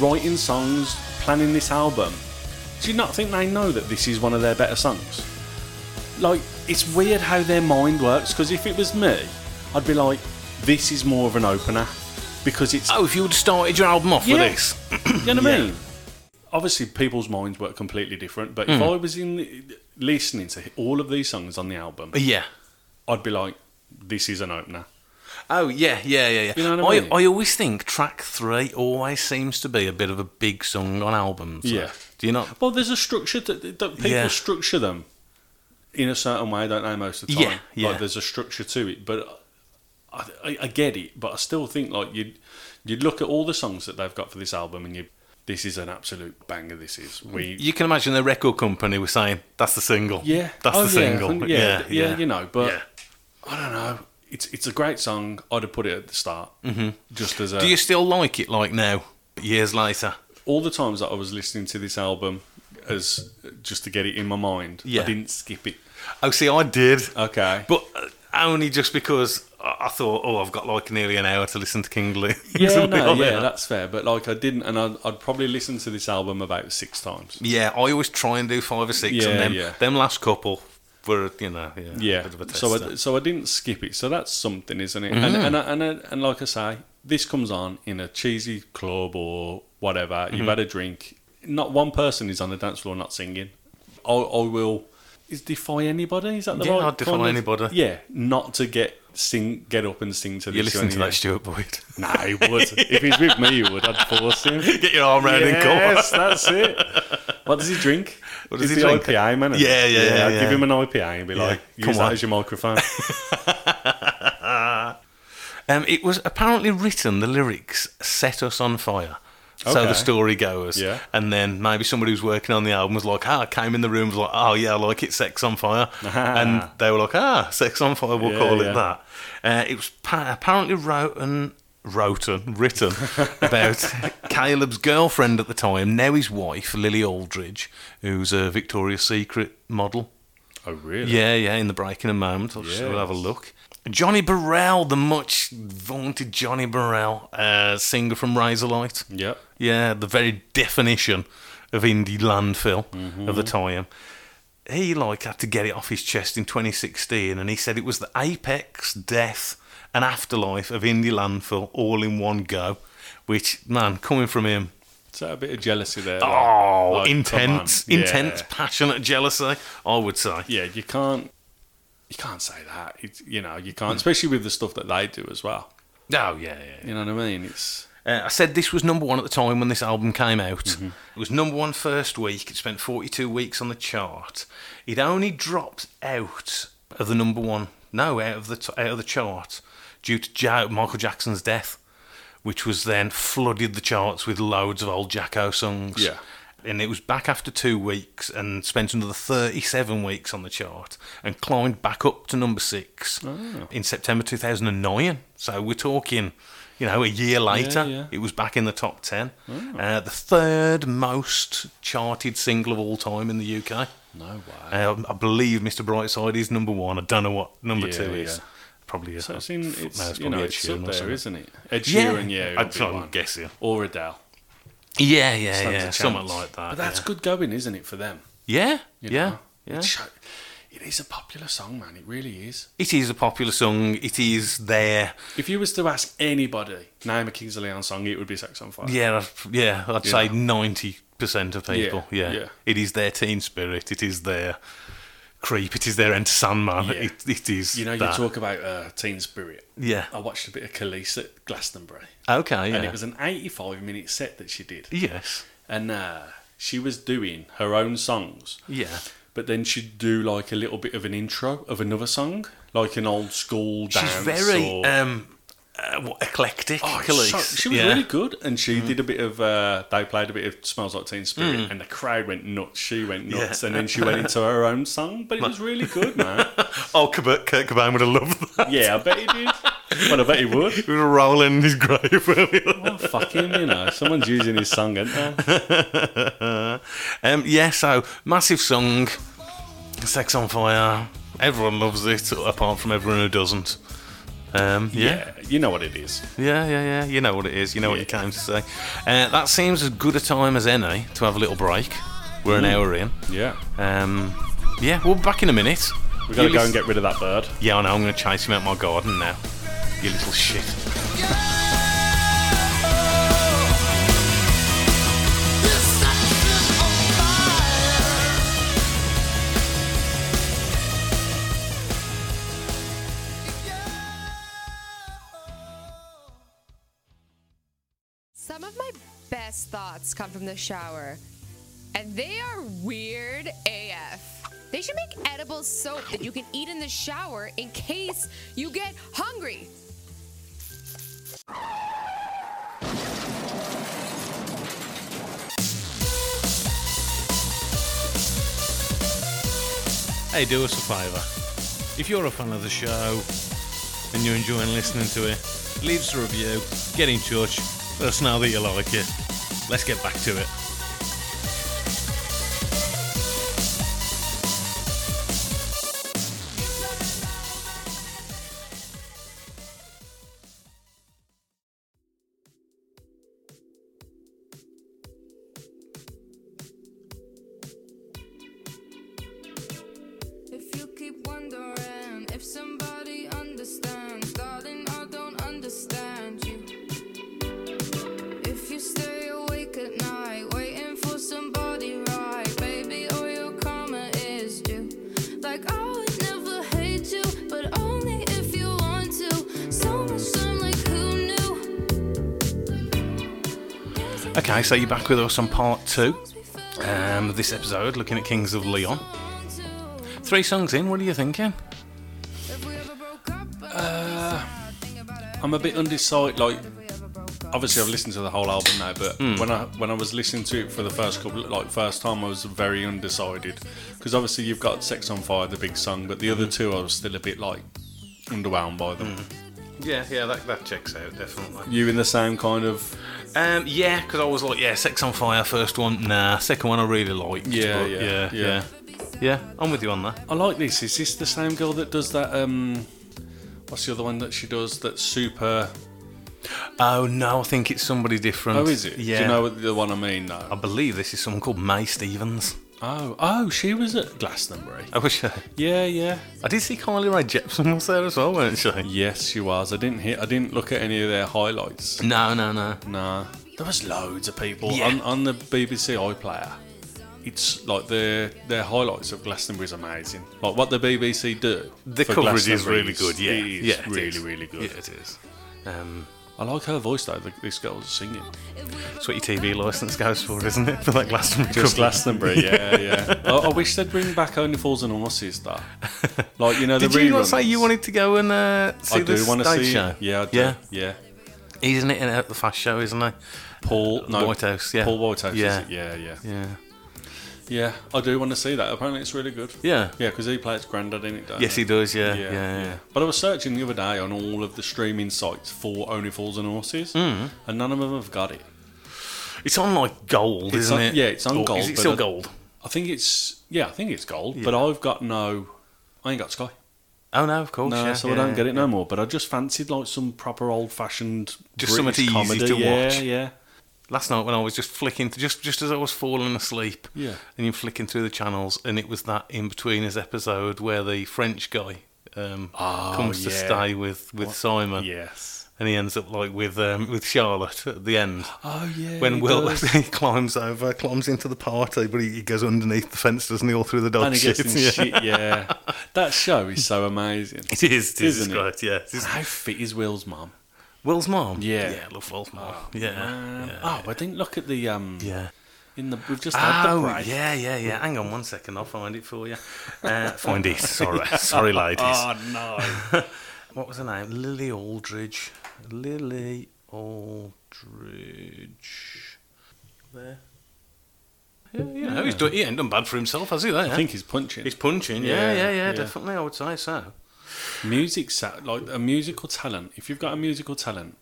writing songs, planning this album? Do you not think they know that this is one of their better songs? Like it's weird how their mind works because if it was me, I'd be like, this is more of an opener because it's
Oh, if you would started your album off with
Yeah.
this,
you know what I mean? Obviously, people's minds work completely different. But
Hmm.
if I was in listening to all of these songs on the album,
yeah.
I'd be like, "This is an opener."
Oh yeah, yeah, yeah, yeah.
You know what I mean?
I always think track three always seems to be a bit of a big song on albums.
Yeah.
Do you not?
Well, there's a structure that, that people
Yeah.
structure them in a certain way, don't they? Most of the time,
Yeah, yeah.
Like, there's a structure to it, but I, I, I get it. But I still think like you, you look at all the songs that they've got for this album, and you, this is an absolute banger. This is we.
You can imagine the record company was saying, "That's the single.
Yeah,
that's
Oh,
the
yeah.
single.
Yeah,
yeah,
yeah, you know, but
Yeah.
I don't know. It's it's a great song. I'd have put it at the start, mm-hmm. just as a,
Do you still like it like now, years later?
all the times that I was listening to this album as just to get it in my mind.
Yeah.
I didn't skip it.
Oh, see, I did.
Okay, [laughs]
But uh, only just because I I thought, oh, I've got like nearly an hour to listen to King Lee. [laughs]
yeah,
Something
no,
like
yeah,
that.
that's fair. But like, I didn't, and I'd, I'd probably listen to this album about six times.
Yeah, I always try and do five or six,
Yeah,
and them,
yeah.
them last couple were, you know, yeah, a
Yeah,
bit of a
so uh, I,
tester.
so I didn't skip it. So that's something, isn't it? And and I, and, I, and like I say, this comes on in a cheesy club or whatever. You've had a drink. Not one person is on the dance floor not singing. I, I will is defy anybody? Is that the
Yeah,
right?
I'd defy
kind of-
anybody.
Yeah, not to get sing, get up and sing to.
You
this
listen to
anyway.
that Stuart Boyd. [laughs]
Nah, he would. if he's with me, he would. I'd force him.
Get your arm round and go.
Yes, that's it.
[laughs]
What does he drink?
What does
He's
he
the
drink?
IPA man. isn't
Yeah,
he?
yeah, yeah,
I'd
yeah.
give him an IPA and be like, use
Yeah, come
that
on.
as your
[laughs]
microphone.
Um, it was apparently written, the lyrics set us on fire. So
Okay.
the story goes.
Yeah.
And then maybe somebody who's working on the album was like, ah, came in the room, was like, oh, yeah, I like it, Sex
[laughs]
on Fire. and they were like, ah, Sex on Fire, we'll
Yeah,
call
yeah.
it that. Uh, it was pa- apparently wrote and wrote
[laughs]
and written about Caleb's girlfriend at the time, now his wife, Lily Aldridge, who's a Victoria's Secret model.
oh, really?
Yeah, yeah, in the break in a moment. I'll just- we'll have a
Yes.
look. Johnny Burrell, the much vaunted Johnny Burrell, uh, singer from Razorlight.
Yep.
Yeah, the very definition of indie landfill of the time. He like had to get it off his chest in 2016, and he said it was the apex, death, and afterlife of indie landfill all in one go. Which man, coming from him,
Is that a bit of jealousy there? like-
oh,
like, come
intense,
on. Yeah.
intense, passionate jealousy. I would say.
Yeah, you can't. You can't say that. It's, you know, you can't, especially with the stuff that they do as well.
Oh yeah, yeah. yeah.
You know what I mean? It's
Uh, I said this was number one at the time when this album came out. It was number one first week. It spent 42 weeks on the chart. It only dropped out of the number one, no, out of the t- out of the chart due to ja- Michael Jackson's death, which was then flooded the charts with loads of old Jacko songs.
Yeah.
And it was back after two weeks and spent another 37 weeks on the chart and climbed back up to number six in September 2009. So we're talking, you know, a year later,
yeah. Oh.
it was back in the top 10. Uh, the third most charted single of all time in the UK.
no way.
Uh, I believe Mr. Brightside is number one. I don't know what number
Yeah,
two is.
yeah.
Probably a,
So it's in,
foot- no,
it's,
it's
you know,
probably Ed
it's up
Sheeran or
there,
something.
isn't it? Ed
Yeah.
Sheeran, yeah,
I'd
would be
try and
one.
guess, yeah.
or Adele.
Yeah, yeah,
Stands a
yeah.
chance.
Something like that.
But that's
yeah.
good going, isn't it, for them?
Yeah,
You
yeah,
know?
yeah.
It, sho- it is a popular song, man. It really is.
It is a popular song. It is there.
If you was to ask anybody name a Kings of Leon song, it would be Sex on Fire.
Yeah, I'd- yeah. I'd
Yeah.
say ninety percent of people.
Yeah,
Yeah,
yeah.
It is their teen spirit. It is their creep. It is their Enter Sandman.
Yeah.
It, it is.
You know,
that.
you talk about uh, Teen Spirit.
Yeah.
I watched a bit of Khalees at Glastonbury,
Okay. Yeah.
and it was an 85 minute set that she did.
yes.
And uh, she was doing her own songs.
Yeah.
But then she'd do like a little bit of an intro of another song, like an old school dance.
She's very
or-
um, uh, what, eclectic.
Oh,
Khalees.
so- she was
yeah. Mm.
really good, and she did a bit of. Uh, they played a bit of "Smells Like Teen Spirit," and the crowd went nuts. She went nuts,
Yeah.
and then she went into her own song. But it was really good, man.
[laughs] Oh, Kurt, Kurt Cobain would have loved that.
yeah, I bet he did. Well, I bet he would.
He would have rolled in his grave. wouldn't he?
Oh, fuck him, you know. Someone's using his song, isn't they?
um, yeah, so massive song, Sex on Fire. Everyone loves it, apart from everyone who doesn't. Um, yeah,
Yeah, you know what it is.
yeah, yeah, yeah. You know what it is. You know what you
Yeah.
came to say. Uh, that seems as good a time as any to have a little break. We're an hour in.
Yeah,
Um, yeah, we'll be back in a minute.
we gotta
You
go
lis-
and get rid of that bird.
Yeah, I know. I'm going to chase him out my garden now. You little shit.
Oh.
Some of my best thoughts come from the shower, and they are weird AF. They should make edible soap that you can eat in the shower in case you get hungry.
Hey, do us a favour. If you're a fan of the show and you're enjoying listening to it, leave us a review, get in touch, let us know that you like it. Let's get back to it.
If you keep wondering if somebody understands, darling, I don't understand you. If you stay awake at night, waiting.
Okay, so you're back with us on part two um, of this episode, looking at Kings of Leon. Three songs in, what are you thinking?
I'm a bit undecided. Like, obviously, I've listened to the whole album now, but when I when I was listening to it for the first couple, like first time, I was very undecided because obviously you've got "Sex on Fire," the big song, but the other two, I was still a bit like underwhelmed by them.
Yeah, yeah, that, that checks out, definitely.
Hmm. You in the same kind of
Um, yeah, because I was like, yeah, Sex on Fire, first one, nah. Second one, I really liked.
Yeah,
but
yeah,
yeah,
yeah.
yeah, yeah. I'm with you on that.
I like this. Is this the same girl that does that? Um, what's the other one that she does? That super.
Oh no, I think it's somebody different.
Oh, is it?
Yeah.
Do you know what the one I mean?
I
No.
believe this is someone called May Stevens.
Oh, oh, she was at Glastonbury.
I wish I,
Yeah, yeah.
I did see Carly Rae Jepsen was there as well, weren't she?
Yes, she was. I didn't hear. I didn't look at any of their highlights.
No, no, no.
Nah, there was loads of people
Yeah.
on, on the BBC iPlayer. It's like their their highlights of Glastonbury is amazing. Like what the BBC do.
The
for
coverage is
Glastonbury
really good. Yeah,
it is
yeah, it
really,
is.
really good.
Yeah, it is. Um,
I like her voice though. The, this girl's singing.
that's what your TV license goes for, isn't it? [laughs] For that Glastonbury.
Just
cover.
Glastonbury, [laughs] yeah, yeah. I, I wish they'd bring back Only Fools and Horses,
[laughs]
though. Like you know,
Did
the
you not
reruns.
say you wanted to go and uh, see
I do
the
want to
stage
see.
show?
Yeah, I do.
yeah.
yeah, yeah.
He's in it and out the fast show, isn't he?
Paul no,
Whitehouse, yeah.
Paul Whitehouse.
Yeah.
is it? yeah, yeah, yeah.
Yeah.
I do want to see that. Apparently, it's really good.
Yeah.
Yeah, because he plays Grandad in it. Don't
Yes, he does. Yeah. Yeah.
Yeah,
yeah.
But I was searching the other day on all of the streaming sites for Only Fools and Horses,
Mm-hmm.
and none of them have got it.
It's on like gold, isn't
on-
it?
yeah, it's on
Or
gold,
Is it
but
still
I-
gold?
I think it's yeah, I think it's gold, but I've got no. I ain't got Sky.
Oh no, of course.
No,
yeah,
so
yeah,
I don't get it no more. But I just fancied like some proper old fashioned
Just
British
something easy
comedy.
to
yeah,
watch.
Yeah,
Last night when I was just flicking, th- just just as I was falling asleep,
Yeah.
and you're flicking through the channels, and it was that in between his episode where the French guy um,
Oh,
comes to
yeah.
stay with with Simon,
Yes.
and he ends up like with um, with Charlotte at the end.
Oh yeah.
When
he
Will [laughs]
does.
he climbs over, climbs into the party, but he, he goes underneath the fence, doesn't he, all through the dog
and he gets
shit?
in
[laughs] Yeah.
shit. Yeah, that show is so amazing.
[laughs] It is, it is
Isn't it?
great, yeah. It is-
How fit is Will's mum?
Will's mom?
Yeah.
Yeah, I love Will's mom. yeah.
Man.
yeah.
Oh, I didn't look at the um.
Yeah.
In the we've just had the
Oh,
break.
yeah, yeah, yeah. Hang on one second. I'll find it for you. [laughs] Uh, find it. Sorry. Sorry, ladies. [laughs]
no.
What was her name? Lily Aldridge. Lily Aldridge. There. Yeah, you know, he's done, he ain't done bad for himself, has he? There,
I think he's punching.
he's punching. Yeah, yeah, yeah,
Yeah, yeah.
definitely. I would say so.
music sa- like a musical talent if you've got a musical talent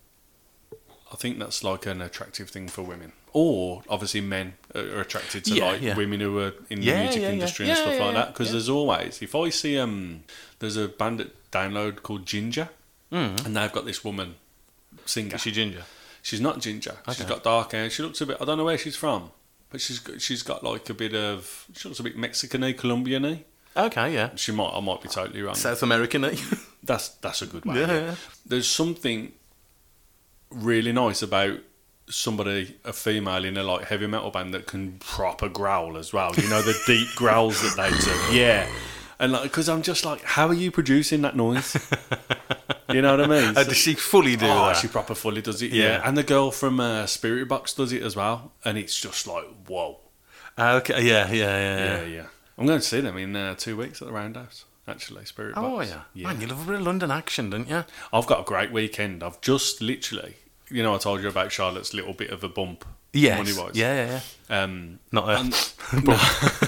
i think that's like an attractive thing for women or obviously men are are attracted to
Yeah,
like
yeah.
women who are in
Yeah,
the music
yeah, yeah.
industry
Yeah,
and stuff
yeah,
like
yeah,
that because
yeah.
there's always if i see um there's a band at download called ginger
Mm.
and they've got this woman singer
Is she ginger?
She's not ginger. She's got dark hair. She looks a bit. I don't know where she's from, but she's got, she's got like a bit of. She looks a bit Mexican-y, Colombian-y.
Okay, yeah.
She might. I might be totally wrong.
South American, eh? [laughs]
that's that's a good one.
Yeah,
yeah.
yeah.
There's something really nice about somebody, a female in a like heavy metal band that can proper growl as well. You know
[laughs]
the deep growls that they do. Yeah. And like, because I'm just like, how are you producing that
[laughs]
noise? you know what I mean?
Uh, does she fully do
oh,
that?
She proper fully does it.
Yeah.
Yeah. And the girl from uh, Spirit Box does it as well. And it's just like, whoa.
uh, okay, yeah, yeah, yeah. yeah.
Yeah, yeah. I'm going to see them in uh, two weeks at the Roundhouse, actually, Spirit
Oh,
Box.
yeah.
Yeah.
Man, you love a bit of London action, don't you?
I've got a great weekend. I've just literally, you know, I told you about Charlotte's little bit of a bump.
Yes.
Money wise.
Yeah, yeah, yeah.
Um,
Not a
And- [laughs]
bump.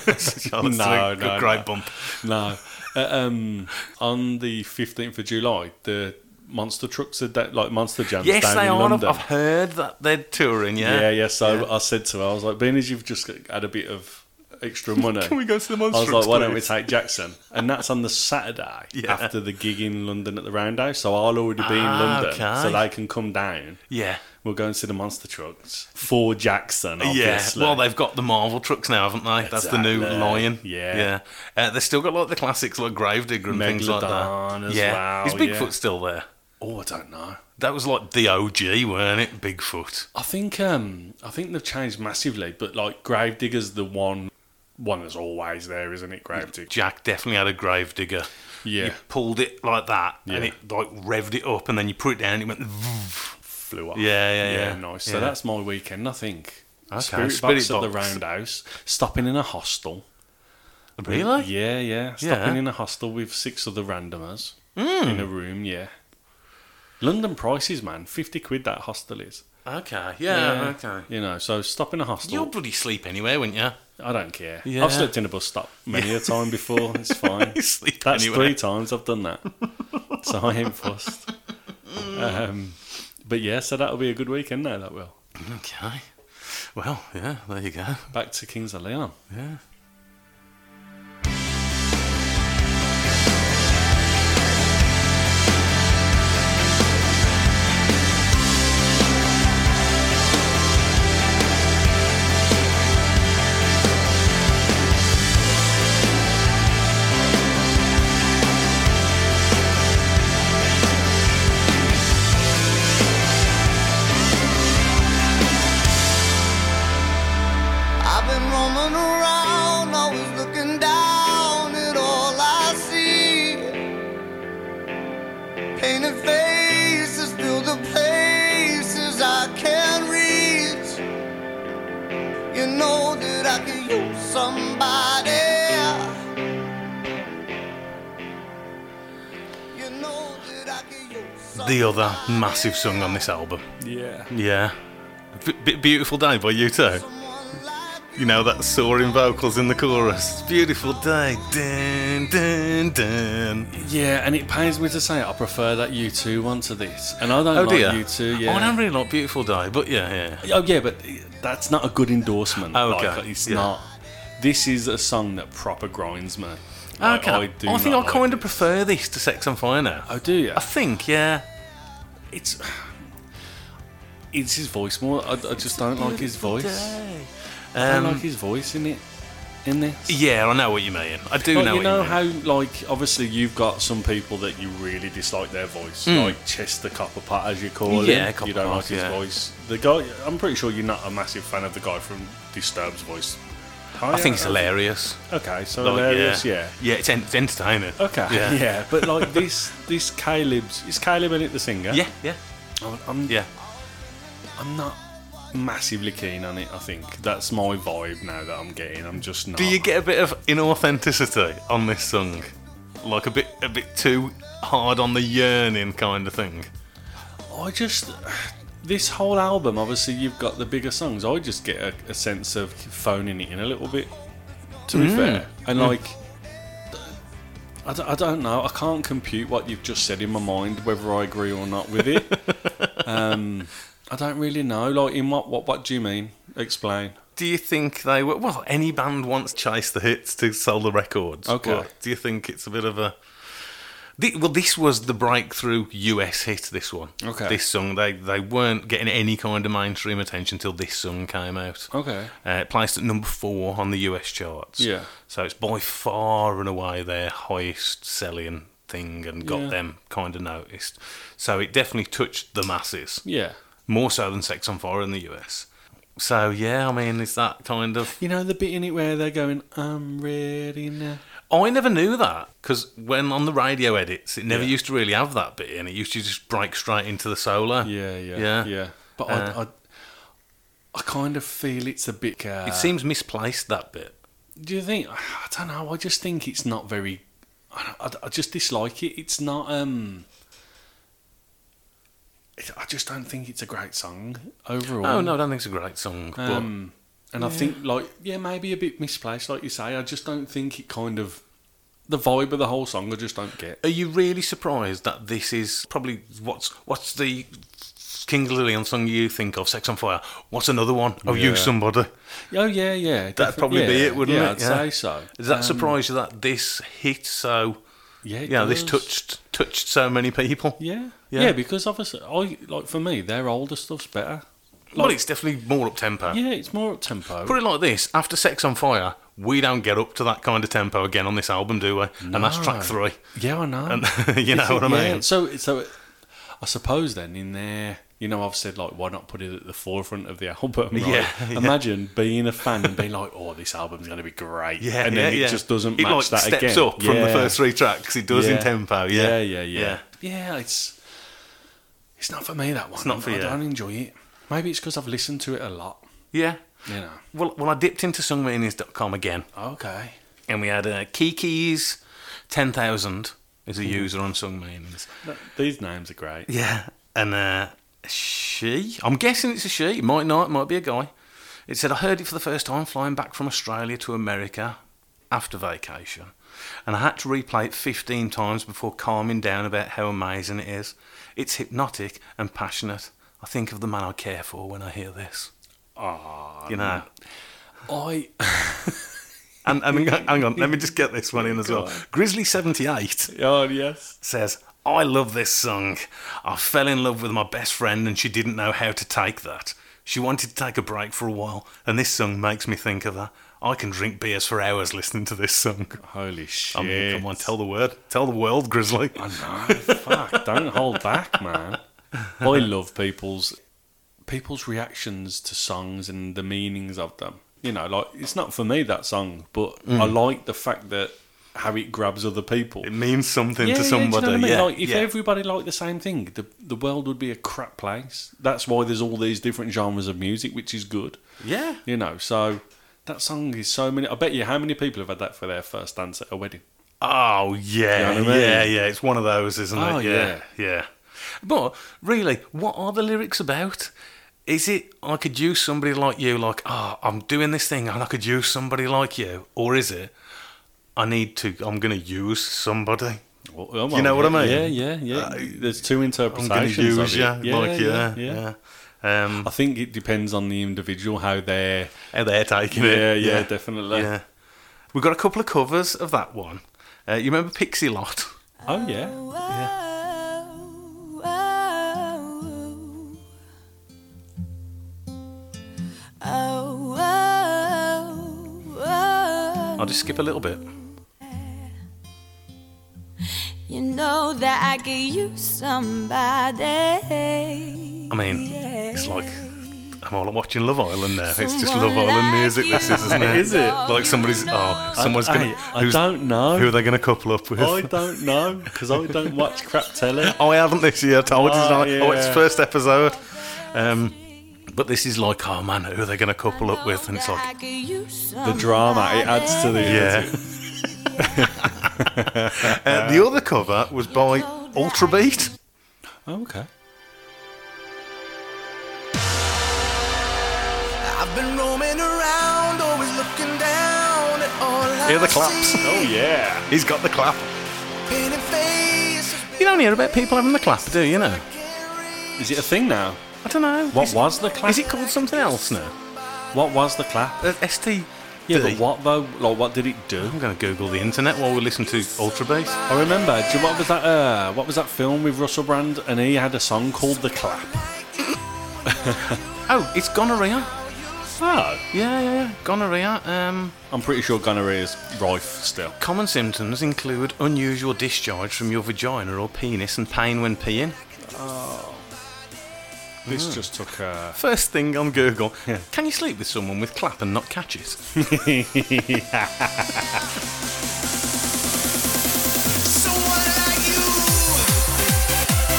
Charlotte's
No,
a
no,
great
no.
bump.
no. Uh, um, on the 15th of July, the monster trucks are da- like monster jams
Yes,
down
they
in
are. I've,
London.
I've heard that they're touring. Yeah.
yeah. yeah, So I said to her, I was like, being as you've just had a bit of
[laughs]
extra money.
Can we go to the monster?
I was like, why don't we take Jackson? And that's on the Saturday
[laughs] Yeah.
after the gig in London at the Roundhouse. So I'll already be in
Ah,
London,
okay.
so they can come down.
Yeah.
We'll go and see the monster trucks for Jackson.
Yeah.
Obviously.
Well, they've got the Marvel trucks now, haven't they? That's the new
Exactly.
Lion.
Yeah.
Yeah. Uh, they've still got like the classics like Gravedigger and things like that.
Megalodon as
yeah.
well,
Is Bigfoot
yeah.
still there?
oh, I don't know.
That was like the OG, weren't it? Bigfoot.
I think um, I think they've changed massively, but like Gravedigger's the one one that's always there, isn't it? Gravedigger.
Jack definitely had a Gravedigger.
Yeah.
You pulled it like that,
Yeah.
and it like revved it up, and then you put it down, and it went.
flew off.
Yeah, yeah, yeah.
nice.
Yeah.
So that's my weekend. I think.
Okay,
Spirit,
Spirit
box, at the
Box.
Roundhouse. Stopping in a hostel.
Really?
Yeah, yeah. Stopping
Yeah. Hmm.
in a hostel with six other randomers in a room. Yeah. London prices, man. Fifty quid that hostel is.
Okay. Yeah. Oh, Okay.
You know, so stop in a hostel.
You'll bloody sleep anyway, wouldn't you?
I don't care.
Yeah.
I've slept in a bus stop many a time
[laughs]
before. It's fine.
You sleep
That's
anywhere.
three times I've done
[laughs]
that. so I ain't fussed.
Hmm.
Um, but yeah, so that'll be a good weekend now, that will.
Okay. Well, yeah. There you go.
Back to Kings of Leon.
Yeah.
I've been roaming around, always looking down at all I see. Painted faces fill the places I can't reach. You know that I could use somebody. You know that I could use somebody.
The other massive song on this album.
Yeah.
Yeah. B- B- beautiful day by you too.
Someone like
You know that soaring vocals in the chorus. Beautiful day. Dun, dun, dun.
Yeah, and it pains me to say it. I prefer that U2 one to this. And I don't
Oh
like
dear.
U2,
Oh, I don't
yeah.
really like Beautiful Day, but yeah, yeah.
Oh, yeah, but that's not a good endorsement.
Oh, Okay,
Like, it's
yeah.
not. This is a song that proper grinds me. Like,
okay. I,
do
think I
not like
kind of
this.
prefer this to Sex on Fire now.
Oh, do you?
I think, yeah.
it's it's his voice more. I, I just don't like his voice. I don't
Um,
like his voice in it. In this,
yeah, I know what you mean. I do
Like,
know
you
what
know
you mean.
how like obviously you've got some people that you really dislike their voice, like Chester Copperpot as you call
Hmm. Yeah,
him. You don't
Copperpot,
like his
yeah.
voice. The guy, I'm pretty sure you're not a massive fan of the guy from Disturbed's voice.
I think it's hilarious.
Okay, so
Like,
hilarious, yeah.
Yeah, it's, en- it's entertaining.
Okay, [laughs] yeah. but like this, this Caleb's is Caleb in it the singer?
Yeah, yeah,
I'm- I'm
yeah.
I'm not massively keen on it. I think that's my vibe now that I'm getting. I'm just not.
Do you get a bit of inauthenticity on this song? Like a bit, a bit too hard on the yearning kind of thing.
I just this whole album. Obviously, you've got the bigger songs. I just get a, a sense of phoning it in a little bit. To be fair, and like. I don't, I don't know. I can't compute what you've just said in my mind, whether I agree or not with [laughs] it. um, I don't really know. Like, in what, what, what do you mean? Explain.
Do you think they were? Well, any band wants chase the hits to sell the records.
Okay.
but do you think it's a bit of a? Thi- Well, this was the breakthrough US hit. This one.
Okay.
This song, they they weren't getting any kind of mainstream attention till this song came out.
Okay.
Uh, it placed at number four on the US charts.
Yeah.
So it's by far and away their highest selling thing and got
Yeah.
them kind of noticed. So it definitely touched the masses
Yeah.
more so than Sex on Fire in the US. So yeah, I mean, it's that kind of.
You know the bit in it where they're going, "I'm ready now."
I never knew that because when on the radio edits, it never
Yeah.
used to really have that bit in. It used to just break straight into the solo.
Yeah, yeah,
yeah,
But I, I, I kind of feel it's a bit. Uh,
It seems misplaced that bit.
do you think? [sighs] I don't know. I just think it's not very. [sighs] I, I- I just dislike it. It's not. Um, it, I just don't think it's a great song overall.
Oh no, I don't think it's a great song.
Um, and I think like yeah, maybe a bit misplaced, like you say. I just don't think it kind of the vibe of the whole song. I just don't get.
but are you really surprised that this is probably what's what's the King Lillian song you think of? Sex on Fire. What's another one? Oh, you
Yeah.
somebody.
Oh yeah, yeah.
That'd
defi-
probably be
yeah,
it, wouldn't
yeah,
it?
I'd
Yeah.
say so.
Does that
Um,
surprise you that this hit so?
Yeah, it
Yeah, this
does.
touched touched so many people.
Yeah.
Yeah.
yeah, because obviously, I like for me, their older stuff's better.
Well, it's definitely more up tempo.
Yeah, it's more up tempo.
Put it like this: after Sex on Fire, we don't get up to that kind of tempo again on this album, do we? And that's track
No.
three.
Yeah, I know.
And [laughs] you know
It's-
what I
yeah,
mean?
So, so I suppose then in there, you know, I've said like, why not put it at the forefront of the album? Right?
[laughs] Yeah, yeah.
Imagine being a fan and being like, oh, this album's going to be great.
Yeah,
and then
yeah,
it
yeah.
just doesn't
it
match
like
that
steps
again.
up from the
Yeah.
first three tracks. It does in tempo. Yeah,
yeah, yeah, yeah. Yeah, it's It's not for me that one. It's
not for
I
you.
don't enjoy it. Maybe it's because I've listened to it a lot.
Yeah.
You know.
Well, well, I dipped into songmeanings.com again,
Okay.
and we had uh, Kiki's 10,000 is
Mm-hmm.
a user on Songmeanings.
These names are
[laughs]
great.
Yeah, and uh, she, I'm guessing it's a she. It might not, it might be a guy. It said, I heard it for the first time flying back from Australia to America after vacation. And I had to replay it 15 times before calming down about how amazing it is. It's hypnotic and passionate. I think of the man I care for when I hear this.
Aw,
You know,
I
and, and hang on, let me just get this one in as well.
[laughs]
Grizzly78
oh yes.
says, I love this song. I fell in love with my best friend and she didn't know how to take that. She wanted to take a break for a while, and this song makes me think of her. I can drink beers for hours listening to this song.
Holy shit!
I mean, come on, tell the word. Tell the world, Grizzly.
No, fuck! Don't hold back, man. I love people's people's reactions to songs and the meanings of them. You know, like it's not for me that song, but I
Mm.
like the fact that how it grabs other people.
It means something
Yeah,
to
yeah, do you know
somebody.
what I mean?
Yeah,
Like, if
yeah.
everybody liked the same thing, the the world would be a crap place. That's why there's all these different genres of music, which is good.
Yeah.
You know, so that song is so many. I bet you how many people have had that for their first dance at a wedding.
Oh yeah,
You know what I mean?
yeah, yeah. It's one of those, isn't
Oh,
it? yeah, yeah. But really, what are the lyrics about? Is it I could use somebody like you, like ah, I'm doing this thing, and I could use somebody like you, or is it I need to? I'm going to use somebody.
Well, oh,
You know what I mean?
Yeah, yeah, yeah.
Uh,
There's two
I'm
interpretations.
going to
of
use
it.
you, like yeah, yeah. Um,
I think it depends on the individual how they're.
how they're taking it.
Yeah, yeah, definitely.
Yeah, we've got a couple of covers of that one. Uh, you remember Pixie Lot?
Oh yeah.
I'll just skip a little bit.
You know that I could use somebody.
I mean, it's like I'm all watching Love Island now. It's just Love
Someone
Island
like
music. This is, isn't it?
Is it?
Like somebody's oh, someone's
I,
gonna.
I
who's-
don't know.
Who are they gonna couple up with?
I don't know because I don't watch crap telly.
[laughs] Oh, I haven't this year. I told you.
Oh,
tonight. Oh, it's
yeah.
first episode. Um, but this is like, oh man, who are they gonna couple up with? And it's
I
like,
could use
The drama it adds to the
yeah. [laughs] uh, the other cover was by Ultra Beat.
Oh, okay.
I've been roaming around, always looking down at all I
Hear the claps.
see.
Oh yeah.
He's got the clap.
Painted faces
You don't hear about people having the clap, do you? you know,
carry.
Is it a thing now?
I don't know.
What
Is-
was the clap?
Is it called something else now?
What was the clap?
Uh, ST.
Yeah, but what though? Like, what did it do?
I'm going to Google the internet while we listen to Ultra Bass.
I remember. Do you, what was that? Uh, what was that film with Russell Brand? And he had a song called "The Clap."
Oh, it's gonorrhea.
Oh,
Yeah, yeah, yeah. Gonorrhea. Um,
I'm pretty sure gonorrhea is rife still.
common symptoms include unusual discharge from your vagina or penis and pain when peeing.
This just took. Uh,
First thing on Google. Can you sleep with someone with clap and not catch it?
Someone like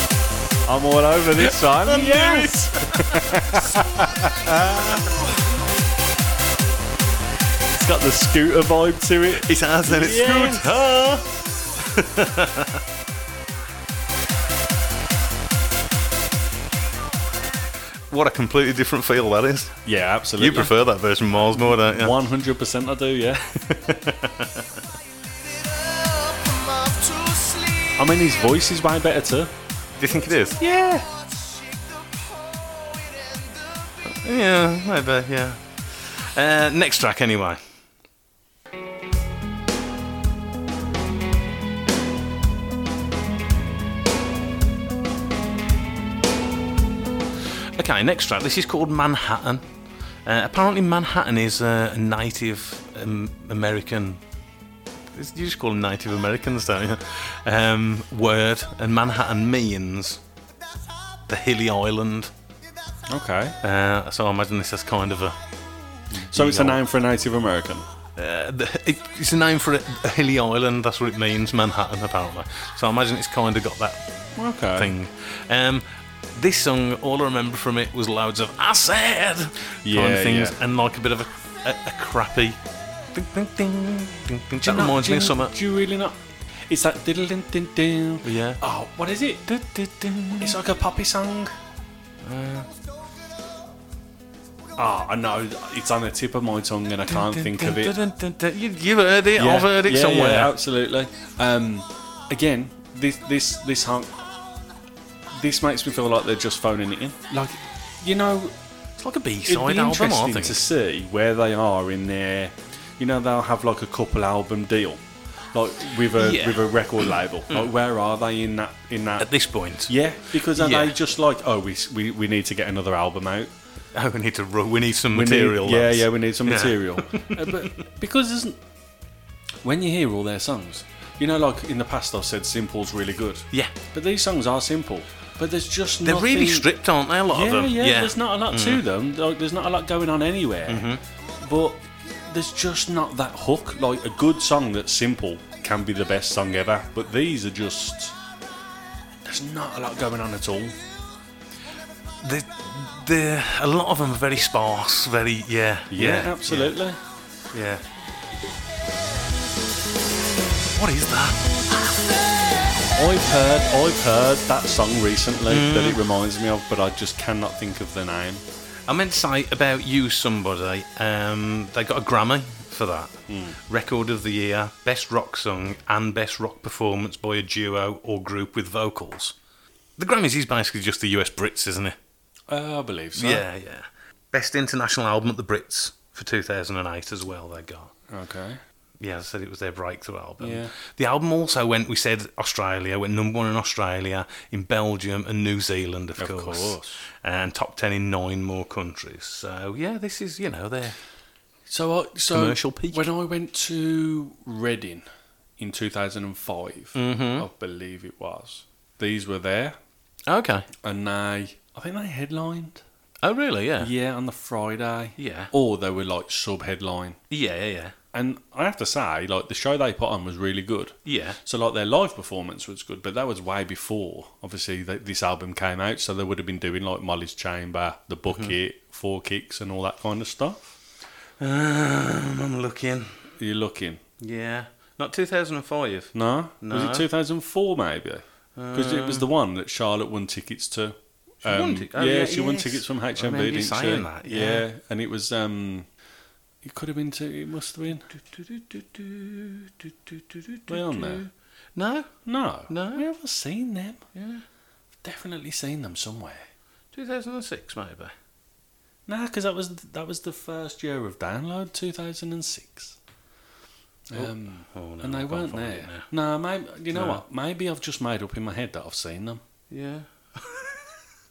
you.
I'm all over this, [laughs] Simon. yes. [laughs] it's got the scooter vibe to it.
[laughs] It has, and it's
Yes.
good. [laughs] What a completely different feel that is.
Yeah, absolutely.
You prefer that version miles more, don't you?
One hundred percent, I do. Yeah.
I'm off to sleep.
I mean, his voice is way better too.
Do you think it is?
Yeah.
Shake the poet and the
Yeah, maybe, yeah. Uh, next track, anyway. Okay, next track. This is called Manhattan. Uh, apparently, Manhattan is uh, a Native um, American. it's- You just call them Native Americans, don't you? Um, word, and Manhattan means the hilly island.
Okay.
Uh, so I imagine this is kind of a.
So it's a name for a Native American.
Uh, the, it, it's a name for a, a hilly island. That's what it means, Manhattan, apparently. So I imagine it's kind of got that
Okay.
thing. Um, This song, all I remember from it was loads of I said kind
Yeah,
of things
yeah.
and like a bit of a, a, a crappy. Ding, ding, ding, ding, ding. That
not-
reminds me of
do-
summer.
Do you really not? It's that diddle din din din.
Yeah.
Oh, what is it?
Du- du- du.
It's like a poppy song. Uh, Ah, I know. It's on the tip of my tongue, and I can't think of it.
Dun, dun, dun, dun. You, you've heard it. I've heard it
yeah,
somewhere.
yeah, absolutely. Um, again, this this this hunk. This makes me feel like they're just phoning it in. Like, you know,
It's like a B-side
it'd be
album, I
interesting
think.
to see where they are in their. You know, they'll have like a couple album deal, like with a
Yeah.
with a record label. Like, where are they in that in that?
At this point,
yeah, because are
Yeah.
they just like, oh, we, s- we we need to get another album out?
oh, [laughs] we need to ru- we need some
We need-
material. lads.
yeah, yeah, we need some
Yeah.
material.
[laughs]
Uh, but because isn't when you hear all their songs, you know, like in the past I've said simple's really good.
Yeah.
But these songs are simple. But there's just
They're really
nothing-
stripped, aren't they? A lot
Yeah,
of them. Mm.
yeah, There's not a lot to them. Like, there's not a lot going on anywhere.
Mm-hmm.
But there's just not that hook. Like a good song that's simple can be the best song ever. But these are just there's not a lot going on at all.
They're, they're, a lot of them are very sparse. Very yeah, yeah,
absolutely.
Yeah. What is that?
I've heard I've heard that song recently that it reminds me of, but I just cannot think of the name.
I meant to say about you, somebody. Um, they got a Grammy for that. Record of the year, best rock song, and best rock performance by a duo or group with vocals. The Grammys is basically just the US Brits, isn't it?
Uh, I believe so.
Yeah, yeah. Best international album at the Brits for 2008 as well. They got.
Okay.
Yeah, I said it was their breakthrough album.
Yeah.
The album also went, we said Australia, went number one in Australia, in Belgium and New Zealand, of,
Of course.
And top 10 in nine more countries. So, yeah, this is, you know, their.
So I, so
Commercial peak.
when I went to Reading in 2005, I believe it was. These were there,
Okay.
and they I think they headlined.
Oh, really? Yeah.
Yeah, on the Friday.
Yeah.
Or they were like sub-headline.
Yeah, yeah, yeah.
And I have to say, like the show they put on was really good.
Yeah.
So like their live performance was good, but that was way before obviously th this album came out. So they would have been doing like Molly's Chamber, The Bucket,
Hmm.
Four Kicks, and all that kind of stuff.
Um, I'm looking.
You're looking,
Yeah. Not 2005.
no?
No.
Was it 2004 maybe? Because it was the one that Charlotte won tickets to.
won
Um,
tic- oh,
yeah,
yeah,
she won
yes.
tickets from
I
HMV,
remember you
didn't she?
saying that, yeah.
and it was. um It could have been. To, it must have been. They on there?
No.
No,
No.
We haven't seen them.
Yeah.
Definitely seen them somewhere.
2006, maybe.
Nah, because that was that was the first year of download, two thousand and six. Um,
Oh, no,
and they
I can't
weren't
find
there.
it now.
No, maybe you know
No.
what? Maybe I've just made up in my head that I've seen them.
Yeah.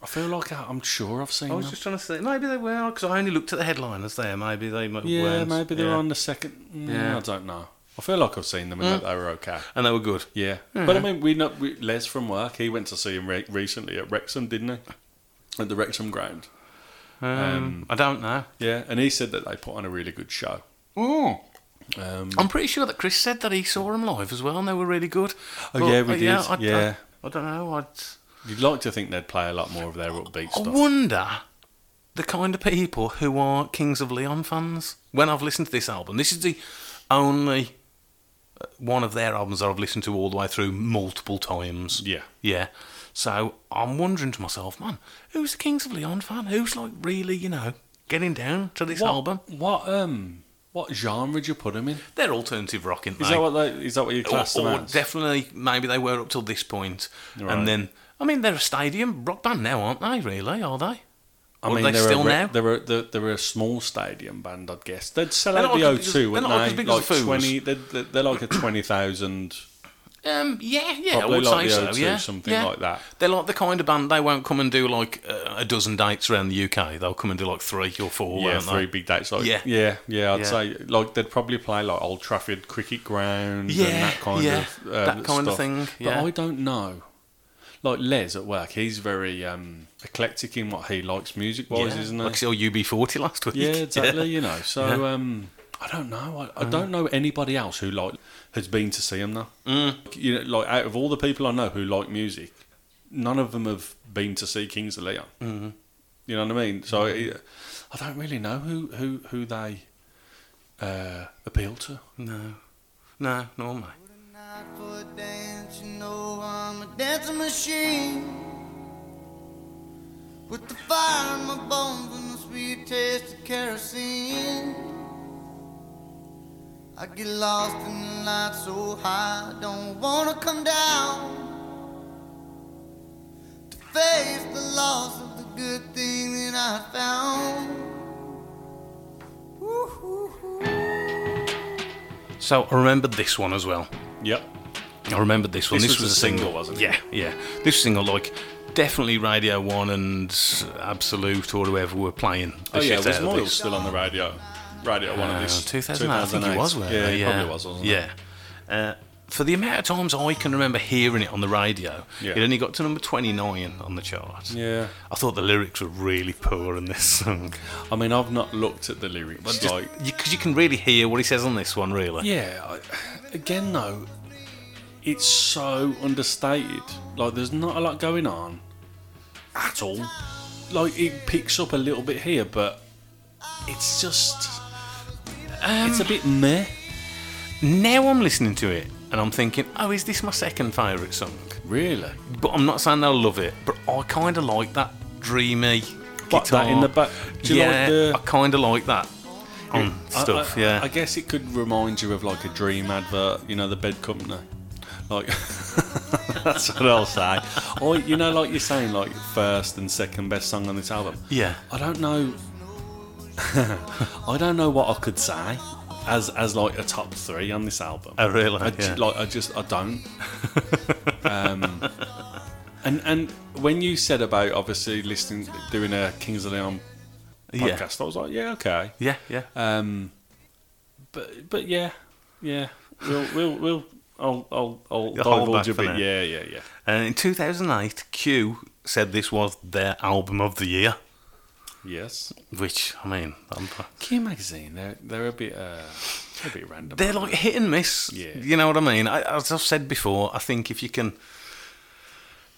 I feel like I, I'm sure I've seen
I was
them.
just trying to say, maybe they were, because I only looked at the headliners there. Maybe they might
yeah,
weren't.
maybe they were
Yeah.
on the second. Mm,
Yeah.
I don't know. I feel like I've seen them and that they were okay.
And they were good.
Yeah, but I mean, we know we, Les from work. He went to see him re- recently at Wrexham, didn't he? At the Wrexham ground.
Um, I don't know.
Yeah, and he said that they put on a really good show.
Oh.
Um,
I'm pretty sure that Chris said that he saw them live as well, and they were really good.
Oh,
But,
yeah, we
uh,
did,
I,
yeah.
I, I don't know. I'd,
you'd like to think they'd play a lot more of their upbeat
I
stuff.
wonder the kind of people who are Kings of Leon fans. When I've listened to this album, this is the only uh, one of their albums that I've listened to all the way through multiple times.
Yeah.
Yeah. So I'm wondering to myself, man, who's the Kings of Leon fan? Who's like really, you know, getting down to this
what,
album?
What um what genre do you put them in? Is
They're alternative rock, aren't they?
that what they, is that what you
or,
class them
or
as?
definitely maybe they were up till this point,
Right.
and then I mean they're a stadium rock band now, aren't they? Really, are they?
I
or
mean,
they
they're
still
a, re-
now?
They're a, they're, they're a small stadium band, I'd guess. They'd sell
They're
out the
not as big
O2,
as- they're
wouldn't
not as
they?
big as
like
the Foos.
twenty, they're, they're, they're like a twenty thousand.
Um, yeah, yeah,
Probably
I would
like
say
the
so.
O2,
Yeah,
something
yeah.
like that.
They're like the kind of band they won't come and do like uh, a dozen dates around the UK. They'll come and do like three or four.
Yeah,
won't
three
They?
big dates. Like,
Yeah.
yeah, yeah. I'd
Yeah.
say like they'd probably play like Old Trafford cricket ground
Yeah,
and that kind
yeah,
of uh,
that kind of
stuff.
thing, yeah.
But I don't know. Like Les at work, he's very um, eclectic in what he likes music wise,
yeah.
isn't he?
Like I saw UB40 last week.
Yeah,
[laughs]
exactly. You know, so um, I don't know.
Mm.
I, I don't know anybody else who
Mm.
like has been to see them though. You know, like out of all the people I know who like music, none of them have been to see Kings of Leon. Mm-hmm. You know what I mean? So
Mm-hmm.
it, I don't really know who who who they uh, appeal to.
No. No, normally.
Not for dance, you know I'm a dancing machine. With the fire in my bones and the sweet taste of kerosene. I get lost in the light so high, I don't wanna come down. To face the loss of the good thing that I found. Woo-hoo-hoo.
So I remembered this one as well.
Yep.
I remembered this one.
This
This,
was
was,
a
a
single, wasn't it?
Yeah, yeah. This single, like, definitely Radio 1 and Absolute or whoever were playing. The
Oh yeah,
shit
was
out of
Miles
this.
still on the radio? Radio one of
Uh,
these.
2008, I think it
2008.
was, weren't
Yeah,
they?
it probably was, wasn't it?
yeah. Uh, for the amount of times I can remember hearing it on the radio,
Yeah.
it only got to number 29 on the chart.
Yeah.
I thought the lyrics were really poor in this song.
I mean, I've not looked at the lyrics.
But
like,
because you can really hear what he says on this one, really.
yeah. I, again, though, it's so understated. Like, there's not a lot going on at all. Like, it picks up a little bit here, but it's just.
Um,
it's a bit meh.
Now I'm listening to it and I'm thinking, oh, is this my second favourite song?
Really?
But I'm not saying I love it, but I kind of like that dreamy
What,
guitar.
that in the back? Do you like
yeah,
the- Oh,
I kind of like that on
I-
stuff.
I,
yeah,
I guess it could remind you of like a dream advert, you know, the bed company. Like [laughs] that's what I'll say. Or you know, like you're saying, like first and second best song on this album.
Yeah.
I don't know. [laughs] I don't know what I could say as as like a top three on this album.
Oh, really?
I ju-
Yeah.
Like I just I
[laughs]
don't. um, and and when you said about obviously listening, doing a Kings of Leon
yeah,
podcast, I was like, yeah, okay.
yeah, yeah.
Um, but but yeah, yeah, we'll we'll we'll. I'll I'll I'll
You'll hold
divulge
back
a
for
bit.
now.
Yeah, yeah, yeah.
And in 2008, Q said this was their album of the year,
Yes.
which I mean, I'm,
Q magazine. They're they're a bit uh, a bit random.
they're like hit and miss.
Yeah.
You know what I mean? I, as I've said before, I think if you can.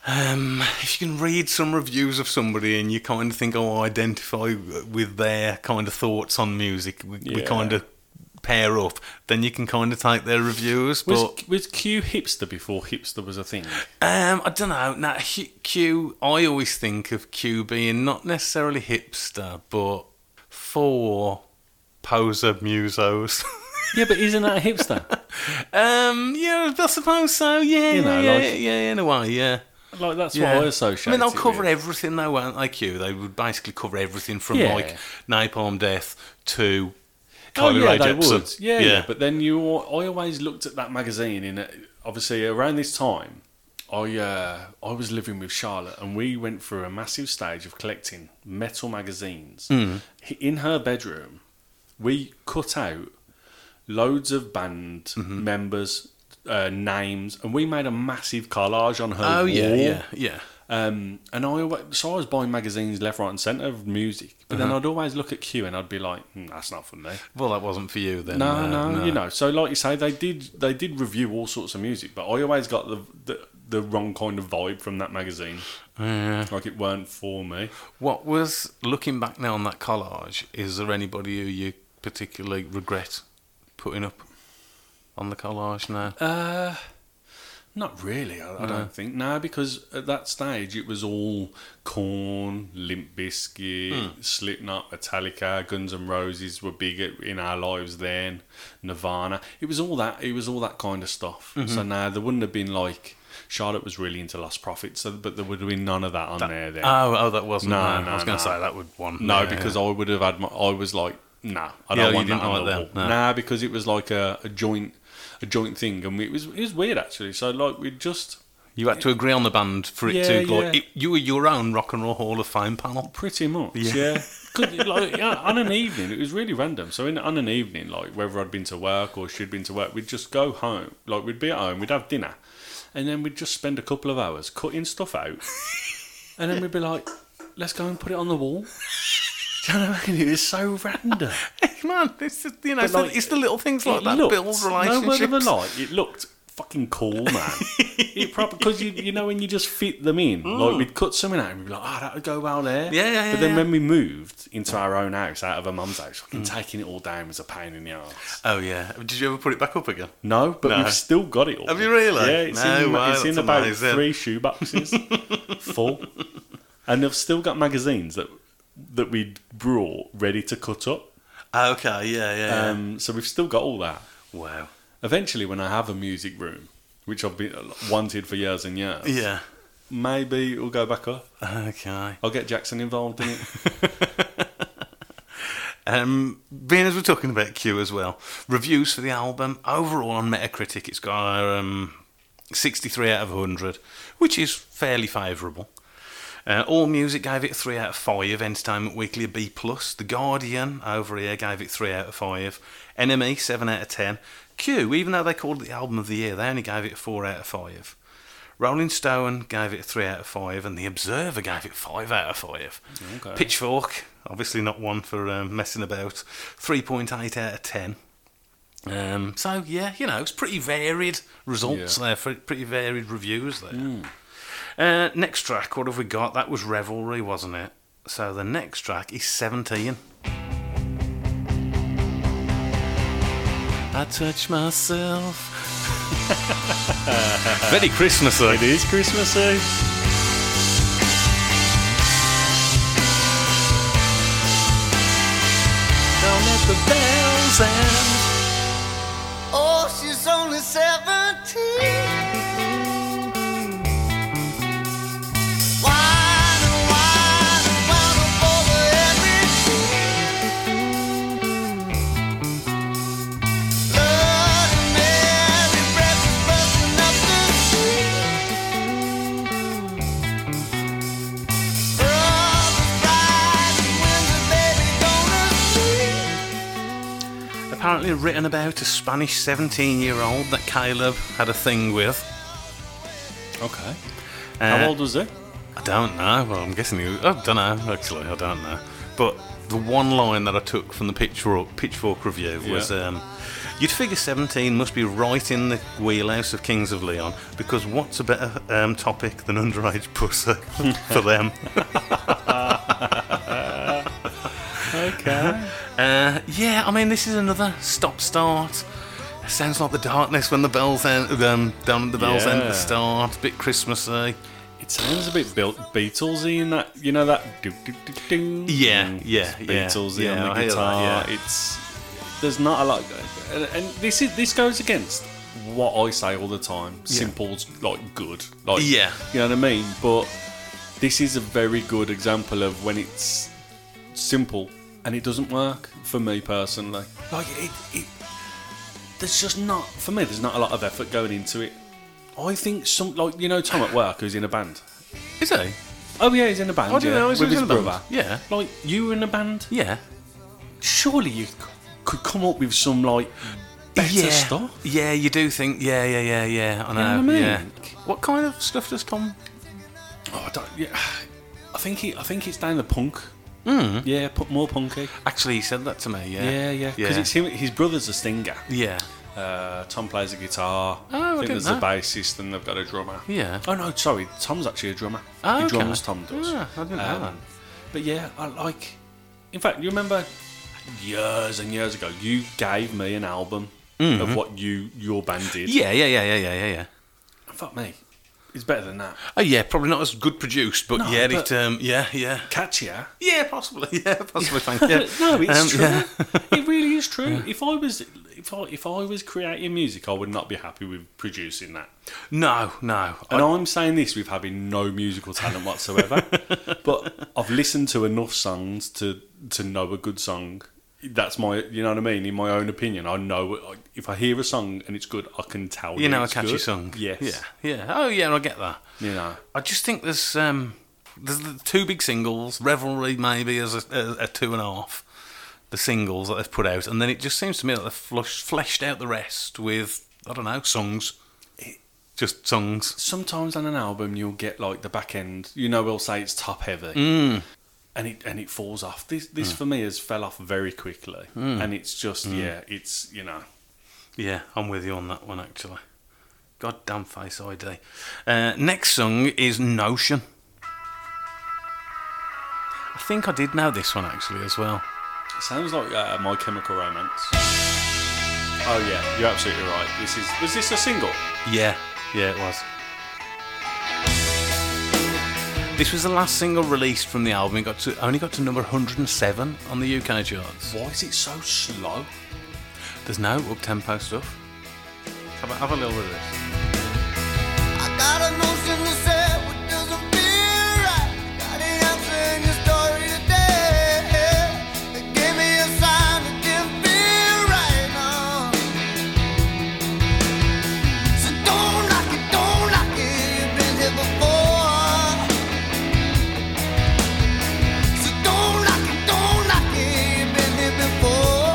Um, if you can read some reviews of somebody and you kind of think, oh, I identify with their kind of thoughts on music, we, we
Yeah.
kind of pair up, then you can kind of take their reviews.
was,
But
was Q hipster before hipster was a thing?
Um, I don't know. Now, Hu- Q, I always think of Q being not necessarily hipster, but for poser musos. [laughs]
yeah, but isn't that a hipster?
um, yeah, I suppose so. Yeah,
You know,
yeah,
like-
yeah, yeah, in a way, yeah.
Like that's
yeah.
what I associate.
I mean, they'll
it
cover
with.
everything, though, won't they, Q? They would basically cover everything from
Yeah.
like Napalm Death to
Oh
Kylie
yeah,
Rae
they
Jepsen.
would. Yeah, yeah, But then you, al- I always looked at that magazine in. A, obviously, around this time, I uh, I was living with Charlotte, and we went through a massive stage of collecting metal magazines.
Hmm.
H- In her bedroom, we cut out loads of band
Mm-hmm.
members' uh, names, and we made a massive collage on her.
oh yeah,
wall.
yeah, yeah.
Um, and I always, so I was buying magazines left, right, and centre of music. But then I'd always look at Q and I'd be like, "Hmm, "That's not for me."
Well, that wasn't for you then.
No,
uh,
no, you know. So, like you say, they did they did review all sorts of music, but I always got the the, the wrong kind of vibe from that magazine.
Yeah.
Like it weren't for me.
What was looking back now on that collage? Is there anybody who you particularly regret putting up on the collage now?
Uh, not really. I, I don't think no, because at that stage it was all Corn, Limp Bizkit,
Hmm.
Slipknot, Metallica, Guns N' Roses were big in our lives then. Nirvana. It was all that. It was all that kind of stuff.
Mm-hmm.
So now there wouldn't have been like. Charlotte was really into Lost Prophets, so, but there would have been none of that on there. Then
Oh, oh, that wasn't.
No,
that.
no,
I was going
no.
to say that would one.
No,
yeah,
because
yeah.
I would have had my. I was like, nah, I
Yeah,
don't
you
want that
didn't
on
like
the wall.
that, no.
Nah, because it was like a, a joint, a joint thing, and we, it was it was weird actually. So like we just
you had to agree on the band for it
Yeah,
to. Like,
yeah.
it, you were your own rock and roll hall of fame panel.
pretty much
Yeah.
yeah. Could, like, yeah, on an evening, it was really random. So in, on an evening, like whether I'd been to work or she'd been to work, we'd just go home. Like we'd be at home, we'd have dinner, and then we'd just spend a couple of hours cutting stuff out,
[laughs]
and then we'd be like, let's go and put it on the wall. [laughs] Do you know what I mean? It was so
[laughs]
random.
Man, it's just, you know,
But
it's, the-
like,
it's the little things like
It
that
looked-
build
No word
relationships.
of a lie. It looked fucking cool,
[laughs]
man. you proper because you you know when you just fit them in, like we'd cut something out and we'd be like, oh, that would go well there.
Mm. Yeah, yeah, yeah,
But then
yeah. Mm.
when we moved into our own house, out of her mum's house, fucking taking it all down was a pain in the ass.
Oh yeah. Did you ever put it back up again?
No, but
No.
we've still got it all.
Have you really?
Yeah, it's
No,
in,
wow,
it's in
that's
about
amazing.
three shoe
[laughs]
boxes full, and they've still got magazines that that we'd brought ready to cut up.
Oh, okay. Yeah, yeah. yeah.
Um, so we've still got all that.
wow.
Eventually, when I have a music room, which I've been uh, wanted for years and years,
Yeah.
maybe it'll go back up.
Okay.
I'll get Jackson involved in it.
Um, being as we're talking about Q as well, reviews for the album overall on Metacritic, it's got um, 63 out of 100, which is fairly favourable. Uh, All Music gave it a 3 out of 5, Entertainment Weekly a B+, plus. The Guardian over here gave it 3 out of 5, NME 7 E, out of 10, Q, even though they called it the album of the year, they only gave it a 4 out of 5. Rolling Stone gave it a 3 out of 5, and The Observer gave it 5 out of 5.
Okay.
Pitchfork, obviously not one for um, messing about, 3.8 out of 10. Um, so, yeah, you know, it's pretty varied results
Yeah.
there, fr- pretty varied reviews there. Uh, next track, what have we got? That was Revelry, wasn't it? So the next track is 17. I touch
[laughs]
myself. Very Christmassy. It is Christmassy. Don't let the bells out.
Oh, she's only 17.
Apparently written about a Spanish 17 year old that Caleb had a thing with.
Okay.
Uh,
How old was it?
I don't know. Well, I'm guessing he was. I don't know, actually. I don't know. But the one line that I took from the Pitchfork, Pitchfork review was
Yeah.
um, You'd figure 17 must be right in the wheelhouse of Kings of Leon because what's a better um, topic than underage
[laughs]
pussy for them?
Okay.
Uh, yeah, I mean, this is another stop start. Sounds like the darkness when the bells end, um, down at the bells end at the
Yeah.
start. A bit Christmassy.
it sounds a bit built Beatlesy in that. You know that. Do, do, do, do.
Yeah,
Mm,
yeah,
it's
yeah,
Beatlesy
yeah,
on
I
the
hear that,
guitar.
yeah.
It's there's not a lot, and, and this is this goes against what I say all the time. Simple's like good, like
Yeah.
you know what I mean. But this is a very good example of when it's simple and it doesn't work for me personally. Like it, it there's just not for me. There's not a lot of effort going into it. I think some like you know Tom at work who's in a band.
Is he?
Oh yeah, he's in a band.
I didn't
yeah,
know he was
with
in
his
a band.
brother.
Yeah.
like you were in a band.
Yeah.
Surely you c- could come up with some like better
yeah.
stuff.
Yeah, you do think. Yeah, yeah, yeah, yeah. I know.
know what I mean?
yeah. What kind of stuff does Tom?
Oh, I don't. Yeah, I think it, I think it's down the punk. Yeah, put more punky.
Actually, he said that to me. Yeah.
Hmm. Yeah, yeah. Because
Yeah.
it's him. His brother's a stinger.
yeah.
Uh, Tom plays the guitar.
Oh, I
I think
didn't
there's
know.
a bassist and they've got a drummer.
Yeah.
Oh no, sorry. Tom's actually a drummer.
Oh,
he
okay.
drums. Tom does.
Ah, I didn't know that.
But yeah, I like. In fact, you remember years and years ago, you gave me an album of what you your band did.
Mm-hmm. Yeah, yeah, yeah, yeah, yeah, yeah, yeah.
Fuck me, it's better than that.
Oh yeah, probably not as good produced, but
No,
yeah,
but-
it. Um, yeah, yeah.
Catchier.
Yeah, possibly. [laughs] Yeah, possibly. Thank you.
[laughs] no, it's
Um,
true.
yeah.
it really is true. If I was if I if I was creating music, I would not be happy with producing that.
No, no.
And
[laughs]
I'm saying this with having no musical talent whatsoever, but I've listened to enough songs to to know a good song. That's my, you know what I mean. In my own opinion, I know I- if I hear a song and it's good, I can tell.
you know a
it's
catchy
good.
song.
Yes.
Yeah. Yeah. Oh yeah, I get that.
You know.
I just think there's um there's the two big singles, Revelry maybe as a, a, a two and a half, the singles that they've put out, and then it just seems to me that they've flush, fleshed out the rest with I don't know songs, just songs.
Sometimes on an album, you'll get like the back end. You know, we'll say it's top heavy,
Mm.
and it and it falls off. This
Hmm.
this for me has fell off very quickly, and it's just yeah, it's you know.
Yeah, I'm with you on that one actually. Goddamn Face ID. Uh, next song is Notion. I think I did know this one actually as well.
Sounds like uh, My Chemical Romance. Oh yeah, you're absolutely right. This is was this a single?
Yeah, yeah, it was. This was the last single released from the album. It got to only got to number 107 on the UK charts.
Why is it so slow?
There's no up tempo stuff. Have a, have a little bit of this.
I got a notion to say what doesn't feel right. Got an answer in your story today. They gave me a sign that didn't feel right. No. So don't knock it, don't knock it. You've been here before. So don't knock it, don't knock it. You've been here before.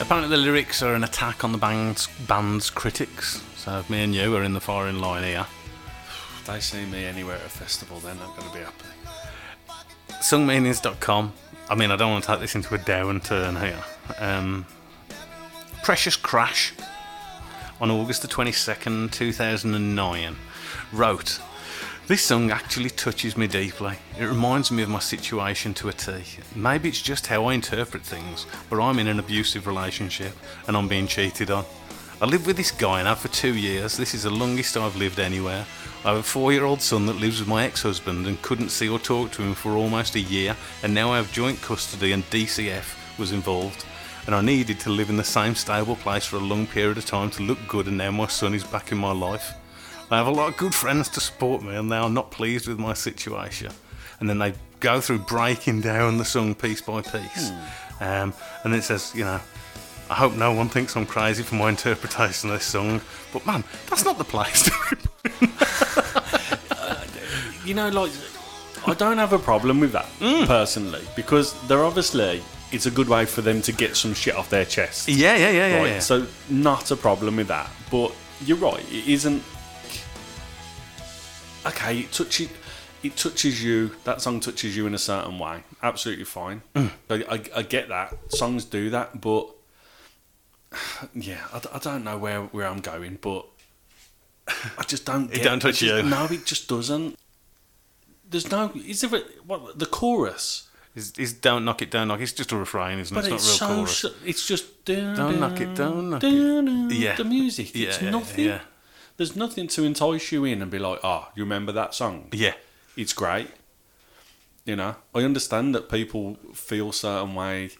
Apparently, the lyrics are an attack on the band's, band's critics. So me and you are in the firing line here.
If they see me anywhere at a festival, they're not going to be happy.
songmeanings.com. I mean, I don't want to take this into a down turn here. Um, Precious Crash on August the 22nd, 2009 wrote, This song actually touches me deeply. It reminds me of my situation to a T. Maybe it's just how I interpret things, but I'm in an abusive relationship and I'm being cheated on. I live with this guy now for two years. This is the longest I've lived anywhere. I have a four year old son that lives with my ex husband and couldn't see or talk to him for almost a year, and now I have joint custody and DCF was involved. And I needed to live in the same stable place for a long period of time to look good, and now my son is back in my life. I have a lot of good friends to support me, and they are not pleased with my situation. And then they go through breaking down the song piece by piece. Um, and it says, you know, I hope no one thinks I'm crazy for my interpretation of this song, but man, that's not the place to be
You know, like I don't have a problem with that personally because they're obviously it's a good way for them to get some shit off their chest.
Yeah, yeah, yeah, yeah.
right?
yeah.
So not a problem with that. But you're right. It isn't. Okay, it touches. It touches you. That song touches you in a certain way. Absolutely fine.
Mm.
I, I, I get that. Songs do that, but [sighs] yeah, I, d- I don't know where where I'm going, but I just don't.
[laughs]
Get,
don't touch
I just-
you.
No, it just doesn't. There's no. Is there a, what the chorus?
is, is don't knock it, don't knock. it. It's just a refrain, isn't it?
But
It's,
it's,
not real
so,
chorus.
so it's just dun,
Don't
dun,
knock it, don't knock it.
dun, dun,
Yeah.
the music.
Yeah,
it's
yeah,
nothing.
yeah.
There's nothing to entice you in and be like, oh, you remember that song?
yeah,
It's great. You know, I understand that people feel certain way,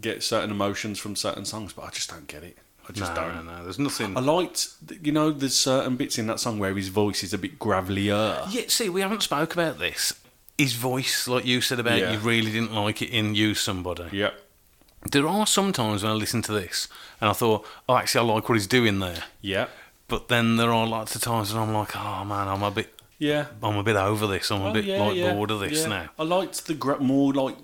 get certain emotions from certain songs, but I just don't get it. I just
no,
don't.
no, no. There's nothing.
I liked, you know, there's certain bits in that song where his voice is a bit gravelier.
Yeah, see, we haven't spoke about this. His voice, like you said about,
Yeah.
you really didn't like it in "Use Somebody."
Yep.
There are some times when I listen to this and I thought, "Oh, actually, I like what he's doing there."
Yep.
But then there are lots of times when I'm like, "Oh man, I'm a bit,
Yeah.
I'm a bit over this. I'm a bit like bored of this
Oh, yeah.
now."
I liked the gra- more like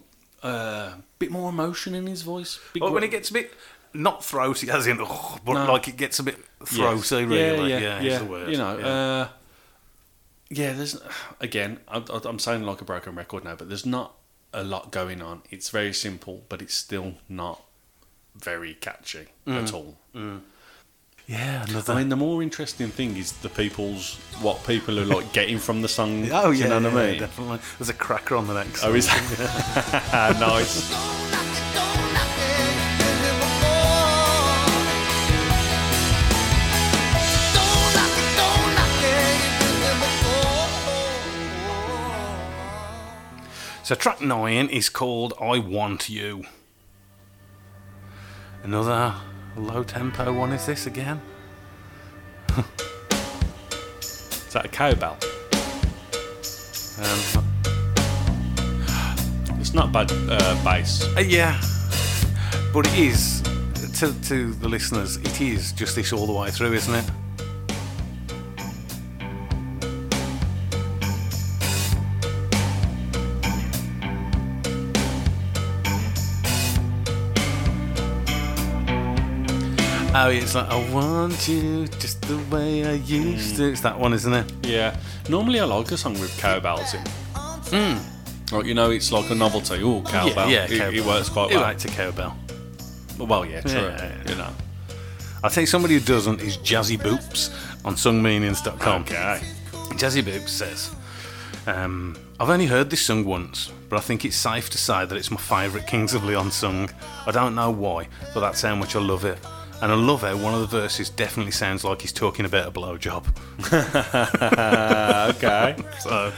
uh, bit more emotion in his voice. Big
Well, when
gra-
it gets a bit not throaty, as in, oh, but
No.
like it gets a bit
Yes.
throaty, really. Yeah,
yeah,
is the word.
You know,
yeah.
uh, yeah. There's again, I, I, I'm sounding like a broken record now, but there's not a lot going on. It's very simple, but it's still not very catchy
Mm.
at all.
yeah, another.
I mean, the more interesting thing is the people's what people are like getting from the song.
[laughs] [laughs] oh yeah,
you know what
yeah,
I mean?
definitely. There's a cracker on the next.
Oh,
one.
is that [laughs] nice?
Don't knock it, don't knock it, been here before. Don't knock it, don't knock it, been here before.
So track nine is called "I Want You." Another low tempo one is this again?
Is that a cowbell?
Um,
It's not bad uh, bass.
uh, yeah, but it is to to the listeners. It is just this all the way through, isn't it? Oh, it's like I want you just the way I used to. It's that one, isn't it?
Yeah. Normally I like a song with cowbells in. Like, you know, it's like a novelty. Oh, cowbell.
Hmm. yeah,
it,
cowbell.
it works quite
Who
well.
likes a cowbell?
Well, yeah, true.
Yeah, yeah, yeah.
You know.
I'll tell you somebody who doesn't is Jazzy Boops on sungmeanings.com.
Okay.
Jazzy Boops says, um, I've only heard this sung once, but I think it's safe to say that it's my favourite Kings of Leon sung. I don't know why, but that's how much I love it. And I love how one of the verses definitely sounds like he's talking about a blowjob.
okay.
So,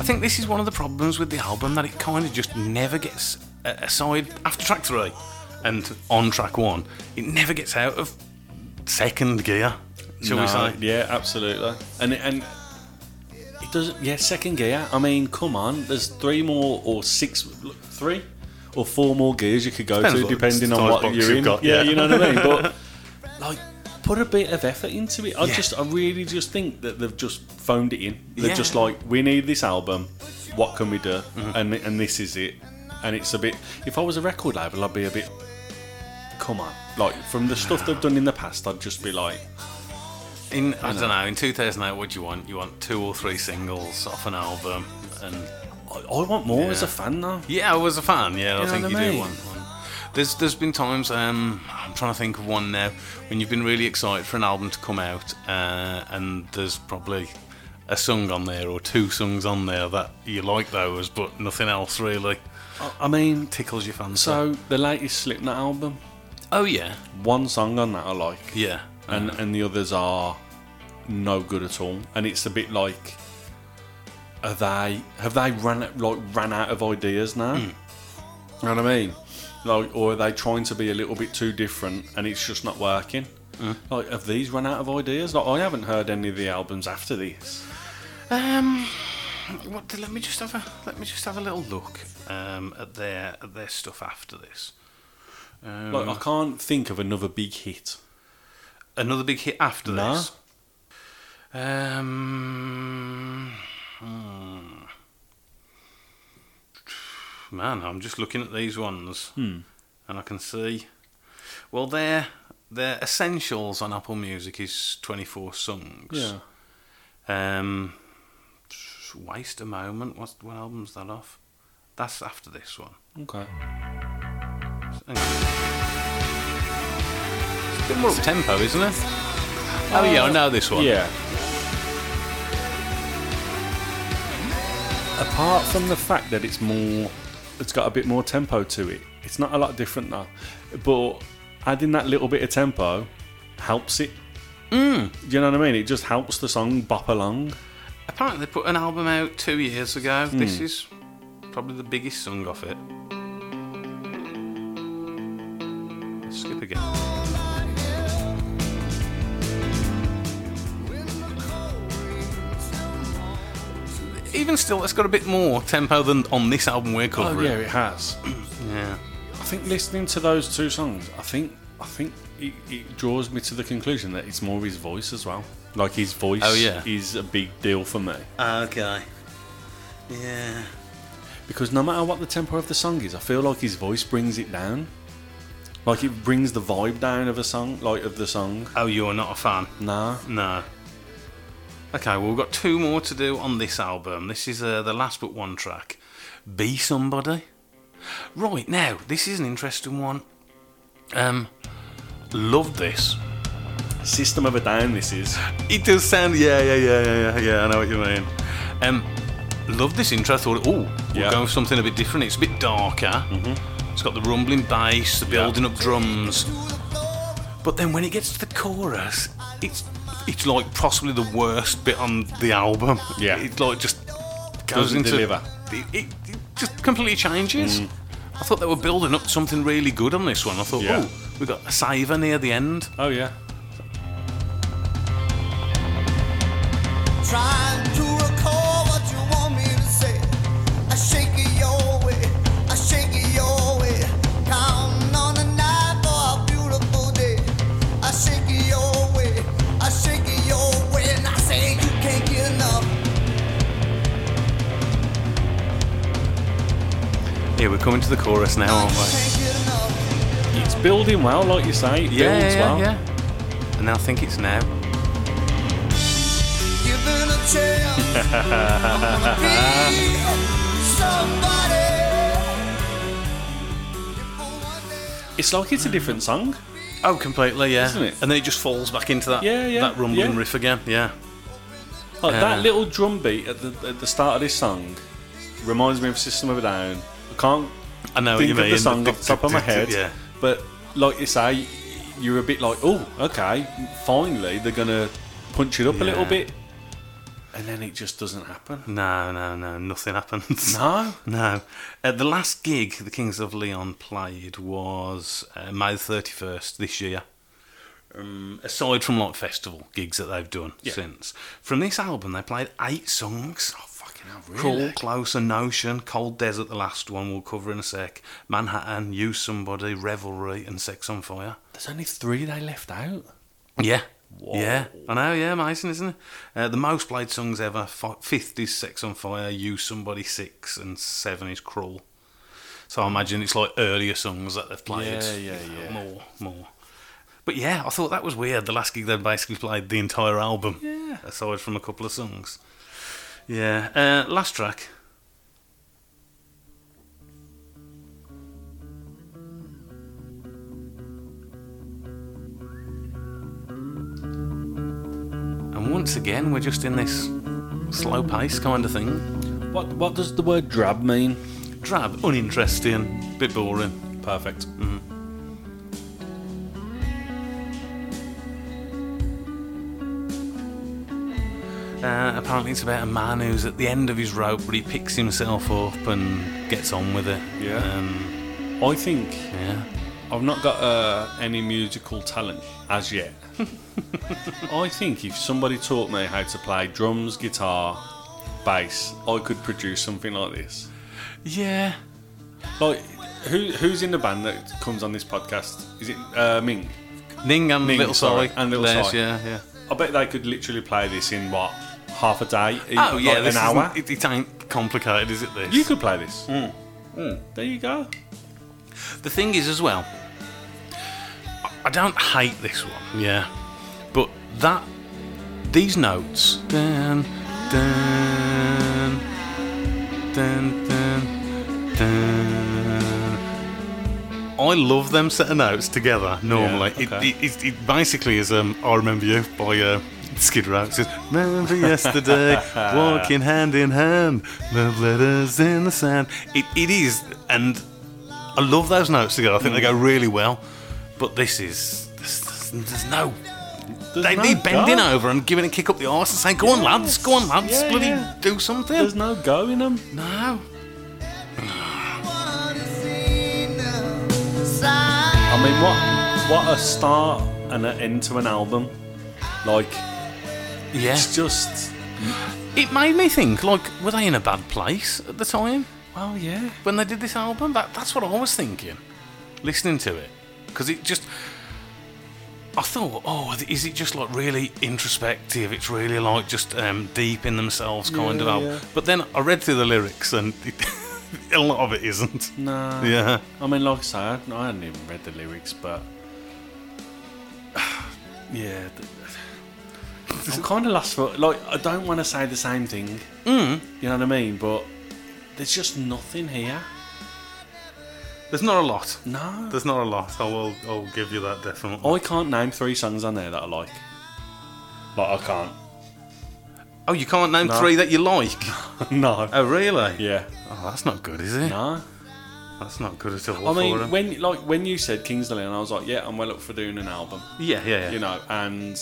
I think this is one of the problems with the album that it kind of just never gets a- aside after track three and on track one. It never gets out of second gear, shall we
No,
say?
Yeah, absolutely. And and it doesn't. Yeah, second gear. I mean, come on. There's three more or six, look, three or four more gears you could go
Depends
to
what
depending on
size
what
box
you're
you've
in.
got,
yeah,
yeah.
you know what I mean.
[laughs]
But like, put a bit of effort into it. I
Yeah.
just, I really just think that they've just phoned it in. They're
Yeah. Mm-hmm.
just like, we need this album. What can we do? And and this is it. And it's a bit. If I was a record label, I'd be a bit. Come on, like from the stuff they've done in the past, I'd just be like,
In I don't know. In 2008, what do you want? You want two or three singles off an album, and
I, I want more as a
Yeah.
fan now.
yeah, I was a fan. Yeah, I
know
think
what
you
I
do
mean?
want one. There's there's been times um, I'm trying to think of one now when you've been really excited for an album to come out, uh, and there's probably a song on there or two songs on there that you like those, but nothing else really
I, I mean,
tickles your fancy.
so the latest Slipknot album,
oh yeah,
one song on that I like,
yeah,
and and the others are no good at all. And it's a bit like, are they have they ran like ran out of ideas now?
Hmm.
You know what I mean? Like, or are they trying to be a little bit too different, and it's just not working?
Hmm.
Like, have these run out of ideas? Like, I haven't heard any of the albums after this.
Um, what, let me just have a let me just have a little look um, at their at their stuff after this. Um,
Like, I can't think of another big hit.
another big hit after
Nah.
this. Um, hmm. man, I'm just looking at these ones, and I can see. Well, their their essentials on Apple Music is 24 songs. Um, waste a moment. What's what album's that off? That's after this one.
Okay.
Hang on. It's a bit more up tempo, isn't it? Oh yeah, I know this one.
Yeah. Apart from the fact that it's more, it's got a bit more tempo to it. It's not a lot different now, but adding that little bit of tempo helps it. Mm. Do you know what I mean? It just helps the song bop along.
Apparently, they put an album out two years ago. This is probably the biggest song off it. Let's skip again. Even still, it's got a bit more tempo than on this album we're covering.
Oh, it has.
Oh, yeah.
I think listening to those two songs, I think, I think it, it draws me to the conclusion that it's more his voice as well. Like his voice
Oh, yeah.
is a big deal for me.
Okay. Yeah.
because no matter what the tempo of the song is, I feel like his voice brings it down. Like it brings the vibe down of a song, like of the song.
Oh, you're not a fan?
Nah,
No. Okay, well, we've got two more to do on this album. This is uh, the last but one track. Be Somebody. Right, now, this is an interesting one. Um, love this.
System of a Down. This is
It does sound, yeah, yeah, yeah, yeah, yeah, yeah, I know what you mean. Um, love this intro. I thought, oh, we're
Yeah.
going for something a bit different. It's a bit darker. Mm-hmm. It's got the rumbling bass, the building up drums. But then when it gets to the chorus, it's it's like possibly the worst bit on the album.
Yeah.
It's like just goes
Doesn't
into
deliver. Mm.
It, it, it just completely changes. I thought they were building up to something really good on this one. I thought,
Yeah.
oh, we got a saver near the end.
oh yeah,
Trying to recall what you want me to say. I shake it your way. I shake it your way. Counting on the night for a beautiful day. I shake it your way. I shake it your way. And I say you can't get enough.
to the chorus now, aren't we?
It's building well, like you say. It builds well.
yeah. And I think it's now.
You've been a jail. [laughs] Be somebody.
It's like it's a different song.
Oh, completely, yeah.
Isn't it?
And then it just falls back into that
Yeah, yeah,
that rumbling
yeah.
riff again. Yeah.
Like that
Yeah.
little drum beat at the, at the start of this song reminds me of System of a Down. I can't
I know what
think
you
of
mean.
the song off the top of my head.
[laughs] Yeah.
But like you say, you're a bit like, oh, okay, finally they're gonna punch it up a little
Yeah.
bit, and then it just doesn't happen.
No, no, no. Nothing happens.
No,
[laughs] No. Uh, the last gig the Kings of Leon played was uh, May the 31st this year. Um, aside from like festival gigs that they've done
Yeah.
since. From this album, they played eight songs.
oh fucking hell,
Crawl,
really?
Closer, Notion, Cold Desert, the last one we'll cover in a sec, Manhattan, You Somebody, Revelry, and Sex on Fire.
There's only three they left out.
Yeah. Yeah, I know, yeah, amazing, isn't it? Uh, the most played songs ever fi- fifth is Sex on Fire, You Somebody Six, and seven is Crawl. So I imagine it's like earlier songs that they've played.
Yeah, yeah, yeah.
More, more. But yeah, I thought that was weird. The last gig they basically played the entire album,
Yeah.
aside from a couple of songs. Yeah, uh, last track. And once again, we're just in this slow pace kind of thing.
What What does the word drab mean?
Drab, uninteresting, bit boring.
Perfect.
Uh, apparently, it's about a man who's at the end of his rope, but he picks himself up and gets on with it.
Yeah.
Um,
I think
yeah.
I've not got uh, any musical talent as yet. I think if somebody taught me how to play drums, guitar, bass, I could produce something like this.
Yeah.
Like, who who's in the band that comes on this podcast? Is it uh, Ming?
Ning and
Ning,
Little
sorry,
Sorry.
and Little
There's-
Sorry.
Yeah, yeah.
I bet they could literally play this in what half a day? even,
Oh, yeah,
like
this
an hour.
isn't- It, it ain't complicated, is it? This.
You could play this. Hmm. There you go.
The thing is, as well, I- I don't hate this one. Yeah, but that these notes, dun, dun, dun, dun, dun. I love them set of notes together. Normally, It-
okay.
it, it, it basically is um, "I Remember You" by uh, Skid Row. It says, "Remember yesterday,
[laughs]
walking hand in hand, love letters in the sand." It, it is, and I love those notes together. I think they go
Mm.
really well. But this is there's, there's, there's no.
There's
They
no
need bending
go.
over and giving a kick up the arse and saying, "Go on, lads, go on, lads,
Yeah,
bloody
yeah.
do something."
There's no go in them.
no.
I mean, what what a start and an end to an album. Like,
Yeah.
it's just.
It made me think. Like, were they in a bad place at the time
Well, yeah.
when they did this album? That, that's what I was thinking, listening to it, because it just. I thought, oh, is it just like really introspective? It's really like just um, deep in themselves kind
Yeah,
of album.
yeah.
But then I read through the lyrics, and [laughs] it, a lot of it isn't.
Nah.
Yeah.
I mean, like I say, I hadn't, I hadn't even read the lyrics, but [sighs] yeah, th- I'm kind of lost for like I don't want to say the same thing. Mm. You know what I mean? But there's just nothing here.
There's not a lot.
No,
There's not a lot. I will. I'll give you that definitely.
I can't name three songs on there that I like. Like I can't. [laughs]
Oh, you can't name
No.
three that you like.
[laughs] no.
Oh, really?
Yeah.
Oh, that's not good, is it?
No.
That's not good at all.
I
for
mean,
'em.
when like when you said Kings Leon, I was like, yeah, I'm well up for doing an album.
yeah, yeah, yeah.
you know, and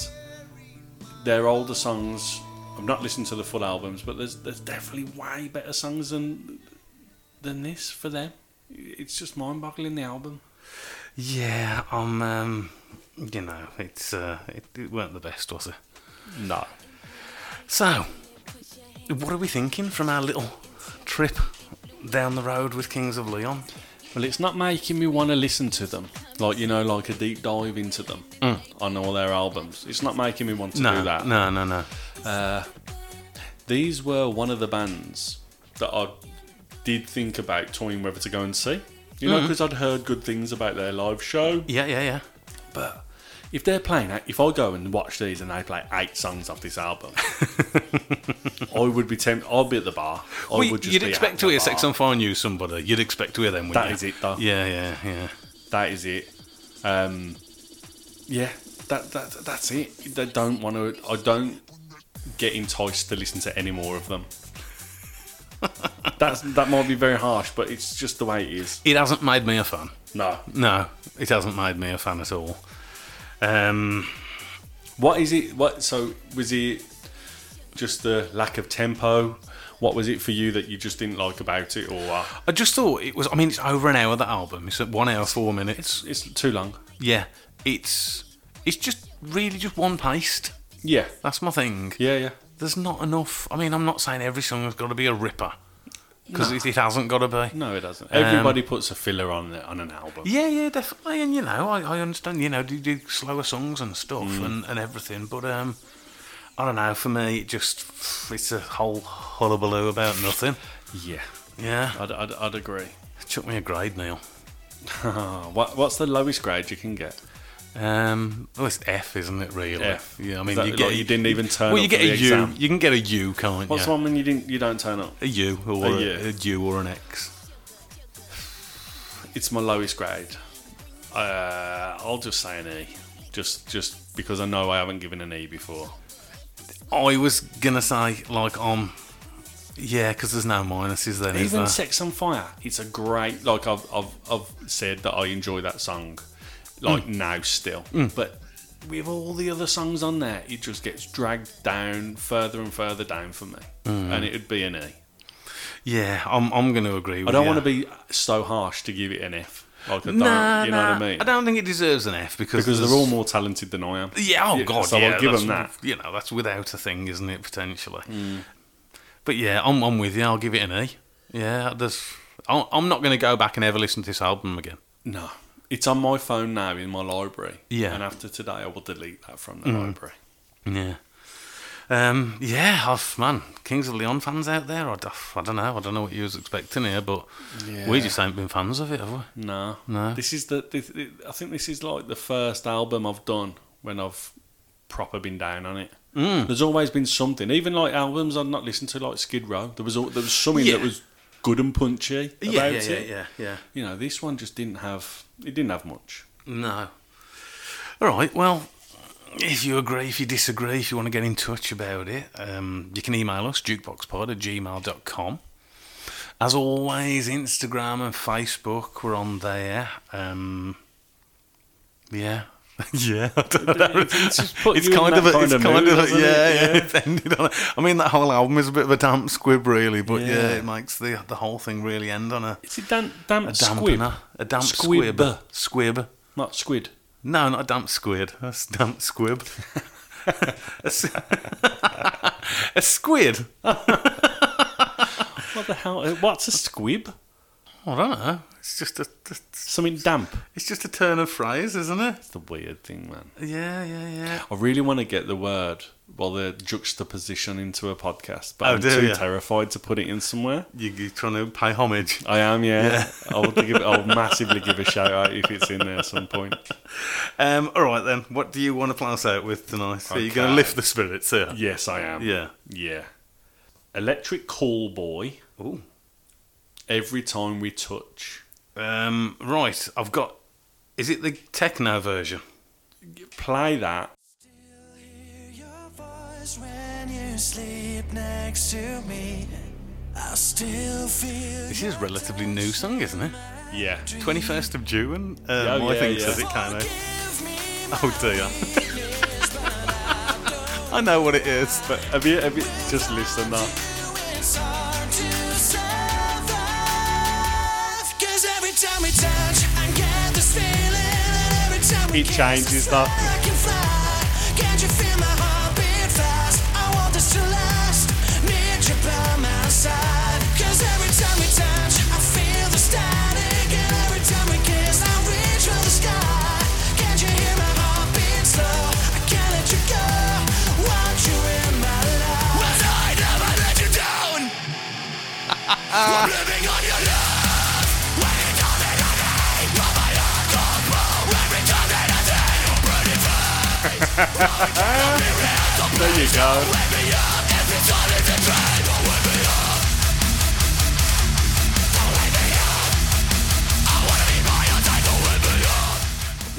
their older songs. I've not listened to the full albums, but there's there's definitely way better songs than than this for them. It's just mind-boggling the album.
Yeah, I'm. Um, you know, it's uh, it, it weren't the best, was it?
No,
So, what are we thinking from our little trip down the road with Kings of Leon?
well, it's not making me want to listen to them. Like you know, like a deep dive into them on all their albums. It's not making me want to
Mm. No,
do that.
no, no, no.
These were one of the bands that I did think about toying whether to go and see. You
Mm-hmm.
know, because I'd heard good things about their live show.
Yeah, yeah, yeah.
But if they're playing, if I go and watch these and they play eight songs off this
[laughs]
album, I would be tempted. I'd be at the bar. I
Well,
would just
you'd
be
expect
at
to
the
hear
bar.
Sex on Fire News somebody. You'd expect to hear them, wouldn't
That
you?
is it, though.
Yeah, yeah, yeah.
That is it. Um, yeah, that, that that's it. They don't want to. I don't get enticed to listen to any more of them. [laughs] that's that might be very harsh, but it's just the way it is.
It hasn't made me a fan.
No,
No, it hasn't made me a fan at all. Um,
What is it? What so was it? Just the lack of tempo. What was it for you that you just didn't like about it, or what?
I just thought it was. I mean, it's over an hour. That album. It's at one hour four minutes.
It's too long.
Yeah, it's it's just really just one paced.
Yeah,
That's my thing.
yeah, yeah.
There's not enough. I mean, I'm not saying every song has got to be a ripper because it, it hasn't got to be.
No, it doesn't. Everybody puts a filler on the, on an album.
Yeah, yeah, definitely. And you know, I, I understand. You know, do do slower songs and stuff
Mm.
and, and everything. But um, I don't know. For me, it just it's a whole hullabaloo about nothing.
Yeah,
Yeah,
I'd, I'd, I'd agree.
chuck me a grade, Neil.
Oh, [laughs] what, what's the lowest grade you can get?
Um, well, it's F, isn't it? Really?
F.
Yeah. I
Is
mean,
that
you get
like you didn't even turn up
Well, you get
for the
a U.
exam?
You can get a U, can't
What's
you?
the one when you didn't you don't turn up?
A U or a,
A U.
a U or an X.
It's my lowest grade. Uh, I'll just say an E, just just because I know I haven't given an E before.
I was gonna say like um, yeah, because there's no minuses then, is
Even
there?
Sex on Fire, it's a great like I've I've, I've said that I enjoy that song like
Mm.
now still. But with all the other songs on there, it just gets dragged down further and further down for me.
Mm.
And it would be an E.
yeah, I'm I'm gonna agree. with
I don't
you.
want to be so harsh to give it an F. Like I don't,
Nah,
you know
nah,
what I mean?
don't think it deserves an F because
because
there's-
they're all more talented than I am.
Yeah, oh god,
so
yeah,
I'll give
that's-
them that. Mm.
You know, that's without a thing, isn't it? Potentially. But yeah, I'm, I'm with you. I'll give it an E. Yeah, there's. I'm I'm not going to go back and ever listen to this album again.
No, it's on my phone now in my library.
Yeah. Mm.
and after today, I will delete that from the library.
Yeah. Um, yeah, I've, man, Kings of Leon fans out there, I, d- I don't know, I don't know what you was expecting here, but we just ain't been fans of it, have we?
No,
No.
This is the. This, I think this is like the first album I've done when I've proper been down on it. Mm. There's always been something, even like albums I've not listened to, like Skid Row. There was al- there was something
Yeah.
that was good and punchy about it.
yeah.
You know, this one just didn't have. It didn't have much.
No. All right. Well, if you agree, if you disagree, if you want to get in touch about it, um, you can email us, jukeboxpod at gmail.com. As always, Instagram and Facebook, we're on there. Um, yeah. [laughs] yeah, I don't know.
[laughs] It's, just put
It's
you in
kind
that
of, a, it's
of
kind
mood,
of, a,
doesn't it?
yeah, yeah. It's [laughs] ended on. A, I mean, that whole album is a bit of a damp squib, really. But yeah,
Yeah.
it makes the the whole thing really end on a,
It's a damp, damp
a
squib,
dampener, a damp
Squib.
squib, squib.
not squid.
No, not a damp squid. That's damp squib. [laughs] a, s- [laughs] a squid?
What the hell? uh, What's a squib?
I don't know. It's just a it's
Something damp.
just a turn of phrase, isn't it?
It's the weird thing, man.
Yeah, yeah, yeah.
I really want to get the word, well, the juxtaposition into a podcast, but
Oh,
I'm
do
too
ya?
terrified to put it in somewhere.
You, you're trying to pay homage.
I am, yeah. I will give, I'll
[laughs]
massively give a shout out if it's in there at some point.
Um, all right then. What do you want to play us out with tonight? Are you going to
Okay.
lift the spirits here?
Yes, I am.
Yeah.
Yeah. Electric Call Boy.
Ooh.
Every time we touch.
Um, right. I've got. Is it the techno version?
Play that.
your voice when you sleep next to me. I still feel
This is a relatively new song, isn't it?
Yeah.
21st of June. Um,
Oh,
I
yeah,
think
yeah.
says it kind of. Oh dear. [laughs] I know what it is, but
Have you, have you just listen that?
it's hard to survive. Cause every time we touch, I get this feeling. And every time we
It
kiss,
changes, though.
I can fly. Can't you feel my heart beat fast? I want this to last. Need you by my side. Cause every time we touch, I feel the static. And every time we kiss, I reach for the sky. Can't you hear my heart beat slow? I can't let you go. Want you in my life. When I never let you down. I'm living on your love. Waiting on me,
There you go.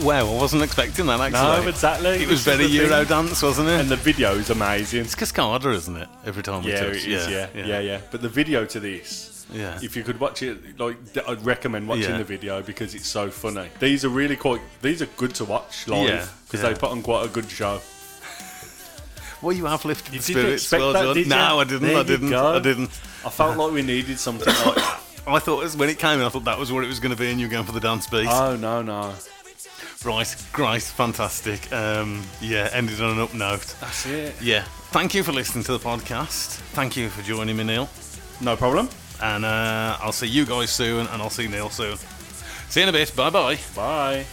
Wow, I wasn't expecting that actually.
No, exactly.
It was
This is
very
the thing.
Eurodance, wasn't it?
And the video is amazing.
it's Cascada, isn't it? Every time we
Yeah,
do
it is. Yeah yeah, yeah, But the video to this,
Yeah.
if you could watch it, like th- I'd recommend watching
Yeah.
the video because it's so funny. These are really quite. These are good to watch
Yeah,
live because
yeah.
they put on quite a good show.
Well, you have lifted
You didn't
spirits.
expect
Well
that,
done.
did you?
no, I didn't.
There
I
you
didn't.
go.
I didn't.
I felt like we needed something. like
I thought it was- when it came in, I thought that was what it was going to be, and you were going for the dance beat.
[laughs] Oh no no!
right, great, fantastic. Um, yeah, ended on an up note.
That's it.
Yeah. Thank you for listening to the podcast. Thank you for joining me, Neil.
No problem.
And uh, I'll see you guys soon, and I'll see Neil soon. See you in a bit. Bye bye.
Bye.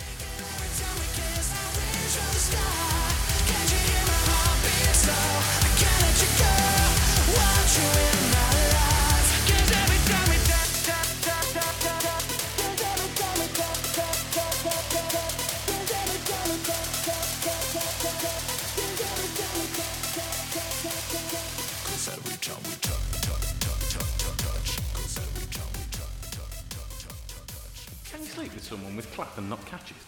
Can you sleep with someone with clap and not catches?